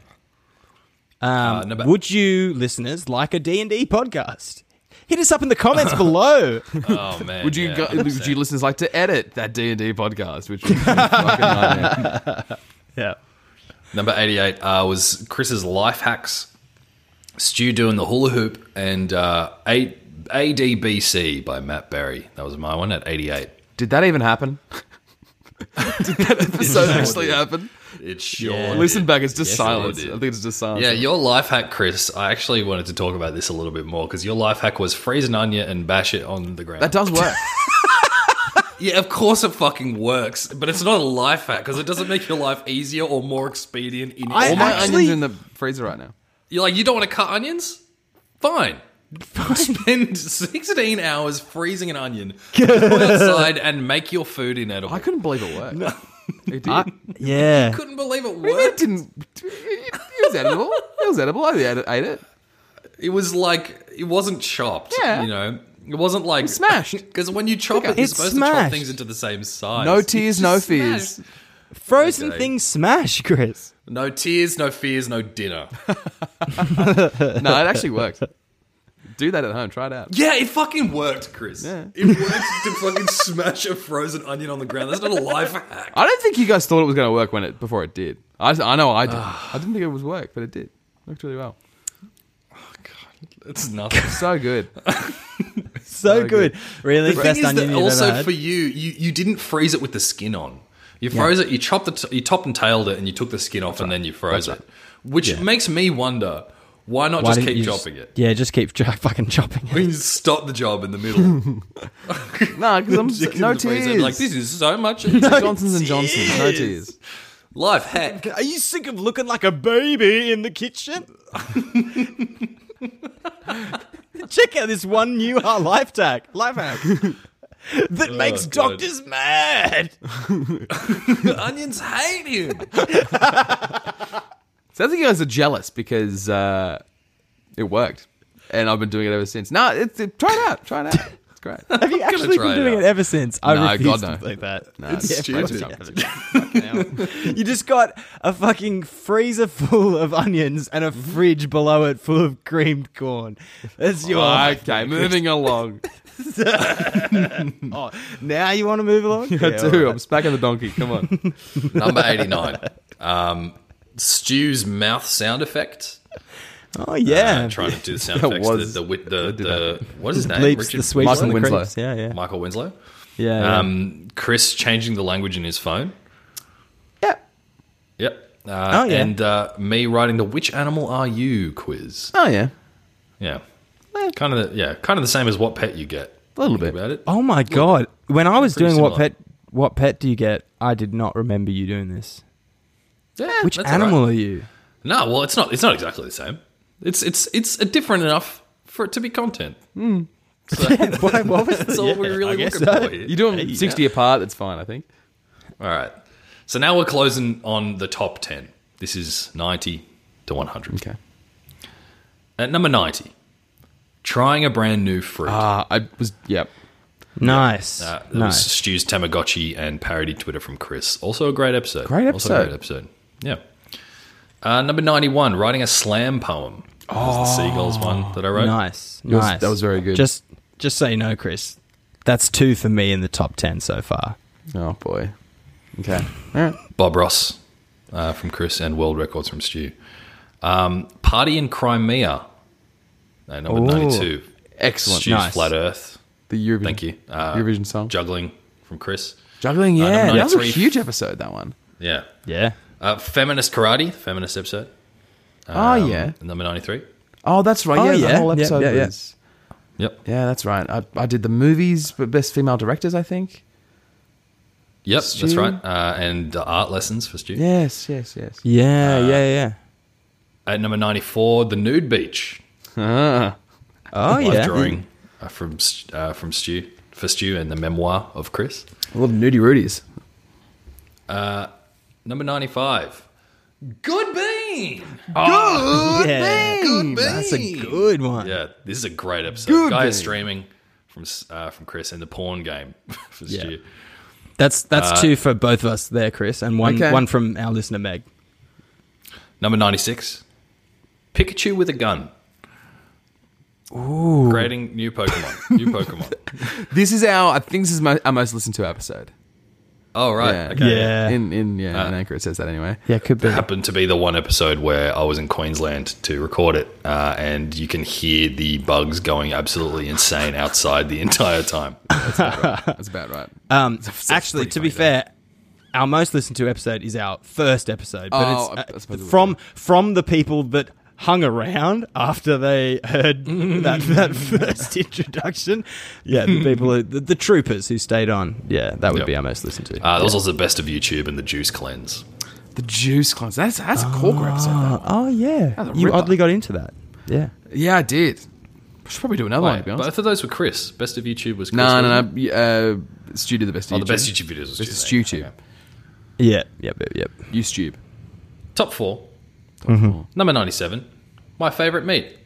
S3: Um,
S2: Uh, no, but-
S3: would you, listeners, like a D and D podcast? Hit us up in the comments *laughs* below.
S2: Oh *laughs* man,
S1: Would you
S2: yeah,
S1: go, would you listeners like to edit that D and D podcast? Which *laughs* was fucking nightmare.
S3: yeah,
S2: Number 88 uh, was Chris's life hacks. Stu doing the hula hoop and uh, A- ADBC by Matt Berry. That was my one at 88.
S1: Did that even happen? *laughs* Did that episode actually happen?
S2: It sure.
S1: Listen
S2: did.
S1: back. It's just
S2: Yes, it
S1: silence. I
S2: did.
S1: think it's just silence.
S2: Yeah, your life hack, Chris. I actually wanted to talk about this a little bit more because your life hack was freeze an onion and bash it on the ground.
S1: that does work.
S2: yeah, of course it fucking works, but it's not a life hack because it doesn't make your life easier or more expedient. In
S1: *laughs*
S3: I
S1: All
S2: any
S1: my
S2: way.
S3: actually-
S1: onions are in the freezer right now.
S2: You're like, you don't want to cut onions? Fine.
S1: *laughs*
S3: *laughs*
S2: Spend 16 hours freezing an onion,
S1: *laughs*
S2: go outside and make your food inedible.
S1: I
S2: I
S1: couldn't believe it worked. It did.
S3: yeah.
S2: couldn't believe it
S1: it
S2: worked.
S1: didn't. It was edible. It was edible. I ate- ate it.
S2: It was like, it wasn't chopped,
S1: Yeah.
S2: you know? It wasn't like
S1: smashed.
S2: Because when you chop it, you're
S3: It's
S2: supposed to chop
S3: smashed.
S2: things into the same size.
S1: No
S2: It's
S1: tears,
S2: just
S1: no
S2: smashed.
S1: fears.
S3: Frozen
S2: Okay.
S3: things smash, Chris.
S2: No tears, no fears, no
S1: *laughs*
S2: dinner.
S1: No, it actually worked. Do that at home. Try it out.
S2: Yeah, it fucking worked, Chris.
S1: Yeah.
S2: It worked to fucking *laughs* smash a frozen onion on the ground. That's not a life hack.
S1: I don't think you guys thought it was going to work when it before it did. I, I know I did. I *sighs* didn't think it was work, but it did. Worked really well.
S2: It's nothing.
S1: So *laughs* good.
S3: So
S1: So
S3: good.
S1: good.
S3: Really,
S2: The thing
S3: best
S2: is
S3: onion
S2: that
S3: you've
S2: also
S3: ever had.
S2: for you, you, you didn't freeze it with the skin on. You froze it. You chopped it. You topped and tailed it, and you took the skin off, and then you froze it, which makes me wonder why not
S3: Why
S2: just
S3: didn't
S2: keep
S3: you
S2: chopping it. *laughs*
S3: Yeah, just keep ch- *laughs* fucking chopping it.
S2: We can just stop the job in the
S3: *laughs*
S2: middle.
S1: No, because I'm
S2: Stick it
S1: just,
S2: in
S1: no
S2: the freezer,
S1: tears.
S3: *laughs*
S2: Like this is so much.
S1: Johnson's and Johnson's. No tears.
S2: Life hack. *laughs*
S3: Are you sick of looking like a baby in the kitchen? *laughs* Check out this one new uh, life hack. Life *laughs* hack. That makes
S2: God.
S3: doctors mad.
S2: The onions hate him.
S1: So I think you guys are jealous because uh, it worked, and I've been doing it ever since. No, it's it, try it out. Try it out. It's
S3: *laughs*
S1: great.
S3: Have you actually
S2: try
S3: been
S2: it
S3: doing
S2: out.
S3: it ever since? I
S1: No,
S3: refuse
S1: God, no.
S3: to like that.
S1: No,
S3: It's
S1: great.
S3: stupid. You just got a fucking freezer full of onions and a
S2: Mm-hmm.
S3: fridge below it full of creamed corn. That's your
S1: Okay, moving
S3: *laughs*
S1: along.
S3: Oh, now you want to
S2: *laughs*
S3: move along? Yeah,
S1: Two.
S3: alright.
S1: I'm smacking the donkey. Come
S3: *laughs*
S1: on.
S2: Number 89. Um, Stew's mouth sound effect.
S3: Oh yeah,
S2: I'm trying to do
S3: *laughs*
S2: the sound
S1: That
S2: effects.
S1: was-
S2: the, the, wit- the, the, what is his name?
S3: bleeps the sweet
S1: Michael
S3: and the
S1: Winslow.
S3: creeps. Yeah, yeah,
S2: Michael eh, Winslow.
S3: yeah. yeah.
S2: Um, Chris changing the language in his phone.
S1: yeah.
S2: Yep. Uh,
S3: Oh, yeah.
S2: And uh, me writing the "Which animal are you?" quiz.
S1: Oh yeah.
S2: Yeah. Kind of. The, yeah. Kind of the same as what pet you get.
S1: A little
S2: Think
S1: bit.
S2: about it.
S3: oh my god! When I was
S2: pretty
S3: doing what
S2: similar.
S3: pet, what pet do you get? I did not remember you doing this.
S2: Yeah,
S3: Which
S2: that's all right.
S3: animal are you?
S2: No, well, it's not. It's not exactly the same. It's it's it's a different enough for it to be content. So
S3: Hmm. *laughs* Why, what
S2: *laughs*
S3: was
S2: that's
S3: the,
S2: all we're really looking for. Here.
S1: You do them sixty apart. That's fine. I think.
S2: All right. So now we're closing on the top ten. This is ninety to one hundred.
S1: Okay.
S2: At number ninety, trying a brand new fruit.
S1: Ah, I was. Yep.
S3: nice?
S2: Uh, that was
S3: nice.
S2: Stu's Tamagotchi and parody Twitter from Chris. Also a great episode.
S1: Great
S2: Also a
S1: episode.
S2: great episode. Yeah. Uh, number 91, writing a slam poem. Oh. The Seagulls one that I wrote.
S3: Nice,
S1: Yours-
S3: nice.
S1: that was very good.
S3: Just, just so you know, Chris, that's two for me in the top ten so far.
S1: Oh boy. Okay. All right.
S2: Bob Ross uh, from Chris and World Records from Stu. Um, Party in Crimea. Uh, number
S3: Ooh.
S2: 92.
S1: Excellent.
S2: Stu's
S3: Nice.
S2: Flat Earth.
S1: The Eurovision.
S2: Thank you. Uh,
S1: Eurovision song.
S2: Juggling from Chris.
S1: Juggling.
S3: uh,
S1: Yeah,
S2: number
S1: that was a
S2: 93.
S1: huge episode. That one.
S2: Yeah.
S3: Yeah.
S2: Uh, feminist Karate, feminist episode.
S1: oh
S2: Um,
S1: yeah.
S2: Number 93.
S1: Oh, that's right.
S3: Oh,
S1: Yeah,
S3: yeah.
S1: the whole
S3: Yep,
S1: episode
S3: yeah, yeah.
S1: was.
S2: Yep.
S1: Yeah, that's right. I, I did the movies, but best female directors, I think.
S2: Yep, that's
S1: Stu?
S2: right. Uh, and uh, art lessons for Stu.
S1: Yes, yes, yes.
S3: Yeah,
S2: Uh,
S3: yeah, yeah.
S2: At number 94, The Nude Beach.
S3: Oh
S2: Live
S3: yeah.
S2: drawing uh, from, S- uh, from Stu, for Stu and the memoir of Chris.
S1: A lot of nudie rudies.
S2: Number 95, Good Bean.
S3: Yeah. That's a good one.
S2: Yeah, this is a great episode.
S1: Good
S2: Guy is
S1: Bean.
S2: streaming from S- uh, from Chris and the porn game *laughs* for
S3: Yeah.
S2: Stu.
S3: That's that's
S2: Uh,
S3: two for both of us there, Chris, and one
S1: Okay.
S3: one from our listener Meg.
S2: Number 96, Pikachu with a Gun. Ooh. Creating new Pokemon.
S1: *laughs*
S2: new Pokemon.
S1: This is our. I think this is my, our most listened to episode.
S2: Oh, right.
S1: Yeah.
S2: Okay.
S3: Yeah.
S1: In in yeah,
S2: Ah.
S1: in anchor it says that anyway.
S3: Yeah, could be.
S2: happened to be the one episode where I was in Queensland to record it, uh, and you can hear the bugs going absolutely insane outside the *laughs* entire time.
S1: That's about right.
S3: Um, actually,
S2: pretty
S3: to be
S2: funny,
S3: fair, our most listened to episode is our first episode,
S1: Oh, I-
S3: but
S1: I
S3: it's uh,
S1: suppose it would
S3: from from the people that hung around after they
S1: *laughs*
S3: heard that, that first introduction. Yeah, the
S1: *laughs*
S3: people, who, the, the troopers who stayed on. Yeah, that would
S2: Yep.
S3: be our most listened to.
S2: Uh, that was also the best of YouTube and the juice cleanse.
S1: The juice cleanse. That's that's a corker episode. That one.
S3: oh yeah,
S1: a
S3: you
S1: ripper.
S3: oddly got into that. Yeah.
S1: Yeah, I did. I should probably do another one. To
S2: Wait,
S1: be
S2: but I
S1: honest.
S2: thought those were Chris. Best of YouTube was Chris.
S1: No, no,
S2: wasn't it?
S1: no. y- Uh, Stu did the best.
S2: Oh, the best YouTube videos was
S1: This is
S2: Stu,
S1: YouTube.
S2: okay.
S3: Yeah. Yep. Yep. Yep.
S1: YouTube.
S2: Top four. Mm-hmm. Number 97. My favorite meat,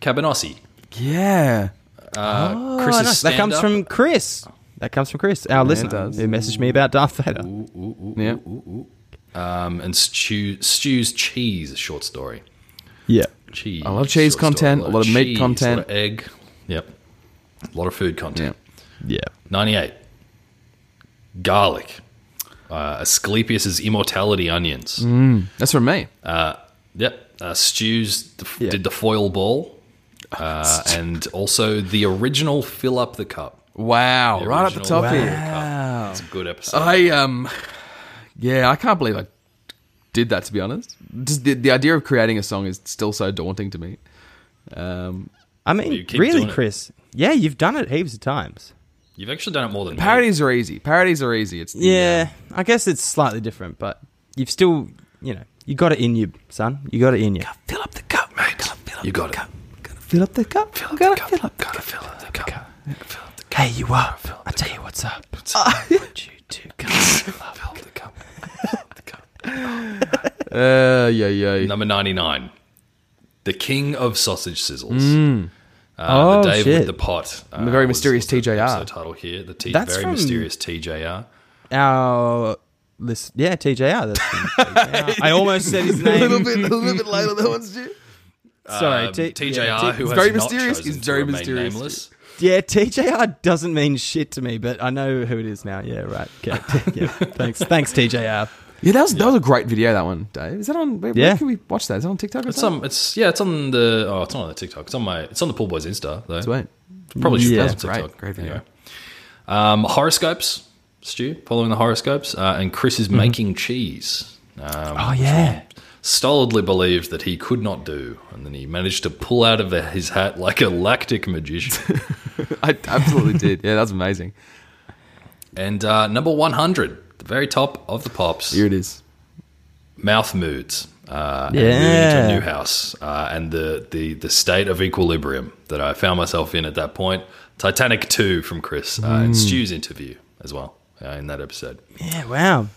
S2: cabanossi.
S1: Yeah.
S2: Uh,
S3: Oh,
S2: Chris's
S3: nice. That comes
S2: stand-up.
S3: from Chris. That comes from Chris, our listener
S1: does.
S3: who messaged me about Darth Vader.
S1: Yeah.
S2: Um, and Stew, Stew's cheese short story.
S3: Yeah.
S2: cheese.
S1: I love cheese
S2: short story,
S1: content, a lot of meat
S2: cheese,
S1: content.
S2: a lot of egg. Yep, a lot of food content.
S3: Yeah.
S2: Ninety-eight, garlic, uh, Asclepius's immortality onions.
S1: Mm-hmm. That's from me.
S2: Yep, uh, stews the, f
S3: Yeah.
S2: did the foil
S1: *laughs*
S2: ball, uh, and also the original fill up the cup.
S1: Wow.
S2: The
S1: Right at the
S2: original
S1: top
S2: fill
S1: here.
S2: up the cup. It's a good episode.
S3: Uh,
S1: I um, yeah, I can't believe I did that. To be honest, just the, the idea of creating a song is still so daunting to me. Um,
S3: I mean,
S2: you keep
S3: really,
S2: doing it.
S3: Chris? Yeah, you've done it heaps of times.
S2: You've actually done it more than me.
S1: parodies are easy. Parodies are easy. It's the,
S3: Yeah, I guess it's slightly different, but you've still, you know, you got it in you, son. You got it in you.
S2: Fill up the cup, mate. Fill up you got it.
S3: Fill up the cup.
S2: Fill up the cup. Gotta fill up the cup. Fill up the cup.
S3: Hey, you are. I tell you what's up. *laughs*
S2: Fill up the cup. Fill up the cup.
S1: Uh, yeah, yeah.
S2: Number 99. The King of Sausage Sizzles.
S3: Oh,
S2: Uh, the Dave
S3: shit.
S2: with the pot. Uh,
S1: The very
S2: was-
S1: mysterious
S2: was the
S1: TJR.
S2: episode title here. The T-
S3: That's
S2: very
S3: from-
S2: mysterious TJR.
S3: Our list, yeah, TJR.
S2: *laughs*
S3: That's TJR. I almost said his name.
S1: bit, *laughs* a little bit later than one's due.
S3: Sorry,
S2: Um,
S3: T-
S2: TJR,
S3: yeah,
S2: who has
S1: very
S2: not
S1: mysterious,
S2: chosen
S1: is
S2: to
S1: very
S2: remain
S1: mysterious.
S2: nameless.
S3: Yeah, TJR doesn't mean shit to me, but I know who it is now. Yeah, right.
S2: *laughs*
S3: Okay. yeah. Thanks. Thanks, TJR.
S1: Yeah, that was that was a great video. That one, Dave. Is that on? Where,
S3: Yeah.
S1: where can we watch that? Is that on TikTok? Or
S2: It's
S1: something?
S2: on. It's yeah. It's on the. Oh, it's not on the TikTok. It's on my. It's on the Pool Boys Insta though.
S1: Sweet.
S2: Probably should
S3: Yeah.
S2: yeah,
S3: That's
S1: great.
S2: TikTok.
S1: Great video.
S2: Anyway. Um, horoscopes, Stu, following the horoscopes, uh, and Chris is
S3: Mm-hmm.
S2: making cheese. Um,
S3: Oh yeah.
S2: Stolidly believed that he could not do, and then he managed to pull out of his hat like a lactic
S3: *laughs*
S2: magician.
S1: *laughs* I absolutely did. Yeah, that was amazing.
S2: and uh, number one hundred, the very top of the pops,
S1: Here it is.
S2: mouth moods. Uh,
S3: Yeah.
S2: And moving to a new house uh, and the, the, the state of equilibrium that I found myself in at that point. Titanic 2 from Chris uh,
S3: Mm.
S2: and Stu's interview as well uh, in that episode.
S3: Yeah. Wow.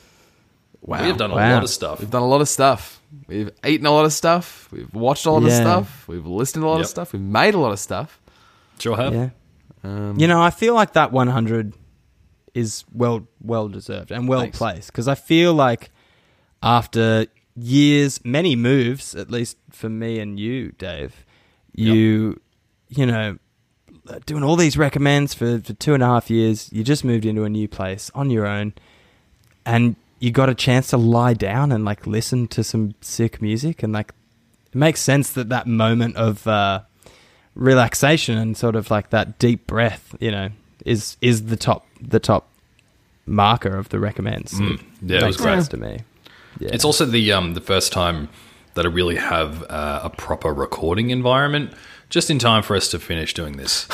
S1: Wow.
S2: We have done a
S3: Wow.
S2: lot of stuff.
S1: We've done a lot of stuff. We've eaten a lot of stuff. We've watched a lot of
S3: Yeah.
S1: stuff. We've listened to a lot of
S2: Yep.
S1: stuff. We've made a lot of stuff.
S2: Sure have.
S3: Yeah.
S1: Um,
S3: you know, I feel like that 100 is well well deserved and well
S1: Thanks.
S3: placed because I feel like after years, many moves, at least for me and you, Dave, you you know uh, doing all these recommends for, for two and a half years. You just moved into a new place on your own, and you got a chance to lie down and like listen to some sick music and like it makes sense that that moment of uh, relaxation and sort of like that deep breath, you know, is is the top the top marker of the recommends.
S2: Mm. Yeah, it was
S3: makes
S2: great.
S3: sense to me. Yeah.
S2: It's also the um, the first time that I really have uh, a proper recording environment. Just in time for us to finish doing this.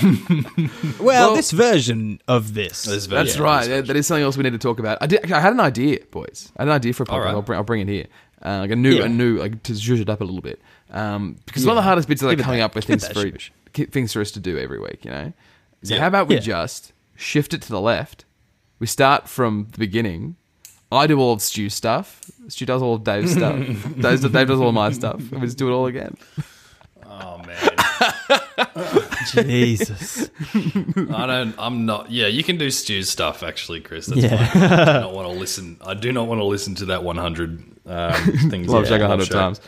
S3: well,
S1: well-
S3: this version of this.
S2: This version.
S1: *laughs* That's
S2: Yeah,
S1: right.
S2: this
S1: Yeah, that is something else we need to talk about. I, did, I had an idea, boys. I had an idea for a podcast.
S2: right.
S1: I'll, bring, I'll bring it here. Uh, like a new,
S3: Yeah.
S1: a new, like to zhuzh it up a little bit. Um, because one of the hardest bits is like
S3: Give it
S1: coming
S3: that-
S1: up with
S3: give it
S1: things
S3: that
S1: for e-
S3: zhuzh.
S1: ki- things for us to do every week. You know. So
S2: Yeah.
S1: how about we
S3: Yeah.
S1: just shift it to the left? We start from the beginning. I do all of Stu's stuff. Stu does all of Dave's
S3: *laughs*
S1: stuff. Dave, Dave does all of my stuff. And we just do it all again.
S2: Oh man, *laughs*
S3: Jesus.
S2: I don't. I'm not. Yeah, you can do Stu's stuff actually, Chris. That's
S3: Yeah.
S2: fine. I do
S1: *laughs*
S2: not want to listen. I do not want to listen to that 100 um, things.
S1: Love
S2: that
S1: Shack a
S2: Love
S1: hundred
S2: Shack.
S1: times.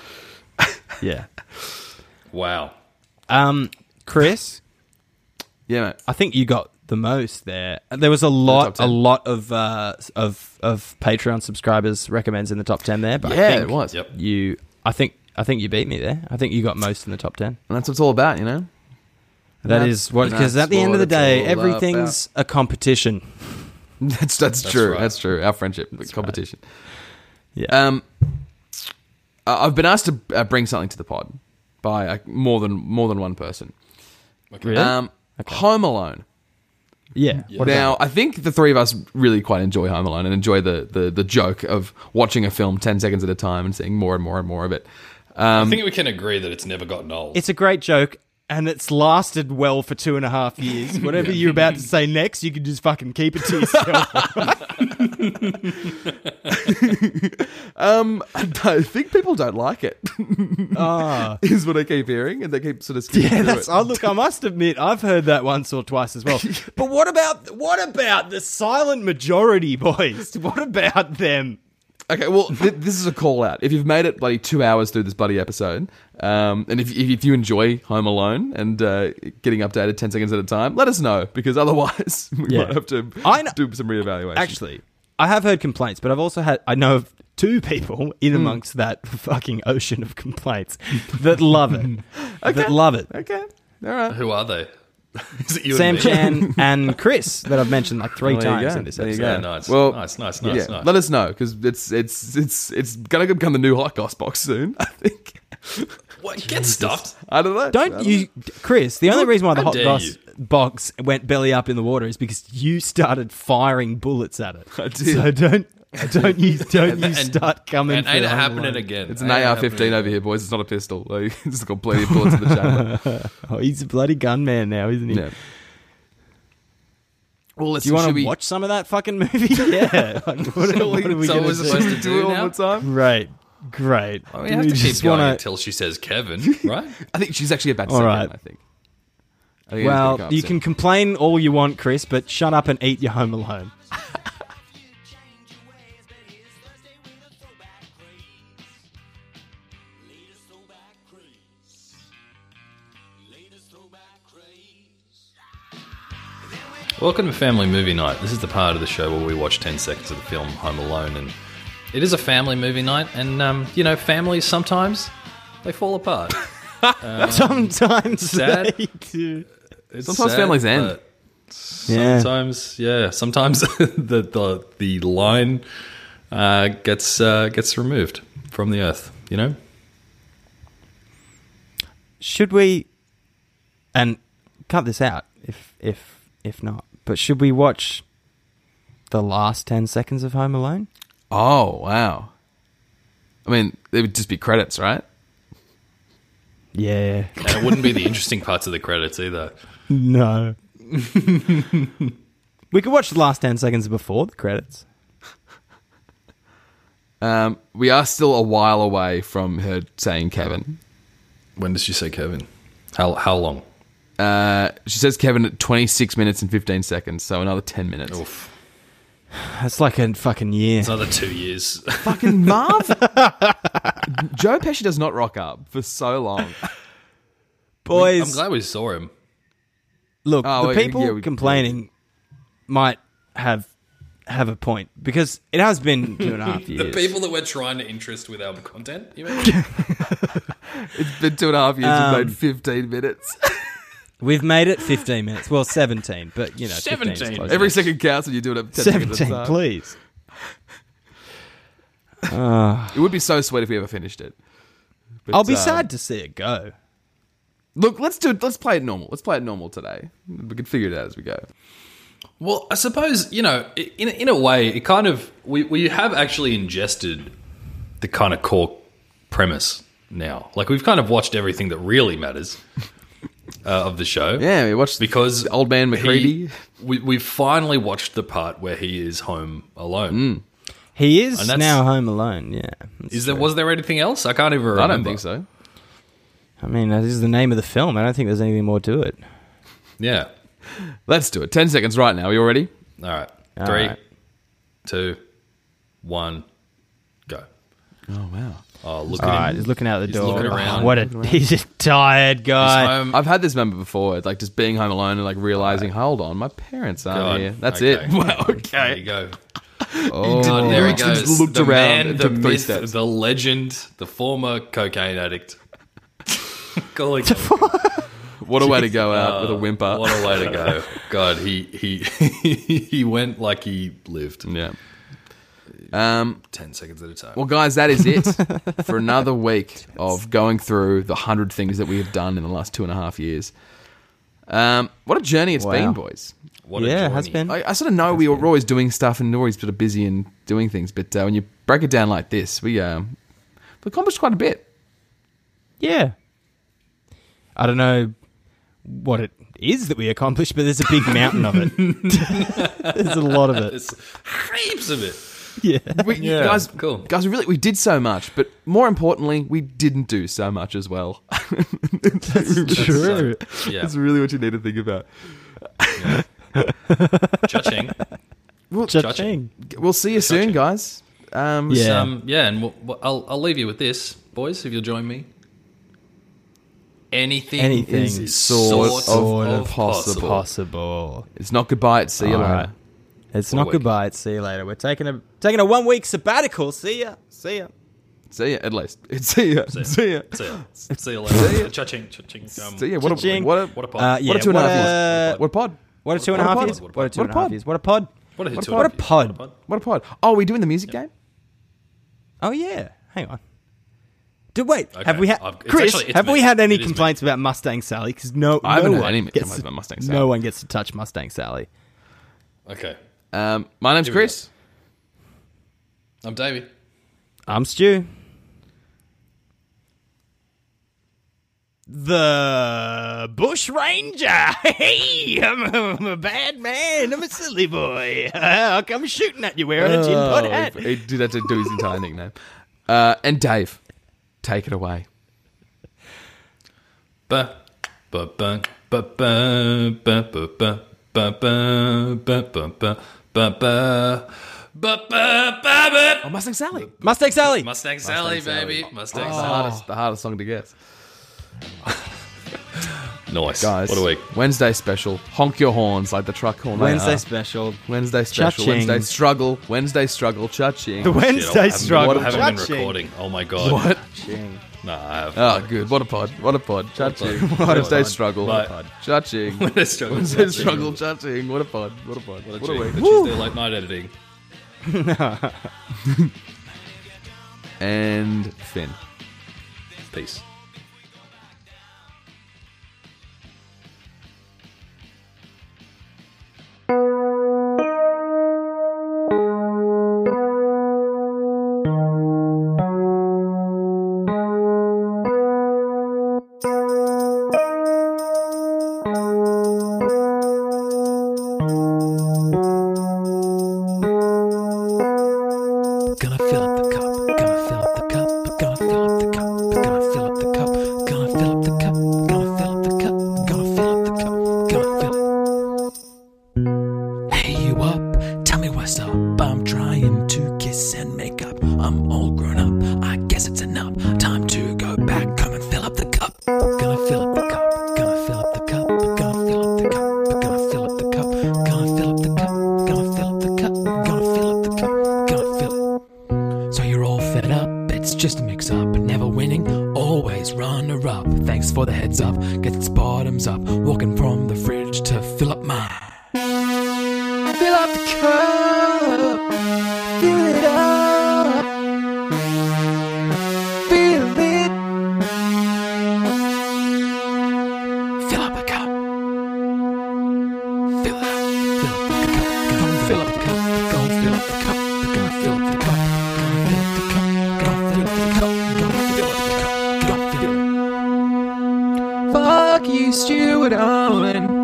S3: yeah.
S2: Wow.
S3: Um Chris,
S1: Yeah, mate.
S3: I think you got the most there. There was a lot,
S1: top
S3: a
S1: 10.
S3: lot of uh, of of Patreon subscribers recommends in the top ten there. But I
S1: Yeah,
S3: think
S1: it was.
S2: Yep.
S3: you, I think, I think you beat me there. I think you got most in the top ten.
S1: And that's what it's all about, you know.
S3: That is what because
S1: that's
S3: at the end of the
S1: what it's
S3: day,
S1: all
S3: everything's a competition.
S1: *laughs* That's that's, true.
S2: right.
S1: That's true. Our friendship, competition.
S3: Yeah.
S1: Um, I- I've been asked to uh, bring something to the pod by uh, more than more than one person.
S2: Eh?
S3: Really?
S1: Um, Home Alone.
S3: yeah. What about-
S1: now, I think the three of us really quite enjoy Home Alone and enjoy the, the the joke of watching a film ten seconds at a time and seeing more and more and more of it. *laughs* Um,
S2: I think we can agree that it's never gotten old.
S3: it's a great joke, and it's lasted well for two and a half
S1: *laughs*
S3: years. Whatever you're about to say next, you can just fucking keep it to
S1: *laughs*
S3: yourself.
S1: I think people don't like it. *laughs* Is what I keep hearing, and they keep sort of skipping
S3: Yeah,
S1: through
S3: that's.
S1: it.
S3: I look, I must admit, I've heard that once or twice *laughs* as well. but what about what about the silent majority, boys? *laughs* What about them?
S1: Okay,
S3: *laughs*
S1: well, th- this is a call out. If you've made it bloody two hours through this bloody episode, um, and if, if if you enjoy Home Alone and uh, getting updated ten seconds at a time, let us know because otherwise *laughs* we
S3: Yeah.
S1: might have to
S3: I kn-
S1: do some reevaluation.
S3: Actually, I have heard complaints, but I've also had. I know of two people in amongst that *laughs* fucking ocean of complaints that love *laughs* it. That love it.
S1: okay, all right.
S2: Who are they? *laughs* Is it you and
S3: Sam
S2: me?
S3: *laughs* Chan and Chris that I've mentioned like three
S1: Well, there you
S3: times
S1: go.
S3: in this
S1: There you
S3: episode.
S1: go.
S2: Yeah, nice.
S1: Well,
S2: nice, nice, nice,
S1: yeah,
S2: nice.
S1: let us know because it's it's it's it's gonna become the new hot goss box soon. *laughs* I think.
S2: What, get stuffed.
S1: I don't know. I
S3: Don't you, Chris? The only reason why the
S2: How
S3: hot
S2: dare
S3: goss
S2: you.
S3: box went belly up in the water is because you started firing bullets at it.
S1: I did.
S3: So don't don't
S2: *laughs*
S3: you don't you
S2: And-
S3: start coming?
S2: and
S3: for
S2: ain't it
S3: Home
S2: happening
S3: Alone.
S2: again.
S1: It's an AR-15 over here, boys. It's not a pistol. *laughs* Like, it's got plenty of bullets in
S3: *laughs*
S1: the chamber.
S3: Oh, he's a bloody gunman now, isn't he?
S1: Yeah. Well, let's
S3: Do you want to
S1: should we-
S3: watch some of that fucking movie? *laughs*
S2: *laughs*
S3: yeah. Like, what,
S1: So
S3: what are we
S2: so
S3: going
S2: was
S3: to
S2: it
S3: do?
S2: supposed to do
S1: we it
S2: now?
S1: all the time?
S3: Great, great.
S2: I mean,
S3: Do
S2: I have
S3: we
S2: to keep
S3: just
S2: going
S3: wanna-
S2: until she says Kevin, *laughs* right?
S1: I think she's actually about to
S3: All
S1: say that,
S3: right.
S1: I think. I think it's gonna come
S3: Well,
S1: up
S3: you
S1: soon.
S3: can complain all you want, Chris, but shut up and eat your Home Alone.
S4: change your ways, but here's Thursday with a throwback craze. Latest throwback craze. Latest throwback craze.
S2: Welcome to Family Movie Night. This is the part of the show where we watch 10 seconds of the film Home Alone, and it is a family movie night, and, um, you know, families sometimes, they fall *laughs* apart.
S3: Sometimes
S2: Um, sad.
S3: they do.
S2: It's
S1: Sometimes families end.
S2: but
S3: Yeah.
S2: Sometimes, yeah, sometimes *laughs* the, the, the line uh, gets, uh, gets removed from the earth, you know?
S3: Should we? And cut this out if if if not. But should we watch the last ten seconds of Home Alone?
S1: Oh, wow. I mean, it would just be credits, right?
S3: Yeah.
S2: And it wouldn't be the interesting parts of the credits either.
S3: *laughs* No. we could watch the last ten seconds before the credits.
S1: Um, we are still a while away from her saying Kevin.
S2: When does she say Kevin? How, how long?
S1: Uh, she says Kevin at 26 minutes and 15 seconds, so another 10 minutes.
S2: Oof.
S3: That's like a fucking year.
S2: It's another two years. *laughs*
S1: Fucking Marv! *laughs* Joe Pesci does not rock up for so long.
S3: Boys,
S2: I'm glad we saw him.
S3: look,
S1: Oh,
S3: the
S1: wait,
S3: people
S1: yeah, we-
S3: complaining might have have a point because it has been two and
S1: *laughs*
S3: a half years.
S2: People that we're trying to interest with our content, you mean? *laughs*
S1: It's been two and a half years,
S3: Um,
S1: we've made 15 minutes.
S3: We've made it 15 minutes. Well, 17, but you know, 17.
S2: 17.
S1: Every second counts and you do it at 10 seconds at a
S3: 17,
S1: time.
S3: please.
S1: It would be so sweet if we ever finished it. But,
S3: I'll be
S1: um,
S3: sad to see it go.
S1: Look, let's do it. Let's play it normal. Let's play it normal today. We can figure it out as we go.
S2: Well, I suppose you know, i- in in a way, it kind of we we have actually ingested the kind of core premise now. Like we've kind of watched everything that really matters *laughs* uh, of the show.
S1: Yeah, we watched
S2: because
S1: Old Man
S2: he-
S1: McCready.
S2: we we finally watched the part where he is home
S1: Mm.
S2: alone.
S3: He is
S2: And that's-
S3: now home alone, yeah.
S2: Is there was there anything else? I can't even remember.
S1: I don't think so.
S3: I mean, this is the name of the film. I don't think there's anything more to it.
S2: Yeah.
S1: Let's do it. 10 seconds right now. Are you all ready?
S2: All right.
S3: All
S2: Three,
S3: right.
S2: two, one, go.
S1: Oh, wow.
S2: Oh, look
S3: All
S2: at
S3: right,
S2: him.
S3: he's looking out the door.
S2: looking around.
S3: what a *laughs* he's a tired
S2: He's
S3: guy.
S2: home.
S1: I've had this moment before, like just being home alone and like realizing, hold on, my parents aren't
S2: God.
S1: here. That's
S2: Okay.
S1: it. *laughs* Wow,
S2: There
S1: okay.
S2: you go.
S1: Oh,
S2: God, there he
S1: He just
S2: goes.
S1: looked
S2: the
S1: around
S2: man,
S1: and
S2: the
S1: took three
S2: myth,
S1: steps.
S2: the legend, the former cocaine
S1: *laughs*
S2: addict. Golly,
S1: What a way to go out with a whimper.
S2: Oh, what a way to go! God, he he *laughs* he went like he lived. Uh,
S1: yeah. Um,
S2: Ten seconds at a time.
S1: well, guys, that is
S2: *laughs*
S1: it for another week of going through the hundred things that we have done in the last two and a half years. Um, what a journey it's
S3: Wow.
S1: been, boys.
S2: What a
S3: yeah,
S2: journey.
S3: has been.
S1: I, I sort of know we were always doing stuff and always sort of busy and doing things, but uh, when you break it down like this, we um, we accomplished quite a bit.
S3: Yeah. I don't know what it is that we accomplished, but there's a big mountain of it. there's a lot of it.
S2: It's heaps of it.
S3: Yeah.
S1: *laughs* We,
S2: Yeah,
S1: guys,
S2: cool.
S1: guys, we really we did so much, but more importantly, we didn't do so much as well. *laughs*
S3: True.
S2: Yeah,
S1: That's really what you need to think about.
S2: judging.
S3: Cha-ching.
S1: We'll see you soon, guys. Um,
S3: Yeah.
S2: Um, yeah, and we'll, we'll- I'll I'll leave you with this, boys. If you'll join me. Anything,
S3: Anything
S2: is
S1: sort
S2: sort,
S1: of
S2: of,
S1: possible.
S2: possible.
S3: Possible.
S1: It's not goodbye. It's see you
S3: All
S1: later.
S3: right. It's
S2: What a
S3: not
S2: week.
S3: goodbye. It's see you later. We're taking a taking a one week sabbatical. See ya. See ya.
S1: See ya. At least. *laughs* See ya. See ya. *laughs* See ya.
S2: See ya. See you later. Cha-ching, cha-ching. Um,
S1: What a
S3: Cha-ching.
S1: what a
S2: What a pod.
S3: Uh, yeah,
S1: what a two and a half years.
S3: a-
S1: What a pod.
S3: What a two and a
S1: What a
S3: half
S1: pod.
S3: years.
S2: What a pod.
S3: What
S1: What a
S3: a two and a half
S1: pod.
S3: years. What a pod.
S2: What a, hit
S3: pod.
S2: two out of
S3: What a
S2: you.
S1: What a pod. Oh, are we doing the music game?
S3: Oh yeah. Hang on. Dude, wait. Have
S2: Okay,
S3: we had
S2: I've- it's
S3: Chris?
S2: actually- it's
S3: have
S2: me.
S3: we had any
S2: It is me.
S3: complaints about Mustang Sally? Because no,
S1: I haven't
S3: no
S1: had
S3: one
S1: any
S3: gets
S1: complaints
S3: to-
S1: about Mustang Sally.
S3: No one gets to touch Mustang Sally.
S2: Okay.
S1: Um, my name's
S2: Here we go.
S1: Chris.
S2: I'm Davey.
S3: I'm Stu. The Bush Ranger. *laughs* Hey, I'm a, I'm a bad man. I'm a silly boy. *laughs* I'll come shooting at you wearing a tin pot hat.
S1: Oh, he did have to do his entire nickname. Uh, and Dave, take it away.
S2: Ba ba ba ba ba ba ba ba ba ba ba ba ba ba ba ba ba ba
S1: Oh,
S2: ba.
S1: Mustang Sally.
S3: Mustang Sally.
S2: Mustang Sally, baby. Mustang
S1: The,
S2: Sally.
S1: hardest, the hardest song to guess.
S2: Nice.
S1: Guys,
S2: What a week.
S1: Wednesday special. Honk your horns like the truck horn. they
S3: Wednesday
S1: are.
S3: special.
S1: Wednesday special.
S3: Cha-ching.
S1: Wednesday struggle. Wednesday struggle. Cha-ching.
S3: The
S2: Shit, I
S3: Wednesday
S2: haven't-
S3: struggle.
S2: I haven't been
S3: Cha-ching.
S2: recording. Oh my god.
S1: What?
S2: No, I have. *laughs*
S1: Oh, good. What a pod. What a pod. Cha-ching.
S2: What a pod.
S1: Wednesday
S2: What a pod.
S1: struggle.
S2: What a pod.
S1: Cha-ching.
S2: Wednesday struggle.
S1: Wednesday struggle. Cha-ching. What a pod. What a pod. What a,
S2: What a week.
S1: week.
S2: The Tuesday late night editing.
S1: And Finn.
S2: Peace.
S5: Gonna fill up the cup, gonna fill up the cup, gonna fill up the cup, gonna fill up the cup, gonna fill up the cup, gonna fill up the cup, gonna fill up the cup, gonna fill Hey, you up? Tell me what's up. I'm trying to kiss and make up. I'm all grown up. I guess it's enough. Time to go back home and fill up the cup. Gonna fill up the cup. Gonna fill up the cup. Gonna fill up the cup. Gonna fill up the cup. Gonna fill up the cup. Gonna fill up the cup. Gonna fill up the cup. Gonna fill it. So you're all fed up, it's just a mix up. Never winning, always runner up. Thanks for the heads up, gets bottoms up. Walking from the fridge to fill up my. Fill up the cup, fill it up. Fill it. Fill up the cup. Fill up, fill up the cup, go fill up the cup, go fill up the cup, go fill up the cup, go fill up the cup, go fill up the cup, go fill up the cup, go fill up the cup. Fuck you, Stuart Owen.